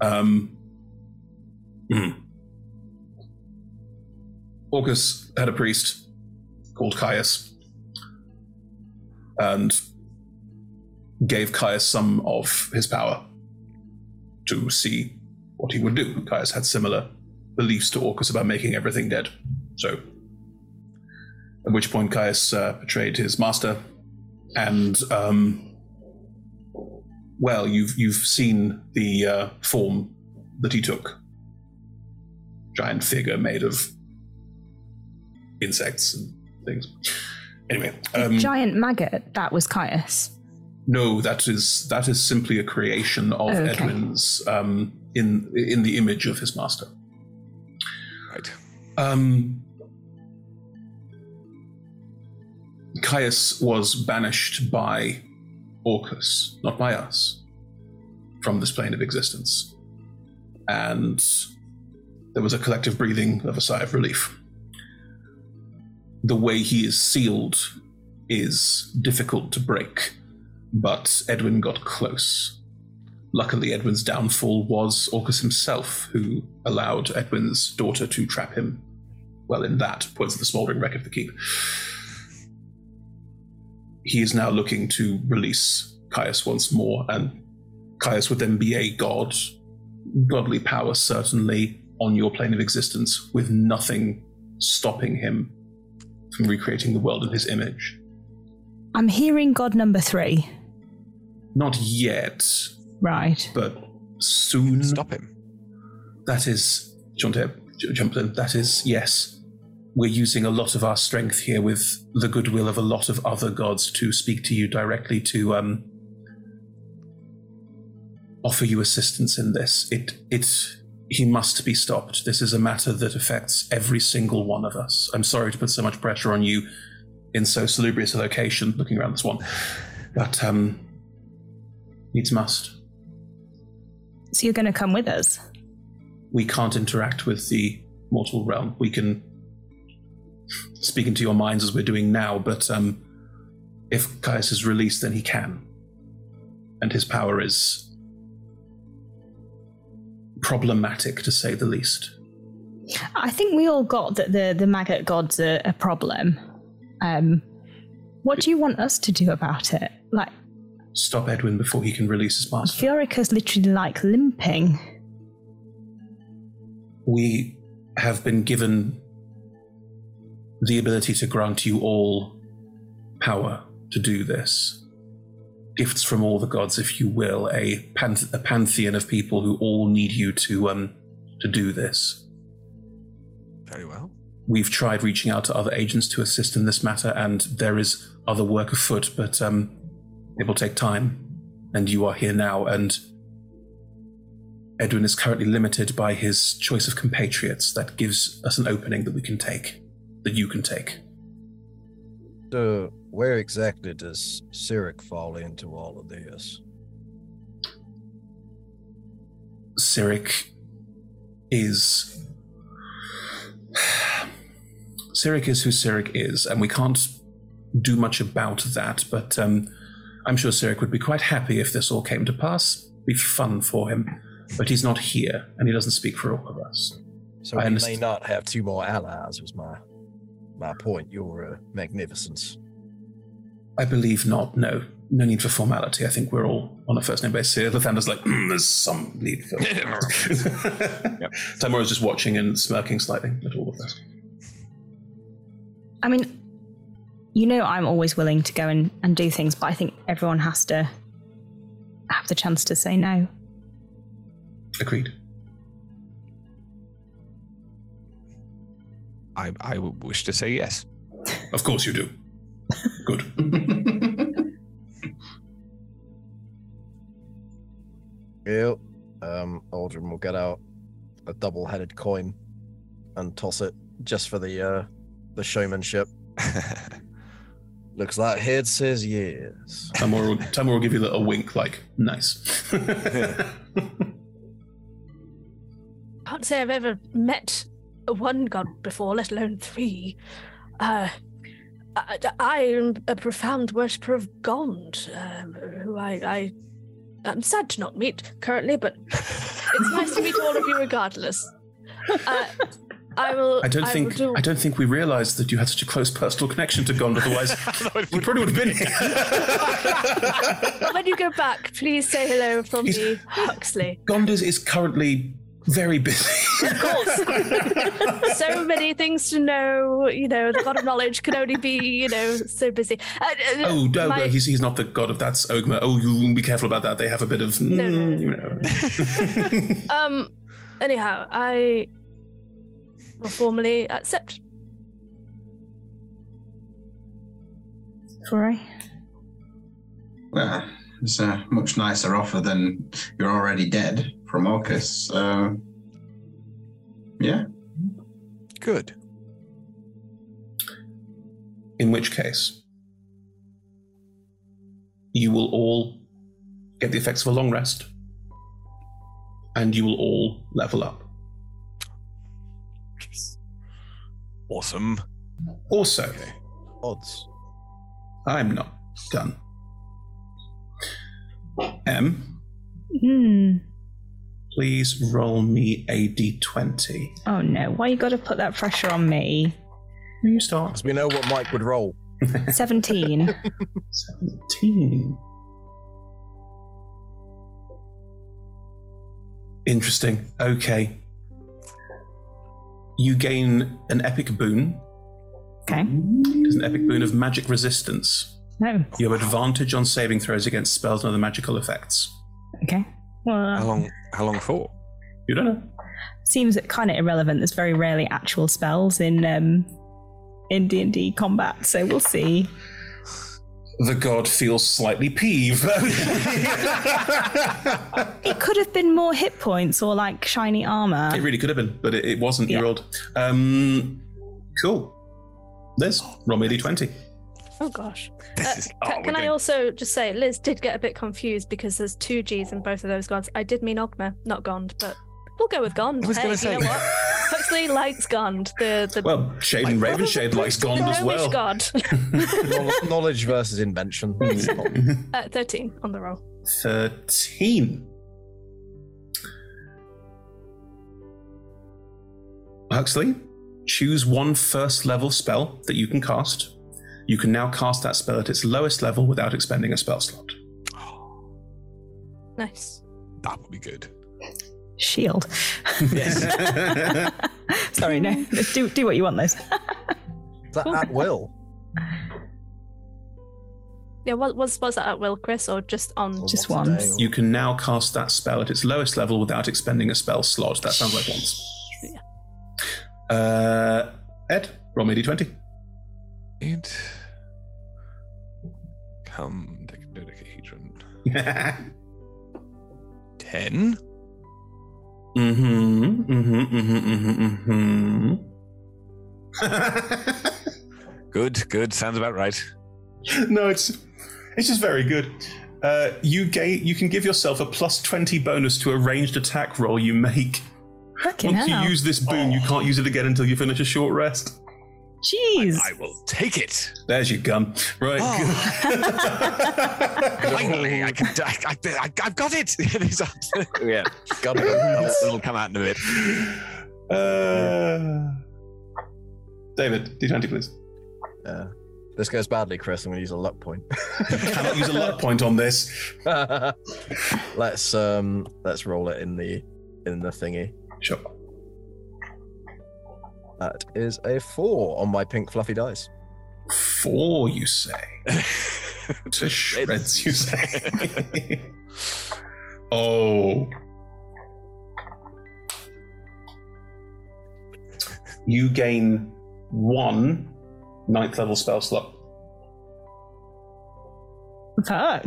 [SPEAKER 2] Um, hmm. Orcus had a priest called Caius and gave Caius some of his power to see what he would do. Caius had similar beliefs to Orcus about making everything dead. So, at which point Caius uh, betrayed his master, and um, well, you've you've seen the uh, form that he took. Giant figure made of insects and things. Anyway, um,
[SPEAKER 3] Giant maggot. That was Caius.
[SPEAKER 2] no, that is that is simply a creation of
[SPEAKER 3] Okay.
[SPEAKER 2] Edwin's um, in in the image of his master.
[SPEAKER 4] Right.
[SPEAKER 2] Um, Caius was banished by Orcus, not by us, from this plane of existence, and there was a collective breathing of a sigh of relief. The way he is sealed is difficult to break but Edwin got close. Luckily, Edwin's downfall was Orcus himself, who allowed Edwin's daughter to trap him. Well, in that, points at the smouldering wreck of the keep. He is now looking to release Caius once more, and Caius would then be a god, godly power certainly, on your plane of existence, with nothing stopping him from recreating the world in his image.
[SPEAKER 3] I'm hearing God number three.
[SPEAKER 2] Not yet.
[SPEAKER 3] Right.
[SPEAKER 2] But soon. Stop him. That is. Jonte, J- jump in. That is, yes. We're using a lot of our strength here with the goodwill of a lot of other gods to speak to you directly to um, offer you assistance in this. It, it, he must be stopped. This is a matter that affects every single one of us. I'm sorry to put so much pressure on you in so salubrious a location, looking around this one, but um, needs must.
[SPEAKER 3] So you're going to come with us?
[SPEAKER 2] we can't interact with the mortal realm. We can speak into your minds as we're doing now, but um, if Caius is released, then he can. And his power is problematic, to say the least.
[SPEAKER 3] I think we all got that the, the maggot god's a, a problem. Um, what do you want us to do about it? Like,
[SPEAKER 2] Stop Edwin before he can release his master.
[SPEAKER 3] Fiorica's literally like limping.
[SPEAKER 2] we have been given the ability to grant you all power to do this. Gifts from all the gods, if you will, a, panth- a pantheon of people who all need you to um, to do this.
[SPEAKER 4] Very well.
[SPEAKER 2] We've tried reaching out to other agents to assist in this matter, and there is other work afoot, but um, it will take time. And you are here now, and Edwin is currently limited by his choice of compatriots. That gives us an opening that we can take, that you can take.
[SPEAKER 6] So, where exactly does Cyric fall into all of this?
[SPEAKER 2] Cyric is. Cyric is who Cyric is, and we can't do much about that, but um, I'm sure Cyric would be quite happy if this all came to pass. be fun for him, but he's not here, and he doesn't speak for all of us.
[SPEAKER 6] So
[SPEAKER 2] I
[SPEAKER 6] we
[SPEAKER 2] underst-
[SPEAKER 6] may not have two more allies. Was my my point? Your uh, magnificence.
[SPEAKER 2] I believe not. No, no need for formality. I think we're all on a first name basis here. Lathander's like, mm, there's some need for. yep. Tamura's just watching and smirking slightly at all of this.
[SPEAKER 3] I mean, you know, I'm always willing to go and, and do things, but I think everyone has to have the chance to say no.
[SPEAKER 2] Agreed.
[SPEAKER 4] I, I would wish to say yes.
[SPEAKER 2] Of course you do.
[SPEAKER 6] Yep. Um, Aldrin will get out a double-headed coin and toss it just for the uh, the showmanship. Looks like head says yes.
[SPEAKER 2] Tamura will, Tamura will give you a little wink, like, nice.
[SPEAKER 7] Can't say I've ever met a one god before, let alone three. Uh, I, I am a profound worshipper of Gond, um, who I, I I'm sad to not meet currently, but it's nice to meet all of you regardless. Uh, I will.
[SPEAKER 2] I don't
[SPEAKER 7] will
[SPEAKER 2] think
[SPEAKER 7] do-
[SPEAKER 2] I don't think we realised that you had such a close personal connection to Gond. Otherwise, you probably would have been here.
[SPEAKER 7] when you go back, please say hello from me, Huxley.
[SPEAKER 2] Gond is, is currently very busy.
[SPEAKER 7] Of course. so many things to know. You know, the god of knowledge can only be, you know, so busy. Uh, uh,
[SPEAKER 2] Oh no,
[SPEAKER 7] my-
[SPEAKER 2] no, he's he's not the god of that's Ogma. Oh, you be careful about that. They have a bit of mm,
[SPEAKER 7] No, no,
[SPEAKER 2] you know.
[SPEAKER 7] Um. Anyhow, I will formally accept.
[SPEAKER 3] Sorry.
[SPEAKER 5] Well, it's a much nicer offer than you're already dead from Orcus. So, yeah.
[SPEAKER 4] Good.
[SPEAKER 2] In which case, you will all get the effects of a long rest, and you will all level up.
[SPEAKER 4] Awesome.
[SPEAKER 2] Also,
[SPEAKER 6] odds.
[SPEAKER 2] I'm not done. M,
[SPEAKER 3] Hmm.
[SPEAKER 2] please roll me a d20.
[SPEAKER 3] Oh no, why you gotta put that pressure on me?
[SPEAKER 2] You start.
[SPEAKER 6] Because we know what Mike would roll.
[SPEAKER 3] 17.
[SPEAKER 2] 17. Interesting. Okay. You gain an epic boon.
[SPEAKER 3] Okay.
[SPEAKER 2] It's an epic boon of magic resistance.
[SPEAKER 3] No.
[SPEAKER 2] You have advantage on saving throws against spells and other magical effects.
[SPEAKER 3] Okay. Well,
[SPEAKER 4] How long? How long for?
[SPEAKER 2] You don't know.
[SPEAKER 3] seems kind of irrelevant. There's very rarely actual spells in um in D and D combat, so we'll see.
[SPEAKER 2] The god feels slightly peeved.
[SPEAKER 3] It could have been more hit points or like shiny armor.
[SPEAKER 2] It really could have been, but it, it wasn't. You rolled. Um, cool. Liz, roll me a d20.
[SPEAKER 7] Oh gosh.
[SPEAKER 2] This
[SPEAKER 7] Uh,
[SPEAKER 2] is-
[SPEAKER 7] ca-
[SPEAKER 2] oh, we're
[SPEAKER 7] can I
[SPEAKER 2] doing-
[SPEAKER 7] also just say, Liz did get a bit confused because there's two G's in both of those Gonds. I did mean Ogma, not Gond, but we'll go with Gond.
[SPEAKER 2] I was
[SPEAKER 7] hey,
[SPEAKER 2] gonna
[SPEAKER 7] you
[SPEAKER 2] say.
[SPEAKER 7] know what? Huxley likes Gond. The the
[SPEAKER 2] Well, Shade and Ravenshade likes
[SPEAKER 7] the
[SPEAKER 2] Gond as
[SPEAKER 7] gnomish
[SPEAKER 2] well.
[SPEAKER 7] god.
[SPEAKER 6] Knowl- Knowledge versus invention.
[SPEAKER 7] Uh, Thirteen on the roll.
[SPEAKER 2] 13. Huxley, choose one first level spell that you can cast. You can now cast that spell at its lowest level without expending a spell slot.
[SPEAKER 7] Nice.
[SPEAKER 4] That would be good.
[SPEAKER 3] Shield.
[SPEAKER 2] Yes.
[SPEAKER 3] Sorry, no. Do do what you want, Liz.
[SPEAKER 6] That at will.
[SPEAKER 7] Yeah, what was was that at will, Chris, or just on
[SPEAKER 3] Just once?
[SPEAKER 2] You can now cast that spell at its lowest level without expending a spell slot. That sounds like once. Uh, Ed, roll me a d20.
[SPEAKER 4] It come dodecahedron. Ten.
[SPEAKER 2] Mm-hmm. Mm-hmm. Mm-hmm. Mm-hmm.
[SPEAKER 4] Good. Good. Sounds about right.
[SPEAKER 2] no, it's it's just very good. Uh, you gain, you can give yourself a plus twenty bonus to a ranged attack roll you make.
[SPEAKER 3] Fucking
[SPEAKER 2] Once
[SPEAKER 3] hell.
[SPEAKER 2] you use this boon, you can't use it again until you finish a short rest.
[SPEAKER 3] Jeez.
[SPEAKER 2] I
[SPEAKER 4] will take it.
[SPEAKER 2] There's your gun. Right.
[SPEAKER 4] Finally, Oh. I can. I, I, I, I've got it. It's up- yeah, got it. It'll- It'll come out in a bit.
[SPEAKER 2] Uh, David, d20, please.
[SPEAKER 6] Uh, this goes badly, Chris. I'm going to use a luck point.
[SPEAKER 2] Cannot use a luck point on this.
[SPEAKER 6] let's um, let's roll it in the in the thingy.
[SPEAKER 2] Sure.
[SPEAKER 6] That is a four on my pink fluffy dice.
[SPEAKER 2] Four, you say? to shreds, you say? oh. You gain one ninth level spell slot.
[SPEAKER 3] Fuck.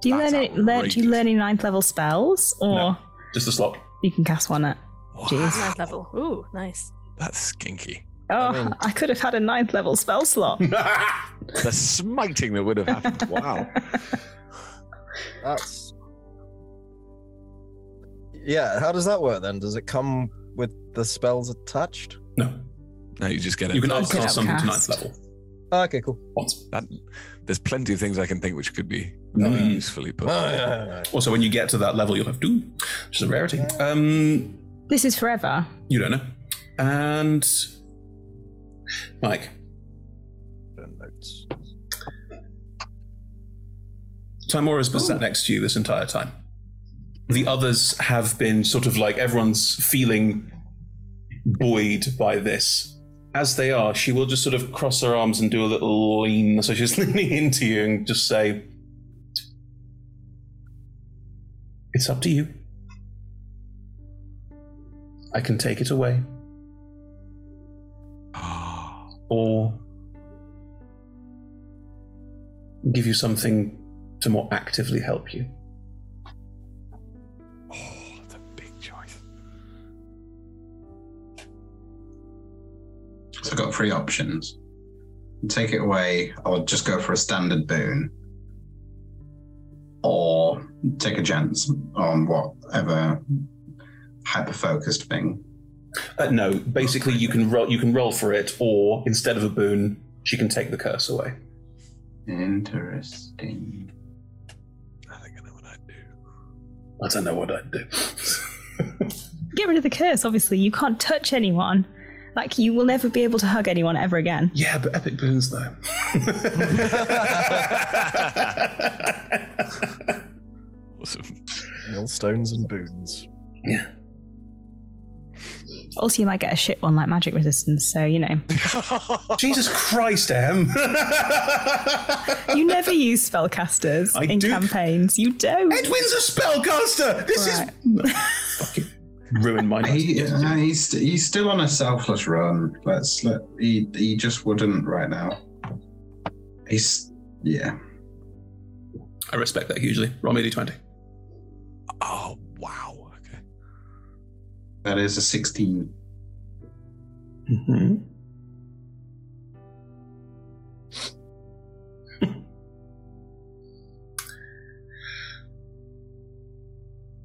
[SPEAKER 3] Do you
[SPEAKER 2] That's
[SPEAKER 3] learn any, learn, do you learn any ninth level spells, or
[SPEAKER 2] Just a slot.
[SPEAKER 3] you can cast one at? Jeez.
[SPEAKER 7] Ninth level. Ooh, nice.
[SPEAKER 4] That's skinky.
[SPEAKER 3] Oh, I, could have had a ninth level spell slot.
[SPEAKER 4] The smiting that would have happened. Wow.
[SPEAKER 6] That's yeah. How does that work then? Does it come with the spells attached?
[SPEAKER 2] No.
[SPEAKER 4] No, you just get it.
[SPEAKER 2] You can upcast something to ninth level.
[SPEAKER 15] Oh, Okay, cool.
[SPEAKER 4] That, there's plenty of things I can think which could be
[SPEAKER 2] Mm.
[SPEAKER 4] usefully put.
[SPEAKER 2] Oh, yeah, yeah, yeah. Also, when you get to that level, you'll have Doom, which is a rarity. Um,
[SPEAKER 3] This is forever.
[SPEAKER 2] you don't know. And Mike. Timora has been sat next to you this entire time. The others have been sort of like everyone's feeling buoyed by this. As they are, she will just sort of cross her arms and do a little lean. So she's leaning into you and just say, It's up to you. I can take it away. or give you something to more actively help you.
[SPEAKER 5] So I've got three options. Take it away, or just go for a standard boon. Or take a chance on whatever hyper focused thing.
[SPEAKER 2] Uh, no, basically you can roll you can roll for it, or instead of a boon, she can take the curse away.
[SPEAKER 5] Interesting.
[SPEAKER 2] I don't know what I'd do.
[SPEAKER 3] Get rid of the curse, obviously. You can't touch anyone. Like, you will never be able to hug anyone ever again.
[SPEAKER 2] Yeah, but epic boons, though.
[SPEAKER 4] Awesome.
[SPEAKER 6] Millstones and boons.
[SPEAKER 2] Yeah.
[SPEAKER 3] Also, you might get a shit one like magic resistance, so, you know.
[SPEAKER 2] Jesus Christ, Em!
[SPEAKER 3] you never use spellcasters in campaigns. You don't.
[SPEAKER 2] Edwin's a spellcaster! This
[SPEAKER 3] is.
[SPEAKER 2] Ruin my night.
[SPEAKER 5] He, uh, he's, he's still on a selfless run. Let's let he, he just wouldn't right now. He's yeah.
[SPEAKER 2] I respect that hugely. Roll me a d20.
[SPEAKER 4] Oh wow.
[SPEAKER 5] That is a sixteen.
[SPEAKER 2] Mm-hmm.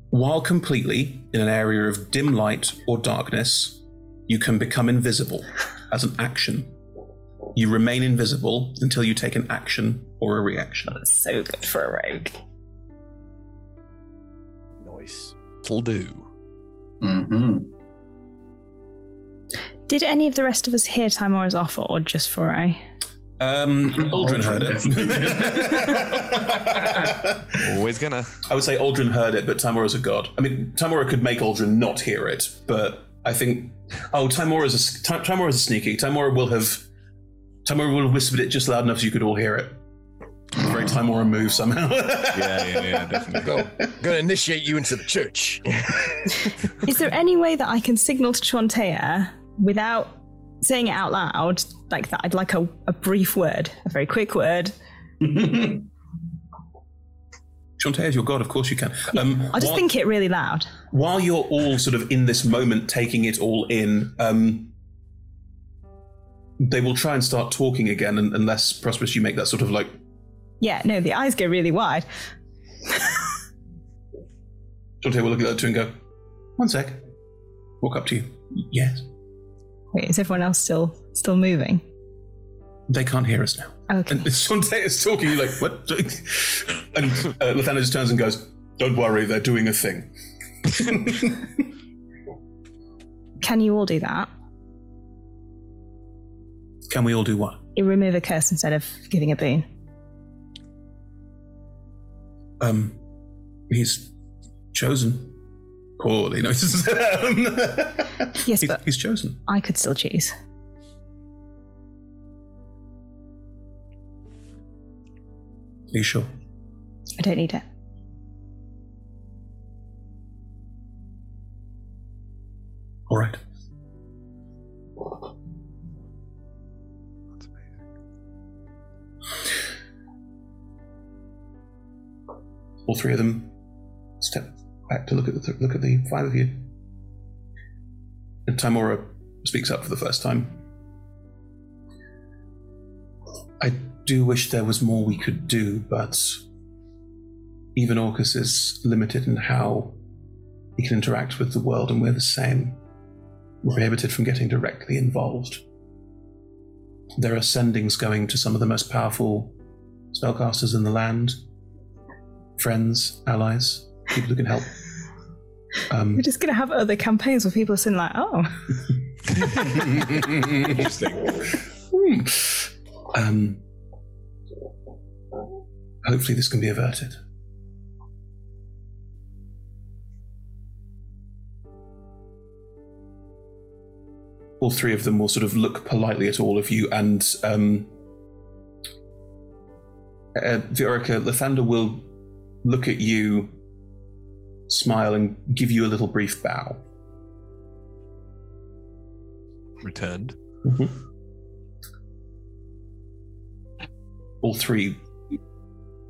[SPEAKER 2] While completely in an area of dim light or darkness, you can become invisible as an action. You remain invisible until you take an action or a reaction. That's
[SPEAKER 3] so good for a rogue.
[SPEAKER 6] Nice.
[SPEAKER 4] It'll do.
[SPEAKER 5] Mm-hmm.
[SPEAKER 3] Did any of the rest of us hear Timora's offer or just Foray?
[SPEAKER 2] Um, Aldrin heard it.
[SPEAKER 4] Always gonna.
[SPEAKER 2] I would say Aldrin heard it, but Timora's a god. I mean, Timora could make Aldrin not hear it, but I think. Oh, Timora's a, Tim- Timora's a sneaky. Timora will have. Timora will have whispered it just loud enough so you could all hear it. Very Timora move somehow.
[SPEAKER 4] yeah, yeah, yeah, definitely.
[SPEAKER 6] Go. I'm gonna initiate you into the church.
[SPEAKER 3] Is there any way that I can signal to Chontea without saying it out loud, like that? I'd like a, a brief word, a very quick word.
[SPEAKER 2] Shantae is your god, of course you can. Um,
[SPEAKER 3] I'll just
[SPEAKER 2] while-
[SPEAKER 3] think it really loud.
[SPEAKER 2] while you're all sort of in this moment taking it all in um they will try and start talking again un- unless prosperous you make that sort of like
[SPEAKER 3] Yeah, no, the eyes go really wide.
[SPEAKER 2] Shantae will look at that two and go one sec walk up to you yes
[SPEAKER 3] Wait, is everyone else still still moving?
[SPEAKER 2] they can't hear us now
[SPEAKER 3] Okay.
[SPEAKER 2] and Shantae is talking you're like what and uh, Lathana just turns and goes don't worry they're doing a thing
[SPEAKER 3] Can you all do that?
[SPEAKER 2] can we all do what
[SPEAKER 3] You remove a curse instead of giving a boon.
[SPEAKER 2] um he's chosen poorly no
[SPEAKER 3] Yes,
[SPEAKER 2] He's-
[SPEAKER 3] but
[SPEAKER 2] he's chosen
[SPEAKER 3] I could still choose.
[SPEAKER 2] Are you sure?
[SPEAKER 3] I don't need it.
[SPEAKER 2] All right. All three of them step back to look at the th- look at the five of you. And Timora speaks up for the first time. I do wish there was more we could do, but even Orcus is limited in how he can interact with the world, and we're the same. We're prohibited from getting directly involved. There are sendings going to some of the most powerful spellcasters in the land, friends, allies, people who can help. Um,
[SPEAKER 3] We're just going to have other campaigns where people are sitting like, oh.
[SPEAKER 2] Interesting. Hmm. Um, hopefully, this can be averted. All three of them will sort of look politely at all of you, and um, uh, Viorica, Lathander will look at you, smile, and give you a little brief bow.
[SPEAKER 4] Returned.
[SPEAKER 2] All three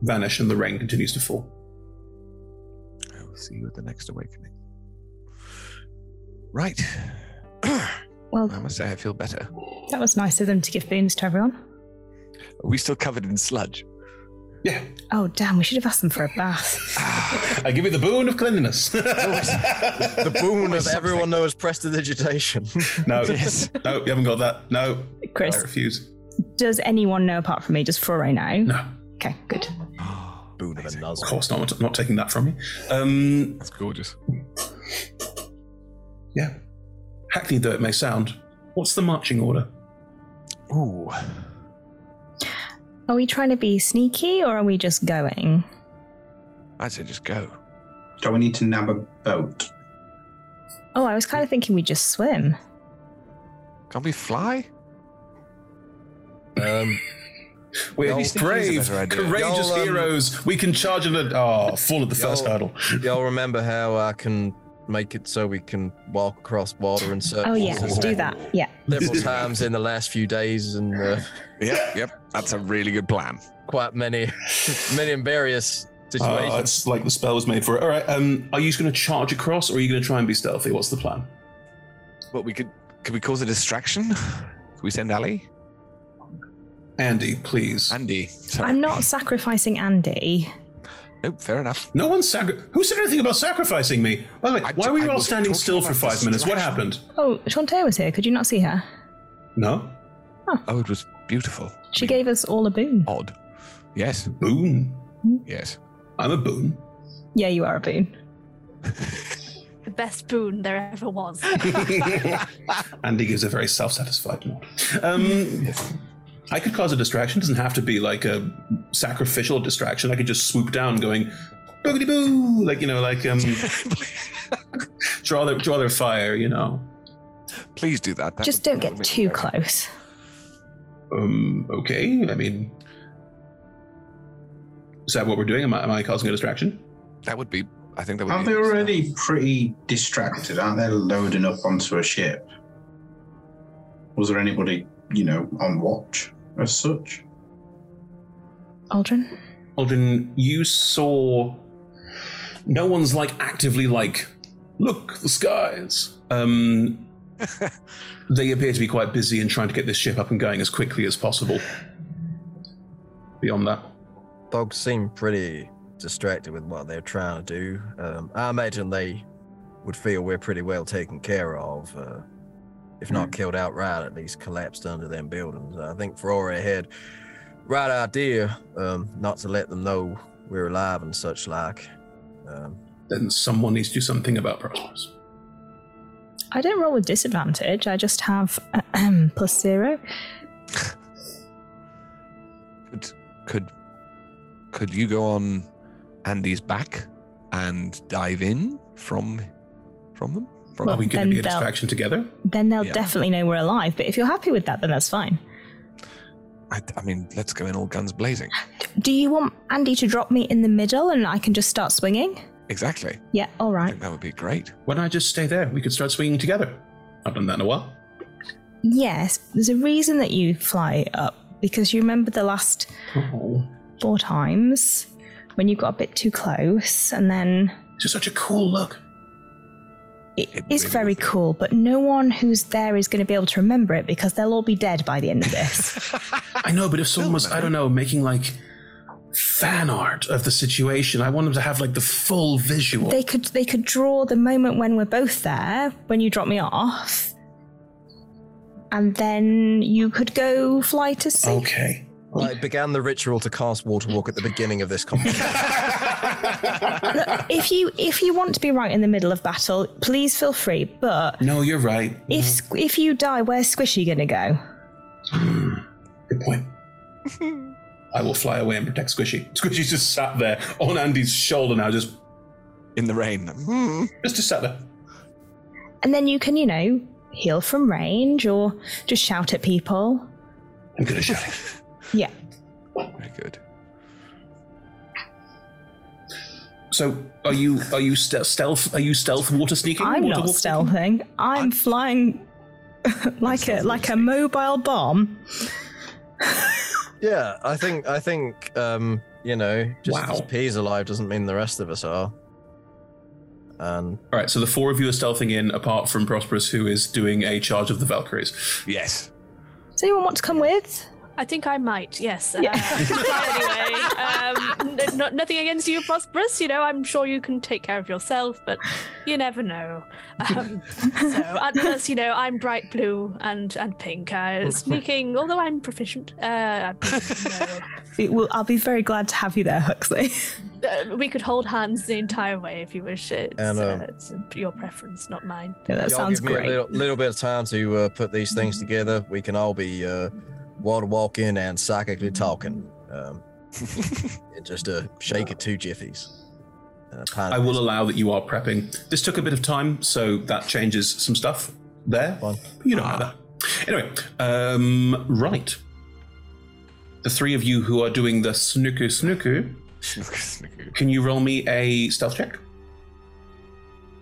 [SPEAKER 2] vanish, and the rain continues to fall.
[SPEAKER 4] I will see you at the next awakening. Right.
[SPEAKER 3] Well-
[SPEAKER 4] I must say, I feel better.
[SPEAKER 3] That was nice of them to give boons to everyone.
[SPEAKER 4] Are we still covered in sludge?
[SPEAKER 3] Oh, damn, we should have asked them for a bath.
[SPEAKER 2] I give you the boon of cleanliness.
[SPEAKER 6] the boon of everyone knows prestidigitation.
[SPEAKER 2] No,
[SPEAKER 3] Yes.
[SPEAKER 2] no, you haven't got that. No,
[SPEAKER 3] Chris.
[SPEAKER 2] I refuse.
[SPEAKER 3] Does anyone know apart from me, just for right now?
[SPEAKER 2] No.
[SPEAKER 3] Okay, good.
[SPEAKER 2] Boon of Of course not. I'm not taking that from you. Um, That's
[SPEAKER 4] gorgeous.
[SPEAKER 2] Yeah. Hackneyed though it may sound, what's the marching order?
[SPEAKER 4] Ooh.
[SPEAKER 3] Are we trying to be sneaky or are we just going?
[SPEAKER 4] I say just go.
[SPEAKER 5] Do we need to nab a boat?
[SPEAKER 3] Oh, I was kind of thinking we just swim.
[SPEAKER 4] Can't we fly?
[SPEAKER 2] Um, We're
[SPEAKER 4] Y'all
[SPEAKER 2] these
[SPEAKER 4] think here's a
[SPEAKER 2] brave,
[SPEAKER 4] better idea.
[SPEAKER 2] courageous
[SPEAKER 6] Y'all, um,
[SPEAKER 2] heroes. We can charge in the. Oh, full of the first
[SPEAKER 6] Y'all-
[SPEAKER 2] hurdle.
[SPEAKER 6] Y'all remember how I can make it so we can walk across water and
[SPEAKER 4] Uh,
[SPEAKER 6] such?
[SPEAKER 3] Oh, yeah, do that. Yeah.
[SPEAKER 6] Several times in the last few days, and uh,
[SPEAKER 4] yep, yep, that's a really good plan.
[SPEAKER 6] Quite many, many and various
[SPEAKER 2] Oh,
[SPEAKER 6] situations.
[SPEAKER 2] it's like the spell was made for it. All right. Um, are you just going to charge across, or are you going to try and be stealthy? What's the plan?
[SPEAKER 4] But we could. Could we cause a distraction? Could we send Ali?
[SPEAKER 2] Andy, please.
[SPEAKER 4] Andy. Sorry.
[SPEAKER 3] I'm not sacrificing Andy.
[SPEAKER 4] Nope, fair enough.
[SPEAKER 2] No one's sacri- Who said anything about sacrificing me? By the way, why were you all standing still for five minutes? What happened?
[SPEAKER 3] Oh, Shantae was here. Could you not see her?
[SPEAKER 2] No.
[SPEAKER 4] Oh, it was beautiful.
[SPEAKER 3] She gave us all a boon.
[SPEAKER 4] Odd. Yes.
[SPEAKER 2] Boon.
[SPEAKER 3] Hmm?
[SPEAKER 4] Yes.
[SPEAKER 2] I'm a boon.
[SPEAKER 3] Yeah, you are a boon.
[SPEAKER 7] The best boon there ever was.
[SPEAKER 2] Andy gives a very self-satisfied nod. Um, I could cause a distraction. Doesn't have to be like a sacrificial distraction. I could just swoop down, going boogity boo, like you know, like um, draw their draw their fire. You know.
[SPEAKER 4] Please do that.
[SPEAKER 3] Just don't get too close.
[SPEAKER 2] Um. Okay. I mean, is that what we're doing? Am I, am I causing a distraction?
[SPEAKER 4] That would be. I think that
[SPEAKER 5] Aren't they already pretty distracted? Aren't they loading up onto a ship? Was there anybody, you know, on watch as such?
[SPEAKER 3] Aldrin?
[SPEAKER 2] Aldrin, you saw no one's like actively like, look, the skies. Um, they appear to be quite busy in trying to get this ship up and going as quickly as possible. Beyond that,
[SPEAKER 6] Dogs seem pretty distracted with what they're trying to do. Um, I imagine they would feel we're pretty well taken care of, uh, if
[SPEAKER 2] Hmm.
[SPEAKER 6] not killed outright, at least collapsed under them buildings. I think Ferrari had right idea um, not to let them know we're alive and such like. Um,
[SPEAKER 2] then someone needs to do something about Prosperous.
[SPEAKER 3] I don't roll with disadvantage. I just have ahem, plus zero.
[SPEAKER 4] Could could could you go on Andy's back and dive in from from them? From
[SPEAKER 3] Well, Are we gonna then be a they'll-
[SPEAKER 2] distraction together?
[SPEAKER 3] Then they'll
[SPEAKER 4] Yeah.
[SPEAKER 3] definitely know we're alive. But if you're happy with that, then that's fine.
[SPEAKER 4] I, I mean, let's go in all guns blazing.
[SPEAKER 3] Do you want Andy to drop me in the middle and I can just start swinging?
[SPEAKER 4] Exactly.
[SPEAKER 3] Yeah, all
[SPEAKER 4] I
[SPEAKER 3] right.
[SPEAKER 4] think that would be great.
[SPEAKER 2] Why don't I just stay there? We could start swinging together. I've done that in a while.
[SPEAKER 3] Yes, there's a reason that you fly up because you remember the last
[SPEAKER 2] Oh,
[SPEAKER 3] four times when you got a bit too close, and then
[SPEAKER 2] this is such a cool look.
[SPEAKER 3] it's very cool. But no one who's there is going to be able to remember it because they'll all be dead by the end of this.
[SPEAKER 2] I know, but if someone was, I don't know, making like fan art of the situation, I want them to have like the full visual.
[SPEAKER 3] they could they could draw the moment when we're both there when you drop me off, and then you could go fly to sea.
[SPEAKER 16] Okay.
[SPEAKER 6] I began the ritual to cast Water Walk at the beginning of this conversation.
[SPEAKER 3] Look, if you if you want to be right in the middle of battle, please feel free. But
[SPEAKER 16] No, you're right.
[SPEAKER 3] if
[SPEAKER 5] Mm-hmm.
[SPEAKER 3] Squ- if you die, where's Squishy gonna go?
[SPEAKER 16] Good point. I will fly away and protect Squishy. Squishy's just sat there on Andy's shoulder now, just
[SPEAKER 4] in the rain. Hmm.
[SPEAKER 16] Just just sat there.
[SPEAKER 3] And then you can you know heal from range or just shout at people.
[SPEAKER 16] I'm gonna shout.
[SPEAKER 3] Yeah.
[SPEAKER 4] Very good.
[SPEAKER 16] So, are you are you ste- stealth? Are you stealth water sneaking?
[SPEAKER 3] I'm
[SPEAKER 16] water
[SPEAKER 3] not
[SPEAKER 16] walk-
[SPEAKER 3] stealthing. I'm, flying like a like a mobile bomb.
[SPEAKER 6] yeah, I think I think um, you know, just because P's alive doesn't mean the rest of us are. And
[SPEAKER 2] All right, so the four of you are stealthing in, apart from Prosperous, who is doing a charge of the Valkyries.
[SPEAKER 4] Yes.
[SPEAKER 3] Does anyone want to come with?
[SPEAKER 7] I think I might, yes. Uh, anyway, um, no, nothing against you, Prosperous. You know, I'm sure you can take care of yourself, but you never know. Um, so, and plus, you know, I'm bright blue and, and pink. Uh, sneaking, although I'm proficient, uh,
[SPEAKER 3] It will, I'll be very glad to have you there, Huxley.
[SPEAKER 7] uh, we could hold hands the entire way if you wish. It's,
[SPEAKER 6] And, um,
[SPEAKER 7] uh, it's your preference, not mine.
[SPEAKER 6] y'all give me A little, little bit of time to uh, put these things together. We can all be uh, water walking and psychically talking. Um, and just uh, shake it two jiffies. Uh, And a pint
[SPEAKER 2] I
[SPEAKER 6] of
[SPEAKER 2] will allow that you are prepping. This took a bit of time, so that changes some stuff there. You don't matter. Anyway, um, right. The three of you who are doing the snooker snooker, can you roll me a stealth check?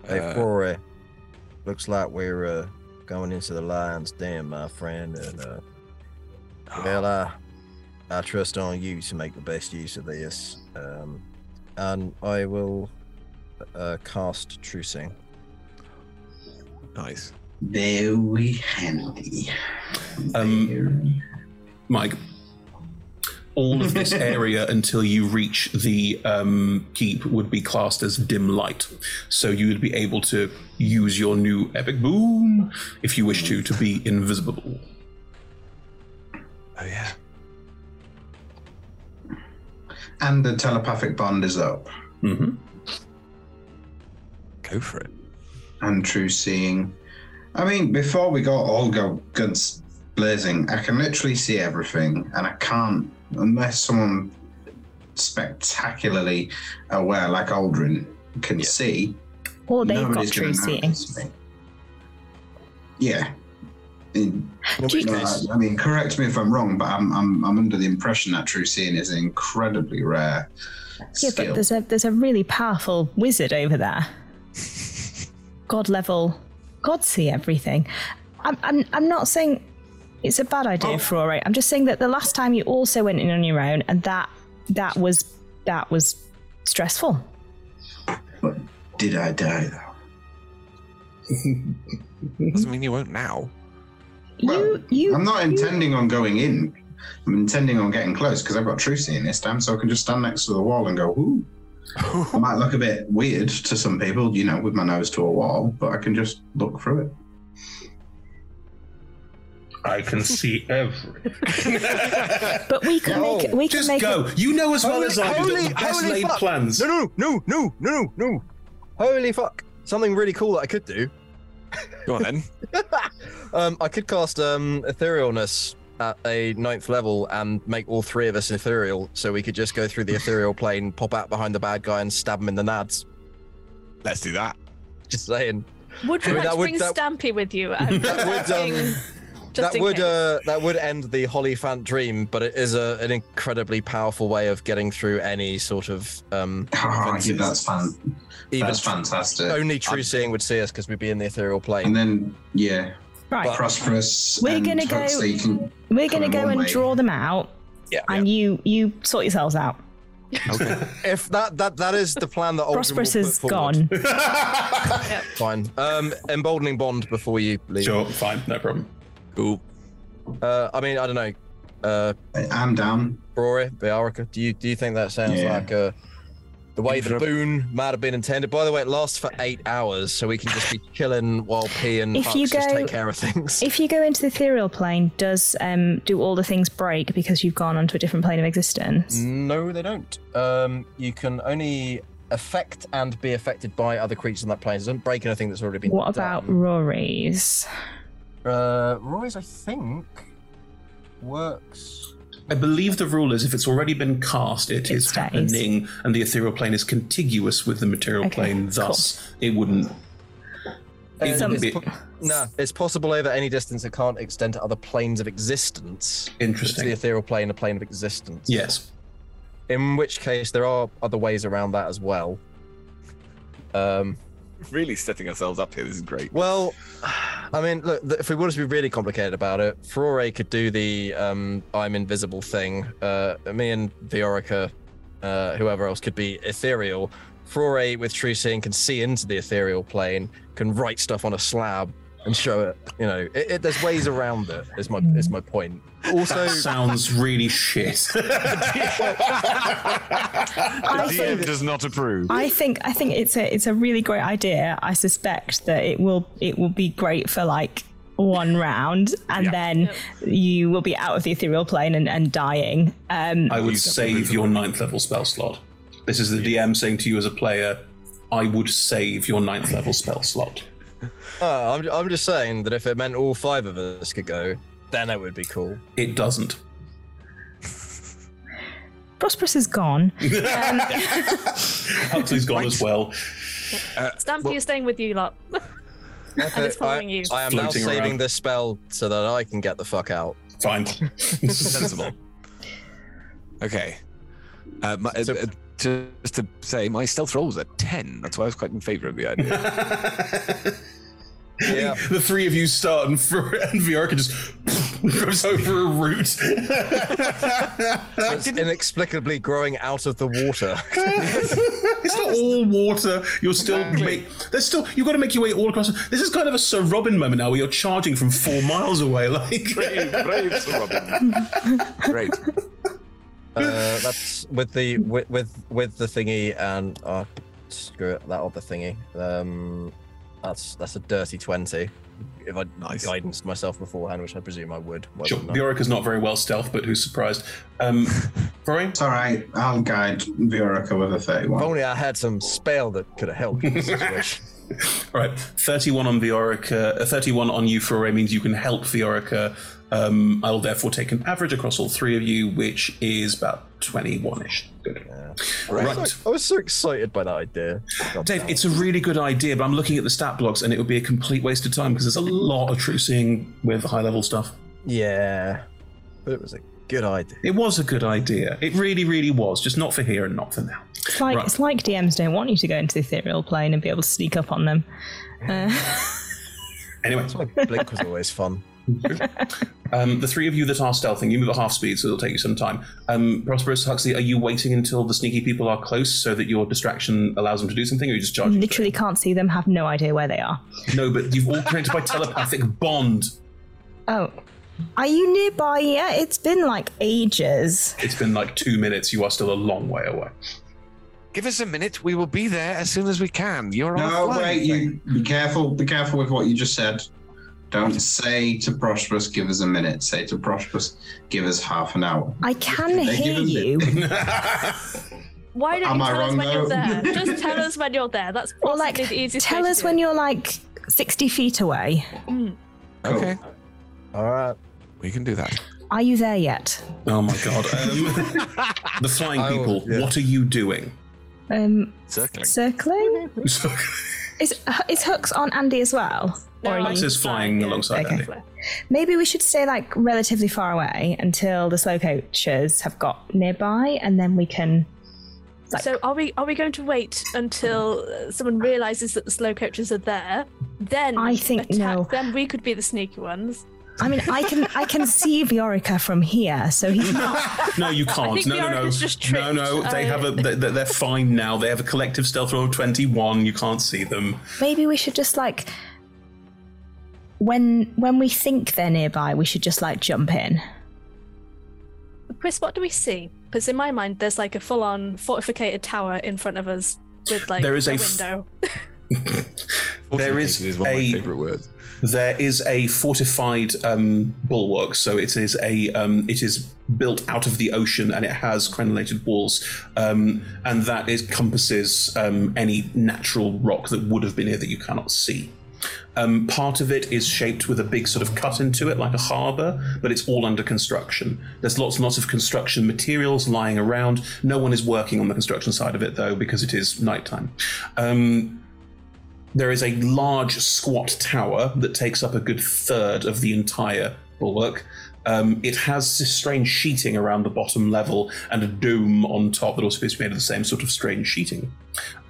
[SPEAKER 6] Hey, Corey, looks like we're uh, going into the lion's den, my friend, and uh, well, I, I trust on you to make the best use of this, um, and I will uh, cast Trucing.
[SPEAKER 4] Nice.
[SPEAKER 5] Very handy.
[SPEAKER 6] Uh,
[SPEAKER 2] Um, Mike, all of this area until you reach the um, keep would be classed as dim light. So you would be able to use your new epic boom if you wish to to be invisible.
[SPEAKER 4] Oh yeah.
[SPEAKER 5] And the telepathic bond is up.
[SPEAKER 2] Mm-hmm.
[SPEAKER 4] Go for it.
[SPEAKER 5] And true seeing. I mean, before we got all go guns blazing, I can literally see everything, and I can't unless someone spectacularly aware like Aldrin can see.
[SPEAKER 3] Or they've
[SPEAKER 5] nobody's
[SPEAKER 3] got
[SPEAKER 5] gonna
[SPEAKER 3] true seeing.
[SPEAKER 5] notice me. Yeah. In-
[SPEAKER 3] Do you-
[SPEAKER 5] no, I, I mean, correct me if I'm wrong, but I'm, I'm, I'm under the impression that true seeing is an incredibly rare
[SPEAKER 3] Yeah,
[SPEAKER 5] skill.
[SPEAKER 3] but there's a there's a really powerful wizard over there. God level, God see everything. I'm I'm I'm not saying it's a bad idea for all right. I'm just saying that the last time you also went in on your own, and that that was that was stressful.
[SPEAKER 5] Did I die though?
[SPEAKER 4] Doesn't mean you won't now.
[SPEAKER 5] Well, I'm not intending on going in. I'm intending on getting close because I've got true seeing this time, so I can just stand next to the wall and go, ooh. I might look a bit weird to some people, you know, with my nose to a wall, but I can just look through it.
[SPEAKER 16] I can see every.
[SPEAKER 3] But we can make we can
[SPEAKER 16] just
[SPEAKER 3] make
[SPEAKER 16] go. You know as well as I do that the best laid
[SPEAKER 6] fuck.
[SPEAKER 16] plans.
[SPEAKER 6] No, no, no, no, no, no. Holy fuck. Something really cool that I could do.
[SPEAKER 4] Go on then.
[SPEAKER 6] um, I could cast um, Etherealness at a ninth level and make all three of us ethereal, so we could just go through the ethereal plane, pop out behind the bad guy, and stab him in the nads.
[SPEAKER 4] Let's do that.
[SPEAKER 6] Just saying.
[SPEAKER 7] Would you
[SPEAKER 6] I mean,
[SPEAKER 7] like
[SPEAKER 6] that
[SPEAKER 7] to
[SPEAKER 6] would-
[SPEAKER 7] bring
[SPEAKER 6] that-
[SPEAKER 7] Stampy with you? I'm
[SPEAKER 6] That would,
[SPEAKER 7] asking,
[SPEAKER 6] um,
[SPEAKER 7] just
[SPEAKER 6] that
[SPEAKER 7] in
[SPEAKER 6] would
[SPEAKER 7] case.
[SPEAKER 6] uh, that would end the Holly Fant dream, but it is a, an incredibly powerful way of getting through any sort of um.
[SPEAKER 5] Oh, yeah,
[SPEAKER 6] defenses.
[SPEAKER 5] that's fan.
[SPEAKER 6] Even
[SPEAKER 5] that's
[SPEAKER 6] tr-
[SPEAKER 5] fantastic.
[SPEAKER 6] Only true seeing would see us because we'd be in the ethereal plane.
[SPEAKER 5] And then, yeah,
[SPEAKER 3] Right.
[SPEAKER 5] prosperous.
[SPEAKER 3] We're
[SPEAKER 5] and
[SPEAKER 3] gonna go-
[SPEAKER 5] Huxley can-
[SPEAKER 3] we're gonna
[SPEAKER 5] Come
[SPEAKER 3] go
[SPEAKER 5] on,
[SPEAKER 3] and
[SPEAKER 5] mate.
[SPEAKER 3] draw them out.
[SPEAKER 6] Yeah.
[SPEAKER 3] And you you sort yourselves out.
[SPEAKER 4] Okay.
[SPEAKER 6] if that that that is the plan that Aldrin will
[SPEAKER 3] Prosperous
[SPEAKER 6] put
[SPEAKER 3] is
[SPEAKER 6] forward.
[SPEAKER 3] gone.
[SPEAKER 6] Fine. Um, emboldening bond before you leave.
[SPEAKER 2] Sure, fine, no problem.
[SPEAKER 4] Cool.
[SPEAKER 6] Uh, I mean, I don't know. Uh,
[SPEAKER 5] I'm down.
[SPEAKER 6] Rory, Biarica, do you do you think that sounds
[SPEAKER 5] Yeah.
[SPEAKER 6] like a The way the boon might have been intended. By the way, it lasts for eight hours, so we can just be chilling while P and
[SPEAKER 3] If you
[SPEAKER 6] Hux just
[SPEAKER 3] go-
[SPEAKER 6] take care of things.
[SPEAKER 3] If you go into the ethereal plane, does um, do all the things break because you've gone onto a different plane of
[SPEAKER 6] Mm,
[SPEAKER 3] existence?
[SPEAKER 6] No, they don't. Um, you can only affect and be affected by other creatures on that plane. It doesn't break anything that's already been
[SPEAKER 3] What
[SPEAKER 6] done.
[SPEAKER 3] about Rory's?
[SPEAKER 6] Uh, Roy's, I think, works.
[SPEAKER 2] I believe the rule is if it's already been cast, it is happening, and the ethereal plane is contiguous with the material
[SPEAKER 6] Okay,
[SPEAKER 2] plane. Thus, it wouldn't. It
[SPEAKER 6] Uh,
[SPEAKER 2] wouldn't
[SPEAKER 6] it's
[SPEAKER 2] be-
[SPEAKER 6] po- no, it's possible over any distance. It can't extend to other planes of existence.
[SPEAKER 2] Interesting.
[SPEAKER 6] It's the ethereal plane, a plane of existence.
[SPEAKER 2] Yes.
[SPEAKER 6] In which case, there are other ways around that as well. Um,
[SPEAKER 4] really setting ourselves up here. This is great.
[SPEAKER 6] Well, I mean, look, th- if we wanted to be really complicated about it, Ferrore could do the um, I'm invisible thing. Uh, me and Viorica, uh, whoever else, could be ethereal. Ferrore, with true seeing, can see into the ethereal plane, can write stuff on a slab and show it. You know, it, it, there's ways around it. Is my is my point. Also,
[SPEAKER 2] That sounds really shit.
[SPEAKER 3] I think,
[SPEAKER 4] does not approve.
[SPEAKER 3] I think I think it's a it's a really great idea. I suspect that it will it will be great for like one round, and then you will be out of the ethereal plane and, and dying. Um,
[SPEAKER 2] I would save your ninth level spell slot. This is the DM saying to you as a player, I would save your ninth level spell slot.
[SPEAKER 6] uh, I'm I'm just saying that if it meant all five of us could go, then it would be cool.
[SPEAKER 2] It doesn't.
[SPEAKER 3] Prosperous is gone. Um,
[SPEAKER 2] Huxley's gone as well.
[SPEAKER 7] Stampy is staying with you lot. and it's following
[SPEAKER 6] I,
[SPEAKER 7] you.
[SPEAKER 6] I am now
[SPEAKER 2] Floating
[SPEAKER 6] saving
[SPEAKER 2] around.
[SPEAKER 6] this spell so that I can get the fuck out.
[SPEAKER 2] Fine.
[SPEAKER 4] Sensible. Okay. Uh, my, uh, uh, to- just to say, my stealth roll was a 10. That's why I was quite in favor of the idea.
[SPEAKER 2] Yeah. the three of you start, and, for, and Viorca just goes over a root.
[SPEAKER 6] It's inexplicably growing out of the water.
[SPEAKER 2] it's not all water. You're still make, there's still you've got to make your way all across. This is kind of a Sir Robin moment now, where you're charging from four miles away. Like
[SPEAKER 4] brave Sir Robin. Great.
[SPEAKER 6] Uh, that's with the with, with with the thingy and oh screw it that other thingy. Um, that's that's a dirty twenty. If I guidance myself beforehand, which I presume I would. Why
[SPEAKER 2] Sure,
[SPEAKER 6] wouldn't I?
[SPEAKER 2] Viorica's not very well stealth, but who's surprised? Um, Rory?
[SPEAKER 5] It's all right. I'll guide Viorica with a
[SPEAKER 6] If
[SPEAKER 5] 31.
[SPEAKER 6] only I had some spell that could have helped. in this situation.
[SPEAKER 2] All right, 31 on Viorica, uh, 31 on you, Furore, means you can help Viorica. Um, I'll therefore take an average across all three of you, which is about 21 ish. Good.
[SPEAKER 6] I,
[SPEAKER 2] Right.
[SPEAKER 6] was so, I was so excited by that idea. God
[SPEAKER 2] Dave,
[SPEAKER 6] damn.
[SPEAKER 2] it's a really good idea, but I'm looking at the stat blocks and it would be a complete waste of time because there's a lot of true seeing with high level stuff.
[SPEAKER 6] yeah, but it was a good idea.
[SPEAKER 2] It was a good idea. It really, really was. Just not for here and not for now.
[SPEAKER 3] it's like
[SPEAKER 2] Right.
[SPEAKER 3] it's like DMs don't want you to go into the ethereal plane and be able to sneak up on them. Uh,
[SPEAKER 2] Anyway,
[SPEAKER 6] Blink was always fun.
[SPEAKER 2] um, the three of you that are stealthing, you move at half speed, so it'll take you some time. Um, Prosperous Huxley, are you waiting until the sneaky people are close so that your distraction allows them to do something, or are you just charging?
[SPEAKER 3] literally can't see them. Have no idea where they are.
[SPEAKER 2] No, but you've all connected by telepathic bond.
[SPEAKER 3] Oh, are you nearby yet? It's been like ages.
[SPEAKER 2] It's been like two minutes. You are still a long way away.
[SPEAKER 4] Give us a minute. We will be there as soon as we can. You're
[SPEAKER 5] No,
[SPEAKER 4] on flight.
[SPEAKER 5] wait, you be careful, be careful with what you just said. Don't say to Prosperous, give us a minute. Say to Prosperous, give us half an hour.
[SPEAKER 3] I can
[SPEAKER 5] They give
[SPEAKER 3] hear
[SPEAKER 5] us-
[SPEAKER 3] you.
[SPEAKER 7] Why don't
[SPEAKER 5] Am
[SPEAKER 7] you
[SPEAKER 5] I
[SPEAKER 7] tell us
[SPEAKER 5] wrong,
[SPEAKER 7] when you're
[SPEAKER 5] though?
[SPEAKER 7] there? Uh, Just tell us when you're there. That's
[SPEAKER 3] Or
[SPEAKER 7] possibly
[SPEAKER 3] like,
[SPEAKER 7] the easiest
[SPEAKER 3] tell
[SPEAKER 7] way
[SPEAKER 3] us
[SPEAKER 7] to Mm.
[SPEAKER 3] when you're like sixty feet away.
[SPEAKER 4] Okay.
[SPEAKER 6] All right.
[SPEAKER 4] We can do that.
[SPEAKER 3] Are you there yet?
[SPEAKER 2] Oh my god! Um, the flying people. What are you doing?
[SPEAKER 3] Um,
[SPEAKER 4] Circling.
[SPEAKER 3] circling. Is is Hooks on Andy as well? Or are
[SPEAKER 2] Max
[SPEAKER 3] you-
[SPEAKER 2] is flying alongside
[SPEAKER 3] Okay.
[SPEAKER 2] Andy.
[SPEAKER 3] Maybe we should stay like relatively far away until the slow coaches have got nearby, and then we can.
[SPEAKER 7] do it. So are we are we going to wait until uh, someone realizes that the slow coaches are there? Then
[SPEAKER 3] I think
[SPEAKER 7] attack
[SPEAKER 3] no.
[SPEAKER 7] them. We could be the sneaky ones.
[SPEAKER 3] I mean, I can I can see Viorica from here, so he's not.
[SPEAKER 2] No, you
[SPEAKER 7] I
[SPEAKER 2] can't.
[SPEAKER 7] think
[SPEAKER 2] No,
[SPEAKER 7] the
[SPEAKER 2] no, no.
[SPEAKER 7] Oracle's just
[SPEAKER 2] No, no.
[SPEAKER 7] tricked. Oh.
[SPEAKER 2] They
[SPEAKER 7] I-
[SPEAKER 2] have a. They, they're fine now. They have a collective stealth roll of twenty-one. You can't see them.
[SPEAKER 3] Maybe we should just like when when we think they're nearby, we should just like jump in.
[SPEAKER 7] Chris, what do we see? Because in my mind, there's like a full-on fortified tower in front of us with like
[SPEAKER 2] There is a f-
[SPEAKER 7] window.
[SPEAKER 2] There is, a There is a fortified um, bulwark, so it is a um, it is built out of the ocean and it has crenellated walls, um, and that is compasses um, any natural rock that would have been here that you cannot see. Um, part of it is shaped with a big sort of cut into it, like a harbour, but it's all under construction. There's lots and lots of construction materials lying around. No one is working on the construction side of it though, because it is nighttime. Um, there is a large squat tower that takes up a good third of the entire bulwark. Um, it has this strange sheeting around the bottom level and a dome on top that also appears to be made of the same sort of strange sheeting.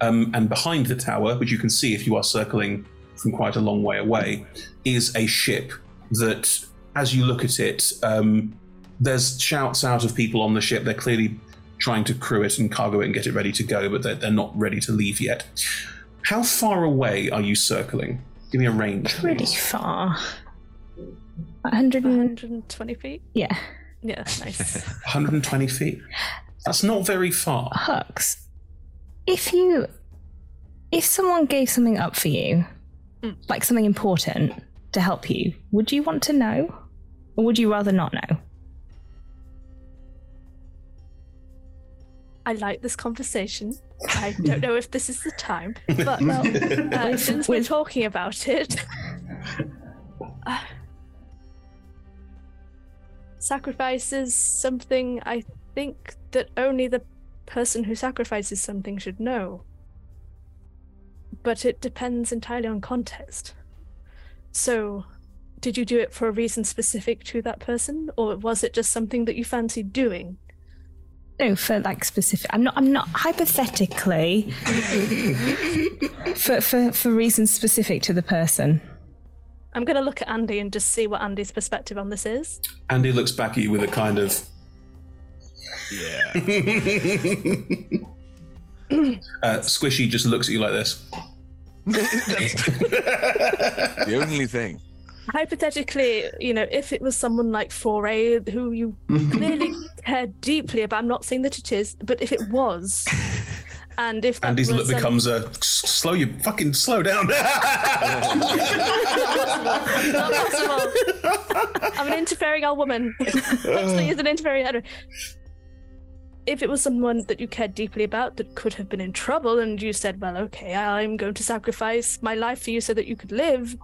[SPEAKER 2] Um, and behind the tower, which you can see if you are circling from quite a long way away, is a ship that, as you look at it, um, there's shouts out of people on the ship. They're clearly trying to crew it and cargo it and get it ready to go, but they're, they're not ready to leave yet. How far away are you circling? Give me a range.
[SPEAKER 3] Pretty far. 100
[SPEAKER 7] 120 feet?
[SPEAKER 3] Yeah.
[SPEAKER 7] Yeah, nice.
[SPEAKER 2] 120 feet. That's not very far.
[SPEAKER 3] Hux, if you. If someone gave something up for you, like something important to help you, would you want to know? Or would you rather not know?
[SPEAKER 7] I like this conversation. I don't know if this is the time, but well, uh,
[SPEAKER 3] With-
[SPEAKER 7] since we're talking about it, uh, sacrifice is something I think that only the person who sacrifices something should know. But it depends entirely on context. So, did you do it for a reason specific to that person, or was it just something that you fancied doing?
[SPEAKER 3] No, for like specific. I'm not. I'm not hypothetically. for for for reasons specific to the person.
[SPEAKER 7] I'm going to look at Andy and just see what Andy's perspective on this is.
[SPEAKER 2] Andy looks back at you with a kind of. Yeah. uh, Squishy just looks at you like this.
[SPEAKER 17] the only thing.
[SPEAKER 7] Hypothetically, you know, if it was someone like Foray who you clearly care deeply about, I'm not saying that it is, but if it was, and if that
[SPEAKER 2] Andy's
[SPEAKER 7] was
[SPEAKER 2] look
[SPEAKER 7] some-
[SPEAKER 2] becomes a "S- slow you fucking slow down.
[SPEAKER 7] Not possible. I'm an interfering old woman. Actually, is an interfering. anyway. If it was someone that you cared deeply about that could have been in trouble, and you said, "Well, okay, I'm going to sacrifice my life for you so that you could live,"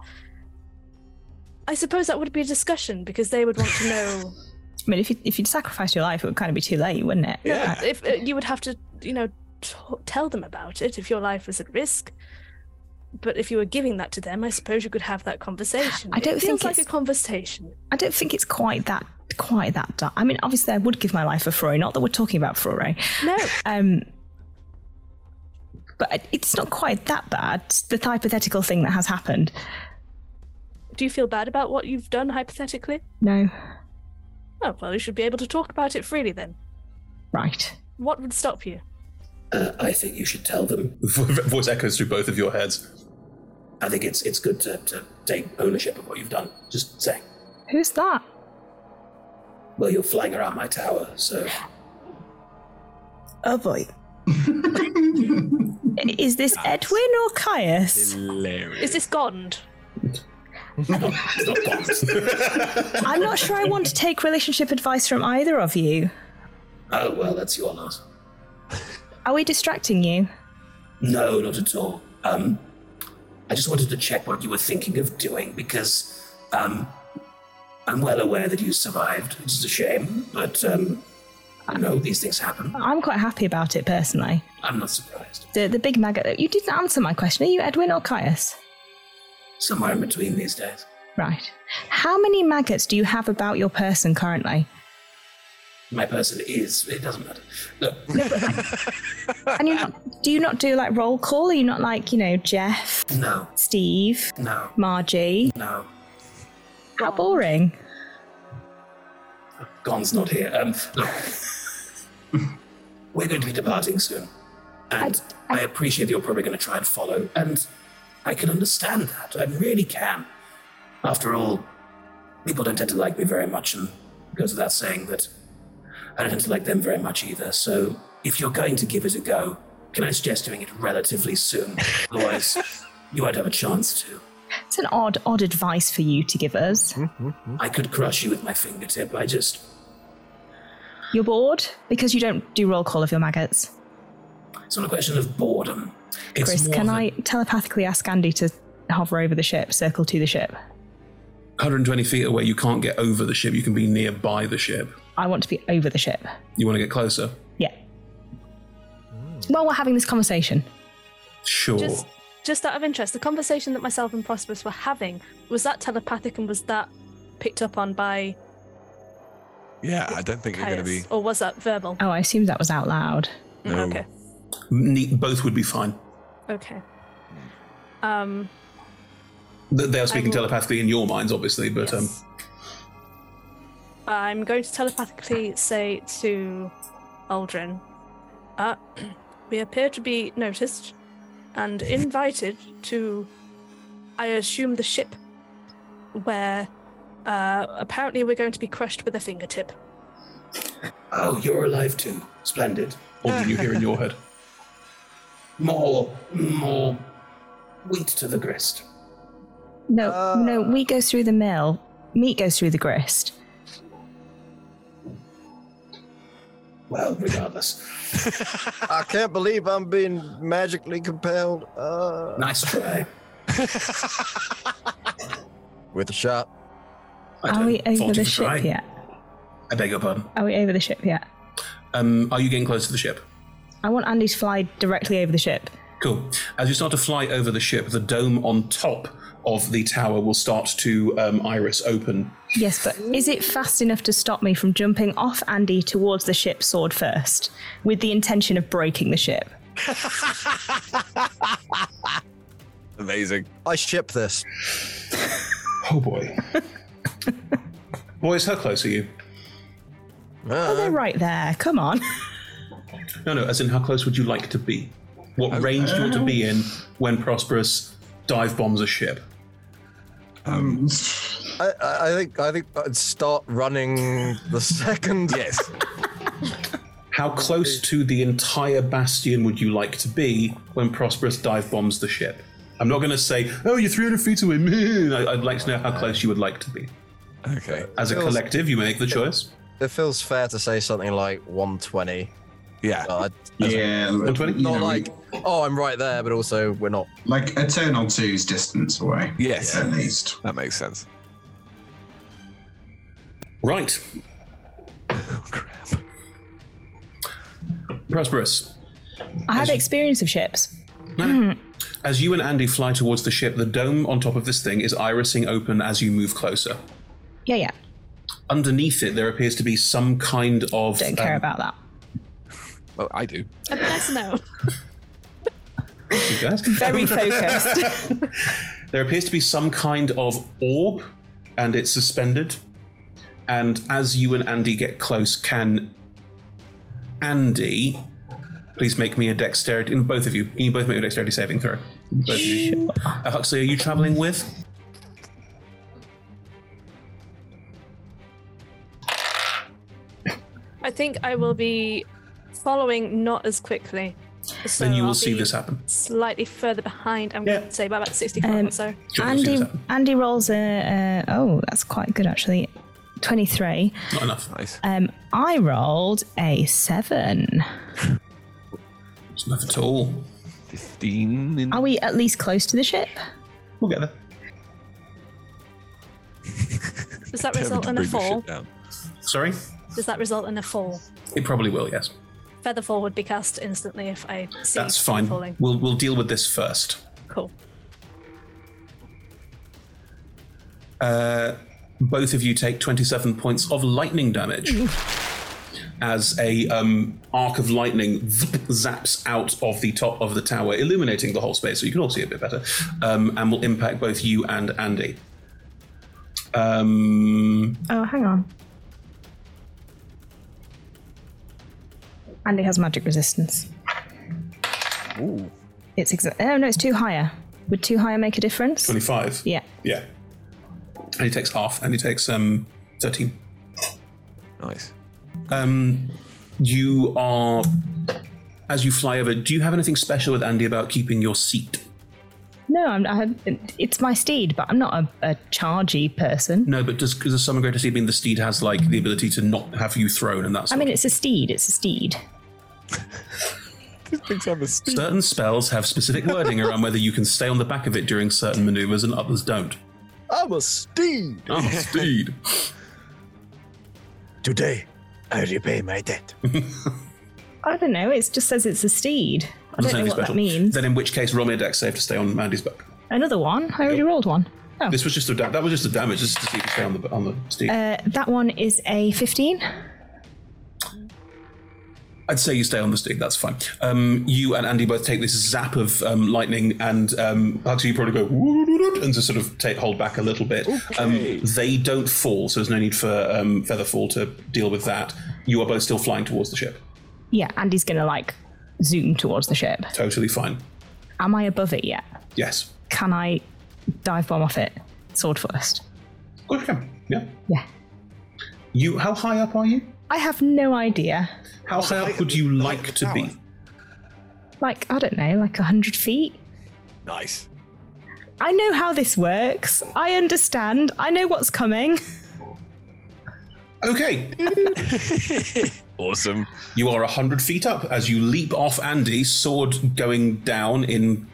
[SPEAKER 7] I suppose that would be a discussion because they would want to know.
[SPEAKER 3] I mean, if you if you'd sacrificed your life, it would kind of be too late, wouldn't it?
[SPEAKER 7] No, if uh, you would have to, you know, t- tell them about it if your life was at risk. But if you were giving that to them, I suppose you could have that conversation.
[SPEAKER 3] I
[SPEAKER 7] It
[SPEAKER 3] don't
[SPEAKER 7] feels
[SPEAKER 3] think
[SPEAKER 7] like a
[SPEAKER 3] it's-
[SPEAKER 7] conversation.
[SPEAKER 3] I don't think it's quite that quite that dark. I mean, obviously, I would give my life for Froy. Not that we're talking about Froy.
[SPEAKER 7] No.
[SPEAKER 3] Um. But it- it's not quite that bad. The hypothetical thing that has happened.
[SPEAKER 7] Do you feel bad about what you've done hypothetically?
[SPEAKER 3] No.
[SPEAKER 7] Oh, well, you should be able to talk about it freely then.
[SPEAKER 3] Right.
[SPEAKER 7] What would stop you?
[SPEAKER 18] Uh, I think you should tell them.
[SPEAKER 2] Voice echoes through both of your heads.
[SPEAKER 18] I think it's it's good to, to take ownership of what you've done. Just saying.
[SPEAKER 3] Who's that?
[SPEAKER 18] Well, you're flying around my tower, so
[SPEAKER 3] Oh boy. Is this Edwin or Caius?
[SPEAKER 17] Hilarious.
[SPEAKER 7] Is this Gond?
[SPEAKER 3] I'm not sure I want to take relationship advice from either of you.
[SPEAKER 18] oh well, that's your lot.
[SPEAKER 3] Are we distracting you?
[SPEAKER 18] No, not at all. Um, I just wanted to check what you were thinking of doing because um, I'm well aware that you survived. It's a shame, but um, you know these things happen.
[SPEAKER 3] I'm quite happy about it personally.
[SPEAKER 18] I'm not surprised.
[SPEAKER 3] The the big maggot. You didn't answer my question. Are you Edwin or Caius?
[SPEAKER 18] Somewhere in between these days.
[SPEAKER 3] Right. How many maggots do you have about your person currently?
[SPEAKER 18] My person is. It doesn't matter. Look,
[SPEAKER 3] And you not, do you not do like roll call? Are you not like you know Jeff,
[SPEAKER 18] no,
[SPEAKER 3] Steve,
[SPEAKER 18] no,
[SPEAKER 3] Margie?
[SPEAKER 18] no.
[SPEAKER 3] How boring.
[SPEAKER 18] Gon's not here. Um, look, we're going to be departing soon, and I, appreciate that you're probably going to try and follow, and I can understand that. I really can. After all, people don't tend to like me very much, and it goes without saying that I don't like them very much either. So if you're going to give it a go, can I suggest doing it relatively soon? Otherwise, you won't have a chance to.
[SPEAKER 3] It's an odd, odd advice for you to give us.
[SPEAKER 18] I could crush you with my fingertip. I just
[SPEAKER 3] You're bored because you don't do roll call of your maggots.
[SPEAKER 18] it's not a question of boredom. It's
[SPEAKER 3] Chris,
[SPEAKER 18] more
[SPEAKER 3] can
[SPEAKER 18] of a-
[SPEAKER 3] I telepathically ask Andy to hover over the ship, circle to the ship?
[SPEAKER 2] 120 feet away, you can't get over the ship. You can be nearby the ship.
[SPEAKER 3] I want to be over the ship.
[SPEAKER 2] You want to get closer?
[SPEAKER 3] While we're having this conversation,
[SPEAKER 2] Sure.
[SPEAKER 7] Just, just out of interest, the conversation that myself and Prosperous were having was that telepathic and was that picked up on by
[SPEAKER 4] Yeah, I don't think
[SPEAKER 7] Caius, or was that verbal?
[SPEAKER 3] oh, I assumed that was out loud.
[SPEAKER 7] Mm, Okay.
[SPEAKER 2] Um, Ne- Both would be fine.
[SPEAKER 7] Okay. Um.
[SPEAKER 2] Th- They are
[SPEAKER 7] I
[SPEAKER 2] speaking
[SPEAKER 7] will-
[SPEAKER 2] telepathically in your minds, obviously, but um,
[SPEAKER 7] I'm going to telepathically say to Aldrin, uh, we appear to be noticed and invited to, I assume, the ship where uh, apparently we're going to be crushed with a fingertip.
[SPEAKER 18] Oh, you're alive too. Splendid.
[SPEAKER 2] All that you hear in your head.
[SPEAKER 18] More, more wheat to the grist.
[SPEAKER 3] No, no,
[SPEAKER 18] Uh.
[SPEAKER 3] wheat goes through the mill, meat goes through the grist.
[SPEAKER 18] Well, regardless.
[SPEAKER 6] I can't believe I'm being magically compelled. Uh,
[SPEAKER 18] Nice try.
[SPEAKER 6] With a shot.
[SPEAKER 3] Are we over the ship yet?
[SPEAKER 2] I beg your pardon.
[SPEAKER 3] Are we over the ship yet?
[SPEAKER 2] Um, are you getting close to the ship?
[SPEAKER 3] I want Andy to fly directly over the ship.
[SPEAKER 2] Cool. As you start to fly over the ship, the dome on top of the tower will start to um, iris open.
[SPEAKER 3] Yes, but is it fast enough to stop me from jumping off Andy towards the ship sword first, with the intention of breaking the ship?
[SPEAKER 4] Amazing.
[SPEAKER 6] I ship this.
[SPEAKER 2] Oh boy. Boys, how close are you?
[SPEAKER 3] oh,
[SPEAKER 18] Um,
[SPEAKER 3] they're right there. Come on.
[SPEAKER 2] No, no, as in how close would you like to be? What range do you want to be in when Prosperous dive bombs a ship?
[SPEAKER 6] Um, I, I I think I think I'd start running the second.
[SPEAKER 4] yes.
[SPEAKER 2] How close to the entire bastion would you like to be when Prosperous dive bombs the ship? I'm not going to say, oh, you're 300 feet away. meh." I- I'd like to know how close you would like to be.
[SPEAKER 4] Uh, Okay.
[SPEAKER 2] As a collective, you make the choice.
[SPEAKER 6] It feels fair to say something like 120.
[SPEAKER 4] Yeah.
[SPEAKER 5] Yeah, 120?
[SPEAKER 6] Not
[SPEAKER 5] you know,
[SPEAKER 6] like, oh, I'm right there, but also we're not.
[SPEAKER 5] Like a turn or two's distance away.
[SPEAKER 4] Yes.
[SPEAKER 5] At least.
[SPEAKER 4] That makes sense.
[SPEAKER 2] Right. Prosperous.
[SPEAKER 3] I have experience of ships. Hmm.
[SPEAKER 2] As you and Andy fly towards the ship, the dome on top of this thing is irising open as you move closer.
[SPEAKER 3] Yeah, yeah.
[SPEAKER 2] Underneath it, there appears to be some kind of. um, Don't
[SPEAKER 3] care about that.
[SPEAKER 4] Well, I do.
[SPEAKER 7] I'd be nice to know.
[SPEAKER 2] You guys.
[SPEAKER 3] Very focused.
[SPEAKER 2] There appears to be some kind of orb, and it's suspended. And as you and Andy get close, can Andy please make me a dexterity? And both of you, can you both make me a dexterity saving throw? Both of you. Uh, Huxley, are you traveling with?
[SPEAKER 7] I think I will be following not as quickly. So
[SPEAKER 2] then you will
[SPEAKER 7] I'll
[SPEAKER 2] see
[SPEAKER 7] be
[SPEAKER 2] this happen.
[SPEAKER 7] Slightly further behind. I'm going to say by about 65 or so.
[SPEAKER 3] Andy, Andy rolls a. Uh, oh, that's quite good actually. Twenty-three.
[SPEAKER 2] Not enough.
[SPEAKER 4] Nice.
[SPEAKER 3] Um, I rolled a seven.
[SPEAKER 2] It's enough at all.
[SPEAKER 4] 15 in.
[SPEAKER 3] Are we at least close to the ship?
[SPEAKER 2] We'll get there.
[SPEAKER 7] Does that result in a fall?
[SPEAKER 2] Sorry?
[SPEAKER 7] Does that result in a fall?
[SPEAKER 2] It probably will, yes.
[SPEAKER 7] Feather fall would be cast instantly if I see
[SPEAKER 2] That's
[SPEAKER 7] feather
[SPEAKER 2] fine.
[SPEAKER 7] falling.
[SPEAKER 2] We'll we'll deal with this first.
[SPEAKER 7] Cool.
[SPEAKER 2] Uh, both of you take 27 points of lightning damage as a um, arc of lightning zaps out of the top of the tower, illuminating the whole space, so you can all see a bit better, um, and will impact both you and Andy. Um,
[SPEAKER 3] Oh, hang on. Andy has magic resistance.
[SPEAKER 2] Ooh.
[SPEAKER 3] It's exa- oh no, it's two higher. Would two higher make a difference?
[SPEAKER 2] 25.
[SPEAKER 3] Yeah.
[SPEAKER 2] Yeah. And he takes half, and he takes um, 13.
[SPEAKER 4] Nice.
[SPEAKER 2] Um, you are, as you fly over, do you have anything special with Andy about keeping your seat?
[SPEAKER 3] No, I'm, I have, it's my steed, but I'm not a, a chargy person.
[SPEAKER 2] No, but does, does the Summon Greater Steed mean the steed has, like, the ability to not have you thrown and that's
[SPEAKER 3] I mean, it's a steed. It's a steed.
[SPEAKER 2] Certain spells have specific wording around whether you can stay on the back of it during certain maneuvers and others don't.
[SPEAKER 17] I'm a steed.
[SPEAKER 2] I'm a steed.
[SPEAKER 17] Today, I repay my debt.
[SPEAKER 3] I don't know. It just says it's a steed. I don't
[SPEAKER 2] Doesn't
[SPEAKER 3] know
[SPEAKER 2] anything
[SPEAKER 3] what
[SPEAKER 2] special.
[SPEAKER 3] that means.
[SPEAKER 2] Then in which case, roll me a dex save to stay on Mandy's back.
[SPEAKER 3] Another one. I already rolled one. Oh.
[SPEAKER 2] This was just a da- that was just a damage. Just to see if you stay on the on the steed.
[SPEAKER 3] Uh, that one is a 15.
[SPEAKER 2] I'd say you stay on the steed. That's fine. Um, you and Andy both take this zap of um, lightning, and um, actually you probably go "Woo-doo-doo-doo," and just sort of take hold back a little bit. Um, they don't fall, so there's no need for um, Featherfall to deal with that. You are both still flying towards the ship.
[SPEAKER 3] Yeah, Andy's going to like zoom towards the ship.
[SPEAKER 2] Totally fine.
[SPEAKER 3] Am I above it yet?
[SPEAKER 2] Yes.
[SPEAKER 3] Can I dive bomb off it? Sword first.
[SPEAKER 2] Good come. Yeah.
[SPEAKER 3] Yeah.
[SPEAKER 2] You. How high up are you?
[SPEAKER 3] I have no idea.
[SPEAKER 2] How high up would you like to be?
[SPEAKER 3] Like, I don't know, like 100 feet?
[SPEAKER 2] Nice.
[SPEAKER 3] I know how this works. I understand. I know what's coming.
[SPEAKER 2] Okay.
[SPEAKER 19] Awesome.
[SPEAKER 2] You are 100 feet up as you leap off Andy, sword going down in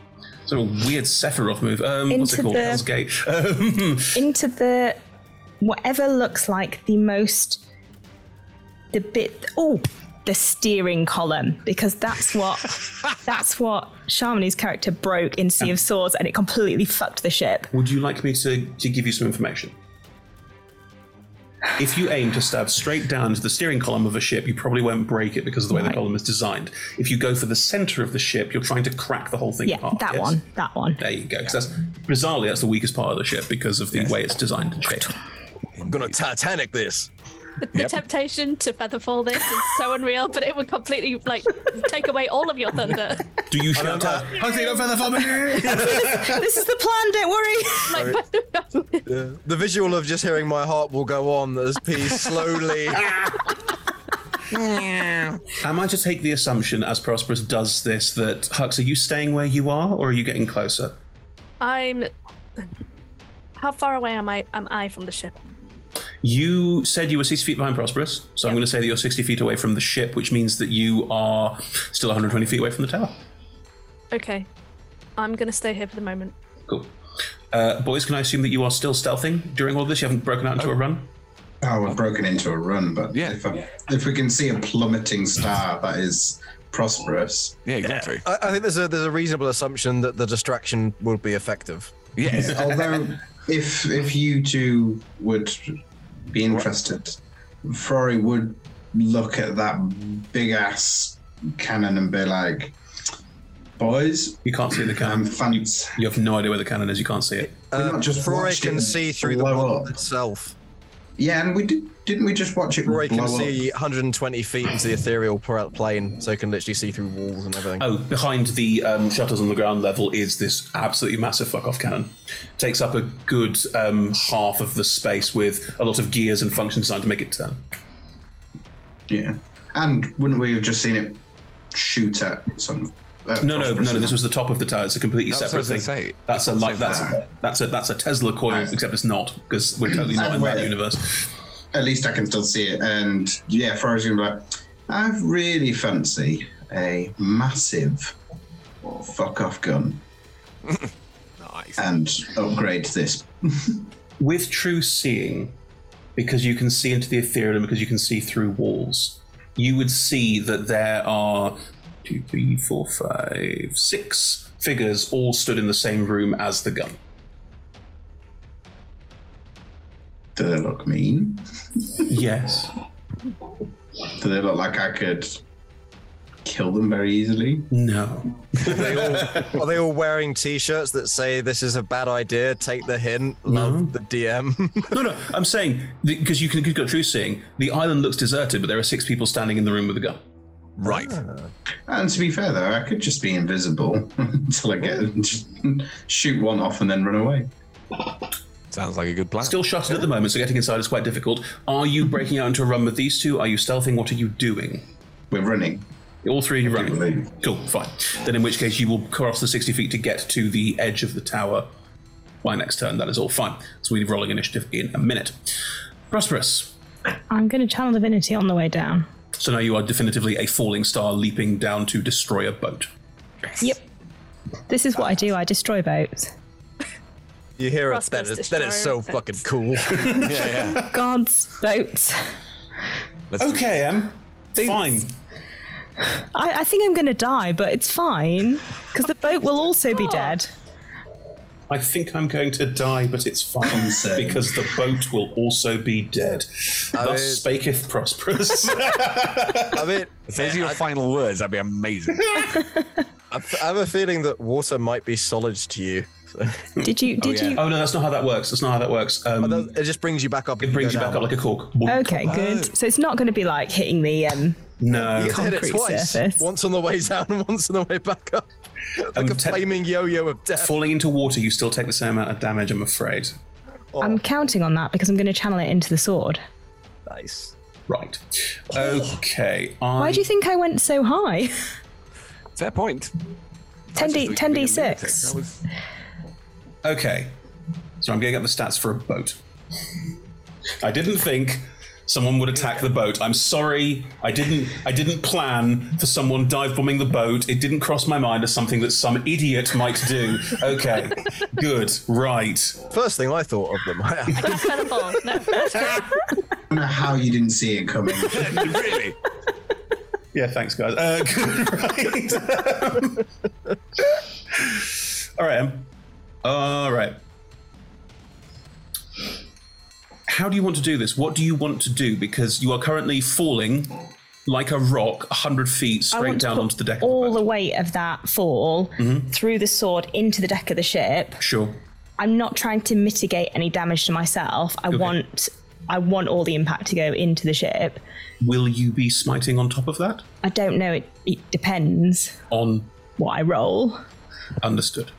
[SPEAKER 2] sort of weird Sephiroth move. Um, what's it
[SPEAKER 3] Into
[SPEAKER 2] called?
[SPEAKER 3] the-
[SPEAKER 2] Hell's Gate. Um,
[SPEAKER 3] Into the. Whatever looks like the most. The bit. Oh! The steering column, because that's what that's what Charmony's character broke in Sea of Swords, and it completely fucked the ship.
[SPEAKER 2] would you like me to, to give you some information? If you aim to stab straight down to the steering column of a ship, you probably won't break it because of the way the column is designed. If you go for the center of the ship, you're trying to crack the whole thing
[SPEAKER 3] Yeah,
[SPEAKER 6] oh,
[SPEAKER 2] apart.
[SPEAKER 3] that
[SPEAKER 2] yes?
[SPEAKER 3] one. That one.
[SPEAKER 2] There you go. 'cause that's bizarrely that's the weakest part of the ship because of the way it's designed and shaped.
[SPEAKER 6] I'm gonna Titanic this.
[SPEAKER 7] The, the temptation to featherfall this is so unreal, but it would completely like take away all of your thunder.
[SPEAKER 2] Do you shout out? Hopefully, don't feather for
[SPEAKER 3] this is the plan. Don't worry.
[SPEAKER 6] The, the visual of just hearing my heart will go on as P slowly.
[SPEAKER 2] Am I to take the assumption, as Prosperous does this, that Hux, are you staying where you are, or are you getting closer?
[SPEAKER 7] I'm. How far away am I? Am I from the ship?
[SPEAKER 2] You said you were 60 feet behind Prosperous, so I'm going to say that you're 60 feet away from the ship, which means that you are still 120 feet away from the tower.
[SPEAKER 7] Okay, I'm gonna stay here for the moment.
[SPEAKER 2] Cool. Uh, boys, can I assume that you are still stealthing during all this? You haven't broken out into a
[SPEAKER 5] Uh,
[SPEAKER 2] run?
[SPEAKER 5] Oh, we've broken into a run, but if, I, if we can see a plummeting star, that is prosperous.
[SPEAKER 19] Yeah, exactly.
[SPEAKER 6] I, I think there's a there's a reasonable assumption that the distraction will be effective.
[SPEAKER 19] Yes.
[SPEAKER 5] Although, if if you two would be interested, Frory would look at that big ass cannon and be like, "Boys,
[SPEAKER 2] you can't see the
[SPEAKER 5] cannon. fans.
[SPEAKER 2] You have no idea where the cannon is, you can't see it.
[SPEAKER 5] um, We're not just
[SPEAKER 6] Roy
[SPEAKER 5] watching
[SPEAKER 6] Uh, can
[SPEAKER 5] it
[SPEAKER 6] see through the
[SPEAKER 5] blow
[SPEAKER 6] wall
[SPEAKER 5] up.
[SPEAKER 6] itself.
[SPEAKER 5] Yeah, and we did. Didn't we just watch it
[SPEAKER 6] Roy can
[SPEAKER 5] blow up?
[SPEAKER 6] see 120 feet into the ethereal pl- plane, so he can literally see through walls and everything.
[SPEAKER 2] Oh, behind the um, shutters on the ground level is this absolutely massive fuck off cannon. Takes up a good um, half of the space with a lot of gears and functions designed to make it turn.
[SPEAKER 5] Yeah, and wouldn't we have just seen it shoot at some? uh,
[SPEAKER 2] no, no, no,
[SPEAKER 5] prosperous
[SPEAKER 2] no. This was the top of the tower. It's a completely
[SPEAKER 5] That's what I
[SPEAKER 2] separate
[SPEAKER 5] was
[SPEAKER 2] thing.
[SPEAKER 5] gonna
[SPEAKER 2] That's a like that's a, that's a that's a Tesla coil, except it's not because we're totally not in that
[SPEAKER 5] Anyway.
[SPEAKER 2] universe.
[SPEAKER 5] at least I can still see it. And yeah, Forrest's gonna be like, I really fancy a massive fuck off gun.
[SPEAKER 6] nice.
[SPEAKER 5] And upgrade this.
[SPEAKER 2] With true seeing, because you can see into the ethereal and because you can see through walls, you would see that there are two, three, four, five, six figures all stood in the same room as the gun.
[SPEAKER 5] Do they look mean?
[SPEAKER 2] Yes.
[SPEAKER 5] Do they look like I could kill them very easily?
[SPEAKER 2] No.
[SPEAKER 6] are, they all, are they all wearing T-shirts that say "This is a bad idea. Take the hint." Love the DM.
[SPEAKER 2] no, no. I'm saying because you can you've got true seeing. The island looks deserted, but there are six people standing in the room with a gun.
[SPEAKER 6] Right.
[SPEAKER 5] And to be fair, though, I could just be invisible until I get just shoot one off and then run away.
[SPEAKER 4] Sounds like a good plan.
[SPEAKER 2] Still shuttered at the moment, so getting inside is quite difficult. Are you breaking out into a run with these two? Are you stealthing? What are you doing?
[SPEAKER 5] We're running.
[SPEAKER 2] All three of you running. Cool, fine. Then, in which case, you will cross the 60 feet to get to the edge of the tower by next turn. That is all fine. So, we'll be rolling initiative in a minute. Prosperous.
[SPEAKER 3] I'm going to channel divinity on the way down.
[SPEAKER 2] So now you are definitively a falling star leaping down to destroy a boat.
[SPEAKER 3] Yep. This is what I do. I destroy boats.
[SPEAKER 6] You hear it? That is, that is so fucking cool. yeah, yeah.
[SPEAKER 3] God's boats.
[SPEAKER 2] okay, Em. Fine.
[SPEAKER 3] I, I think I'm going to die, but it's fine because the boat will also be dead.
[SPEAKER 2] I think I'm going to die, but it's fine because the boat will also be dead. Thus spaketh prosperous.
[SPEAKER 6] I mean,
[SPEAKER 4] If those are your final words, that'd be amazing.
[SPEAKER 6] I I have a feeling that water might be solid to you.
[SPEAKER 3] Did you? Did you?
[SPEAKER 2] Oh no, that's not how that works. That's not how that works. Um,
[SPEAKER 6] Oh, it just brings you back up.
[SPEAKER 2] It brings you back up like a cork.
[SPEAKER 3] Okay, good. So it's not going to be like hitting the um.
[SPEAKER 2] No,
[SPEAKER 6] You hit it
[SPEAKER 3] Concrete
[SPEAKER 6] twice.
[SPEAKER 3] surface.
[SPEAKER 6] Once on the way down, and once on the way back up. Like
[SPEAKER 2] Um,
[SPEAKER 6] a
[SPEAKER 2] te-
[SPEAKER 6] flaming yo-yo of death.
[SPEAKER 2] Falling into water, you still take the same amount of damage. I'm afraid.
[SPEAKER 3] I'm counting on that because I'm going to channel it into the sword.
[SPEAKER 6] Nice.
[SPEAKER 2] Right. Okay. I...
[SPEAKER 3] Why do you think I went so high?
[SPEAKER 4] Fair point.
[SPEAKER 3] 10 d 10 d6.
[SPEAKER 2] Okay. So I'm getting up the stats for a boat. I didn't think someone would attack the boat. I'm sorry. I didn't I didn't plan for someone dive bombing the boat. It didn't cross my mind as something that some idiot might do. Okay. Good. Right.
[SPEAKER 6] First thing I thought of them. I
[SPEAKER 5] don't know how you didn't see it coming.
[SPEAKER 6] really?
[SPEAKER 2] Yeah, thanks guys. Uh, good, right. All right. Em. All right. How do you want to do this? What do you want to do? Because you are currently falling like a rock, hundred feet
[SPEAKER 3] I
[SPEAKER 2] straight
[SPEAKER 3] want to
[SPEAKER 2] down
[SPEAKER 3] put
[SPEAKER 2] onto the deck.
[SPEAKER 3] All the weight of that fall through the sword into the deck of the ship.
[SPEAKER 2] Sure.
[SPEAKER 3] I'm not trying to mitigate any damage to myself. I want I want all the impact to go into the ship.
[SPEAKER 2] Will you be smiting on top of that?
[SPEAKER 3] I don't know. It, it depends
[SPEAKER 2] On
[SPEAKER 3] what I roll.
[SPEAKER 2] understood.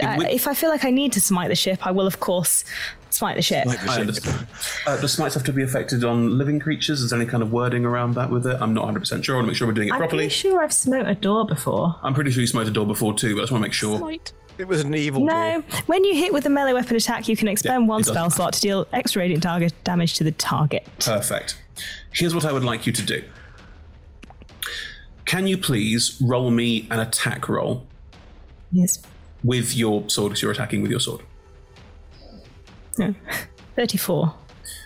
[SPEAKER 3] Uh, if I feel like I need to smite the ship, I will of course smite the ship.
[SPEAKER 2] I understand. Uh, the smites have to be affected on living creatures. Is there any kind of wording around that with it? I'm not 100 percent sure. I want to make sure we're doing it
[SPEAKER 3] I'm
[SPEAKER 2] properly.
[SPEAKER 3] pretty sure I've smote a door before.
[SPEAKER 2] I'm pretty sure you smote a door before too, but I just want to make sure.
[SPEAKER 6] It was an evil
[SPEAKER 3] No, when you hit with a melee weapon attack, you can expend one
[SPEAKER 2] doesn't
[SPEAKER 3] spell slot to deal extra radiant target damage to the target.
[SPEAKER 2] Perfect. Here's what I would like you to do. Can you please roll me an attack roll
[SPEAKER 3] Yes.
[SPEAKER 2] with your sword? Because you're attacking with your sword.
[SPEAKER 3] No. 34.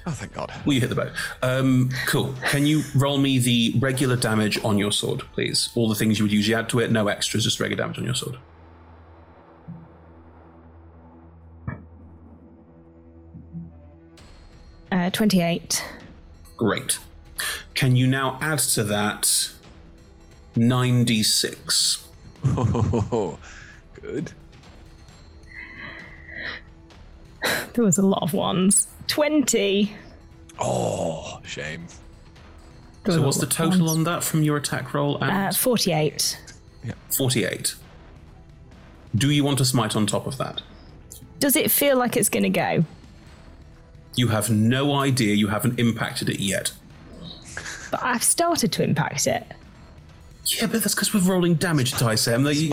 [SPEAKER 6] Oh, thank God.
[SPEAKER 2] Well, you hit the boat. Um, cool. Can you roll me the regular damage on your sword, please? All the things you would usually add to it, no extras, just regular damage on your sword.
[SPEAKER 3] Uh, 28.
[SPEAKER 2] Great. Can you now add to that 9d6?
[SPEAKER 4] Good.
[SPEAKER 3] There was a lot of ones. 20.
[SPEAKER 4] Oh, shame.
[SPEAKER 2] So, what's the total on that from your attack roll? And
[SPEAKER 3] Uh, 48. Uh,
[SPEAKER 2] 48. Do you want to smite on top of that?
[SPEAKER 3] Does it feel like it's going to go?
[SPEAKER 2] You have no idea. You haven't impacted it yet.
[SPEAKER 3] But I've started to impact it.
[SPEAKER 2] Yeah, but that's because we're rolling damage dice, Em. That you,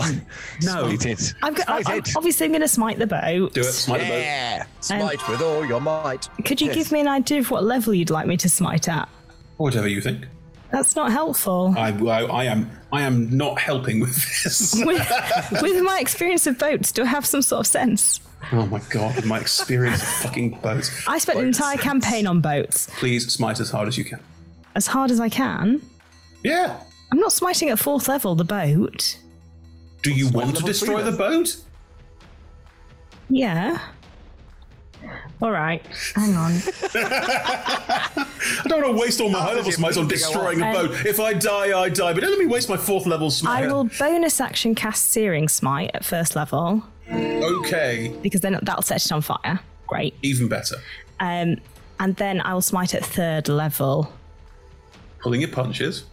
[SPEAKER 2] no,
[SPEAKER 3] I'm go- I- I'm- obviously, I'm going to smite the boat.
[SPEAKER 2] Do it. Smite
[SPEAKER 6] Yeah.
[SPEAKER 3] Um,
[SPEAKER 6] Smite with all your might.
[SPEAKER 3] Could you
[SPEAKER 6] Yes.
[SPEAKER 3] give me an idea of what level you'd like me to smite at?
[SPEAKER 2] or whatever you think.
[SPEAKER 3] That's not helpful.
[SPEAKER 2] I, I, I am, I am not helping with this.
[SPEAKER 3] with, with my experience of boats, do I have some sort of sense?
[SPEAKER 2] oh my god, my experience of fucking boats.
[SPEAKER 3] I spent an entire campaign on boats,
[SPEAKER 2] Please smite as hard as you can.
[SPEAKER 3] as hard as I can.
[SPEAKER 2] Yeah.
[SPEAKER 3] I'm not smiting at fourth level the boat.
[SPEAKER 2] Do you want to
[SPEAKER 3] level three
[SPEAKER 2] destroy the
[SPEAKER 3] then.
[SPEAKER 2] boat?
[SPEAKER 3] Yeah. All right. Hang on.
[SPEAKER 2] I don't want to waste all my high level smites on destroying a
[SPEAKER 3] Um,
[SPEAKER 2] boat. If I die, I die. But don't let me waste my fourth level smite.
[SPEAKER 3] I will bonus action cast Searing Smite at first level
[SPEAKER 2] Okay,
[SPEAKER 3] because then that'll set it on fire. Great.
[SPEAKER 2] even better.
[SPEAKER 3] Um, and then I will smite at third level.
[SPEAKER 2] Pulling your punches.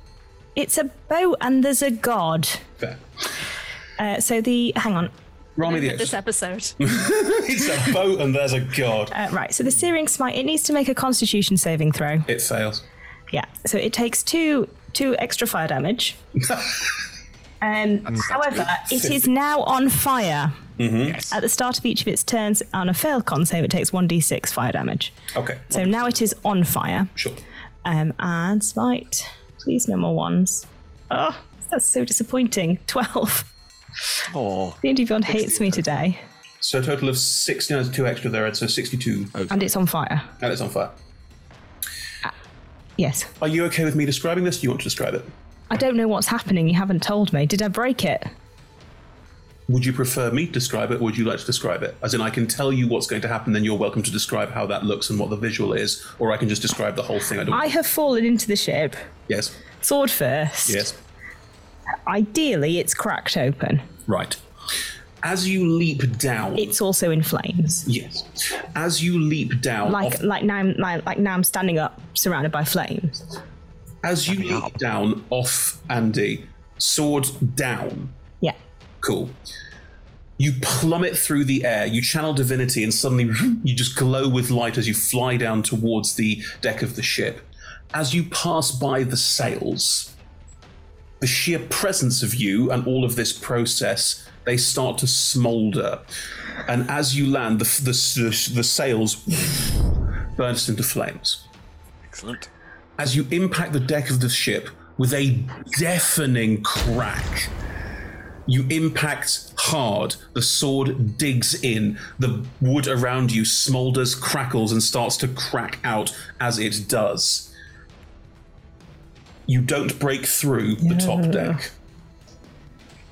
[SPEAKER 3] It's a boat and there's a god.
[SPEAKER 2] Fair.
[SPEAKER 3] Uh, so the hang on,
[SPEAKER 2] Roll me
[SPEAKER 20] Remember
[SPEAKER 2] the
[SPEAKER 20] this episode.
[SPEAKER 2] it's a boat and there's a god.
[SPEAKER 3] Uh, right, so the Searing Smite, it needs to make a Constitution saving throw.
[SPEAKER 2] It fails.
[SPEAKER 3] Yeah, so it takes two two extra fire damage.
[SPEAKER 2] Mm-hmm.
[SPEAKER 3] um,
[SPEAKER 2] That's-
[SPEAKER 3] however,
[SPEAKER 2] that's
[SPEAKER 3] it
[SPEAKER 2] good.
[SPEAKER 3] is now on fire.
[SPEAKER 2] Mm-hmm.
[SPEAKER 3] At the start of each of its turns on a failed con save, it takes 1d6 fire damage.
[SPEAKER 2] Okay.
[SPEAKER 3] So now it is on fire.
[SPEAKER 2] Sure.
[SPEAKER 3] Um, and Smite, please no more ones. Oh, that's so disappointing. 12.
[SPEAKER 2] Oh.
[SPEAKER 3] D&D Beyond hates me today.
[SPEAKER 2] So a total of 69 is two extra there, Ed, so 62.
[SPEAKER 3] And it's on fire.
[SPEAKER 2] And it's on fire.
[SPEAKER 3] Yes.
[SPEAKER 2] Are you okay with me describing this? Do you want to describe it?
[SPEAKER 3] I don't know what's happening. You haven't told me. Did I break it?
[SPEAKER 2] Would you prefer me to describe it, or would you like to describe it? As in, I can tell you what's going to happen, then you're welcome to describe how that looks and what the visual is, or I can just describe the whole thing. I don't.
[SPEAKER 3] I have fallen into the ship,
[SPEAKER 2] yes.
[SPEAKER 3] sword first.
[SPEAKER 2] Yes.
[SPEAKER 3] Ideally, it's cracked open.
[SPEAKER 2] Right. As you leap down.
[SPEAKER 3] It's also in flames.
[SPEAKER 2] Yes. As you leap down.
[SPEAKER 3] Like like now I'm like, like now I'm standing up, surrounded by flames.
[SPEAKER 2] As you leap down off Andy, sword down.
[SPEAKER 3] Yeah.
[SPEAKER 2] Cool. You plummet through the air, you channel divinity, and suddenly you just glow with light as you fly down towards the deck of the ship. As you pass by the sails, the sheer presence of you and all of this process, they start to smolder. And as you land, the, the, the, the sails burst into flames.
[SPEAKER 21] Excellent.
[SPEAKER 2] As you impact the deck of the ship with a deafening crack, you impact hard. The sword digs in. The wood around you smolders, crackles, and starts to crack out as it does. You don't break through the top deck.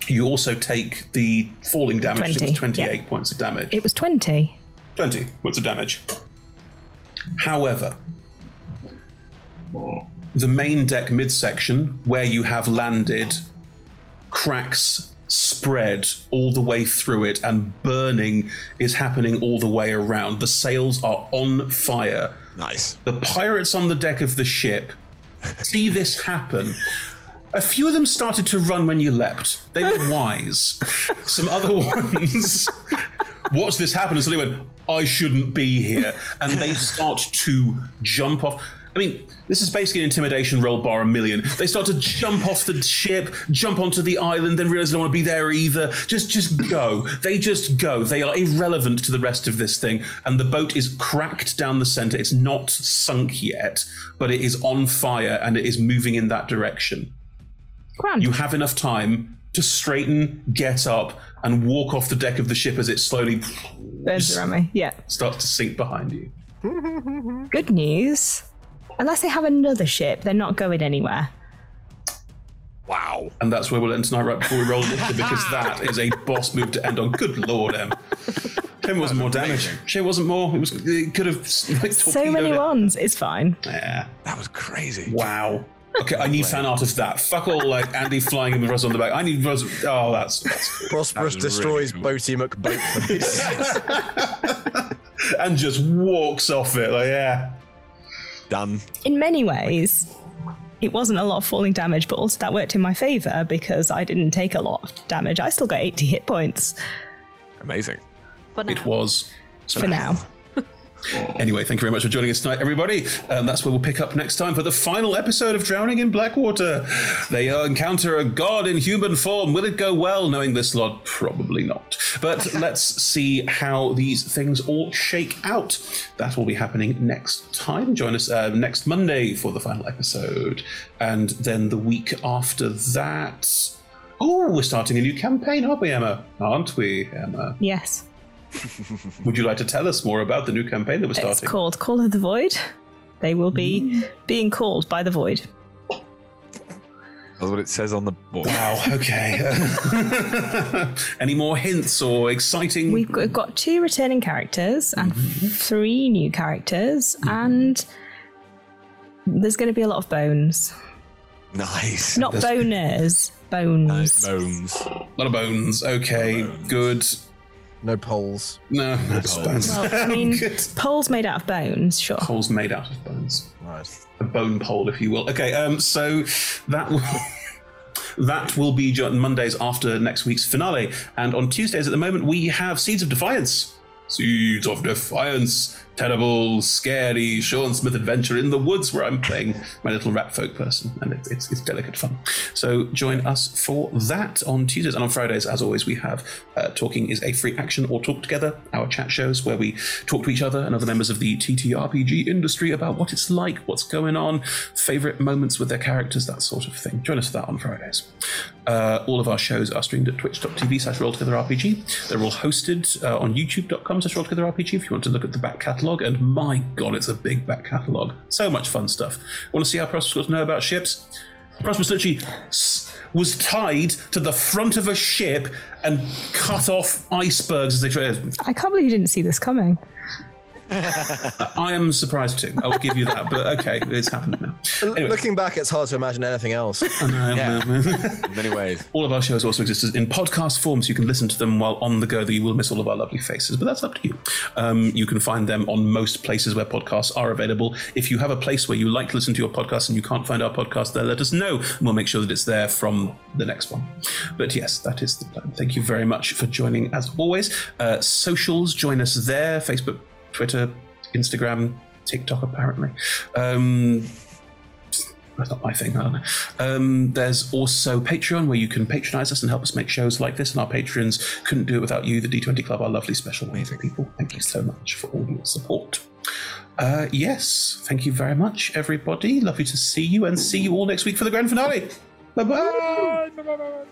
[SPEAKER 2] You also take the falling
[SPEAKER 3] 20,
[SPEAKER 2] damage, which is 28 points of damage.
[SPEAKER 3] It was twenty.
[SPEAKER 2] 20 points of damage. However, the main deck midsection, where you have landed, cracks spread all the way through it, and burning is happening all the way around. The sails are on fire.
[SPEAKER 21] Nice.
[SPEAKER 2] The pirates on the deck of the ship see this happen. A few of them started to run when you leapt. They were wise. Some other ones watched this happen and suddenly went, I shouldn't be here. And they start to jump off. I mean, this is basically an intimidation roll bar a million. They start to jump off the ship, jump onto the island, then realize they don't want to be there either. Just just go. They just go. They are irrelevant to the rest of this thing. And the boat is cracked down the center. It's not sunk yet, but it is on fire and it is moving in that direction. You have enough time to straighten, get up, and walk off the deck of the ship as it slowly
[SPEAKER 3] Burns around me. Yeah.
[SPEAKER 2] starts to sink behind you.
[SPEAKER 3] Good news. Unless they have another ship, they're not going anywhere.
[SPEAKER 2] Wow. And that's where we'll end tonight, right before we roll initiative, because that is a boss move to end on. Good lord, Em. Shame it wasn't more damage. Shame it wasn't more. It was. It could have. Like,
[SPEAKER 3] So many ones. It's fine.
[SPEAKER 2] Yeah.
[SPEAKER 21] That was crazy.
[SPEAKER 2] Wow. Okay, I need fan art of that. Fuck all like Andy flying him with Russ on the back. I need Russ. Oh, that's. that's
[SPEAKER 22] Prosperous destroys Boaty McBoat.
[SPEAKER 2] and just walks off it. Like, yeah.
[SPEAKER 21] Done.
[SPEAKER 3] In many ways, it wasn't a lot of falling damage, but also that worked in my favour because I didn't take a lot of damage. I still got 80 hit points
[SPEAKER 21] Amazing.
[SPEAKER 2] It was.
[SPEAKER 3] for now.
[SPEAKER 2] Anyway, thank you very much for joining us tonight, everybody. Um, that's where we'll pick up next time for the final episode of Drowning in Blackwater. They uh, encounter a god in human form. Will it go well? Knowing this lot, probably not. But let's see how these things all shake out. That will be happening next time. Join us uh, next Monday for the final episode. And then the week after that. Oh, we're starting a new campaign, aren't we, Emma? Aren't we, Emma?
[SPEAKER 3] Yes.
[SPEAKER 2] Would you like to tell us more about the new campaign that we're starting? Mm.
[SPEAKER 3] It's called Call of the Void. They will be being called by the Void.
[SPEAKER 21] That's what it says on the board.
[SPEAKER 2] Wow. Okay. Any more hints or exciting?
[SPEAKER 3] We've got, we've got two returning characters and
[SPEAKER 2] Mm-hmm.
[SPEAKER 3] three new characters, and there's going to be a lot of bones.
[SPEAKER 21] Nice.
[SPEAKER 3] Not
[SPEAKER 2] There's-
[SPEAKER 3] boners, bones.
[SPEAKER 21] bones.
[SPEAKER 2] A lot of bones. Okay. Good.
[SPEAKER 22] No poles.
[SPEAKER 2] No. No bones.
[SPEAKER 3] Well, I mean, poles made out of bones, sure.
[SPEAKER 2] Poles made out of bones. Right. A bone pole, if you will. Okay. Um. So that will. That will be jo- Mondays after next week's finale. And on Tuesdays at the moment, we have Seeds of Defiance. Seeds of Defiance. Terrible, scary Sean Smith adventure in the woods where I'm playing my little rat folk person. And it, it's, it's delicate fun. So join us for that on Tuesdays. And on Fridays, as always, we have uh, Talking is a Free Action or Talk Together, our chat shows where we talk to each other and other members of the TTRPG industry about what it's like, what's going on, favorite moments with their characters, that sort of thing. Join us for that on Fridays. Uh, all of our shows are streamed at twitch.tv slash rolltogetherrpg. They're all hosted uh, on youtube.com slash rolltogetherrpg if you want to look at the back catalogue. And my god, it's a big back catalogue. So much fun stuff. Want to see how Prosperous got to know about ships? Prosperous literally s- was tied to the front of a ship and cut off icebergs as they tried.
[SPEAKER 23] I can't believe you didn't see this coming.
[SPEAKER 2] I am surprised too. I'll give you that, but okay, it's happened now.
[SPEAKER 6] Looking back, it's hard to imagine anything else.
[SPEAKER 2] I know, I know.
[SPEAKER 4] many ways.
[SPEAKER 2] All of our shows also exist as- in podcast form, so you can listen to them while on the go, though you will miss all of our lovely faces, but that's up to you. Um, you can find them on most places where podcasts are available. If you have a place where you like to listen to your podcast and you can't find our podcast there, let us know, and we'll make sure that it's there from the next one. But yes, that is the plan. Thank you very much for joining, as always. Uh, socials, join us there Facebook, Twitter, Instagram, TikTok, apparently. Um, that's not my thing. I don't know. Um, there's also Patreon where you can patronize us and help us make shows like this. And our patrons couldn't do it without you, the D20 Club, our lovely, special, amazing people. Thank you so much for all your support. Uh, yes, thank you very much, everybody. Lovely to see you, and see you all next week for the grand finale. Bye bye.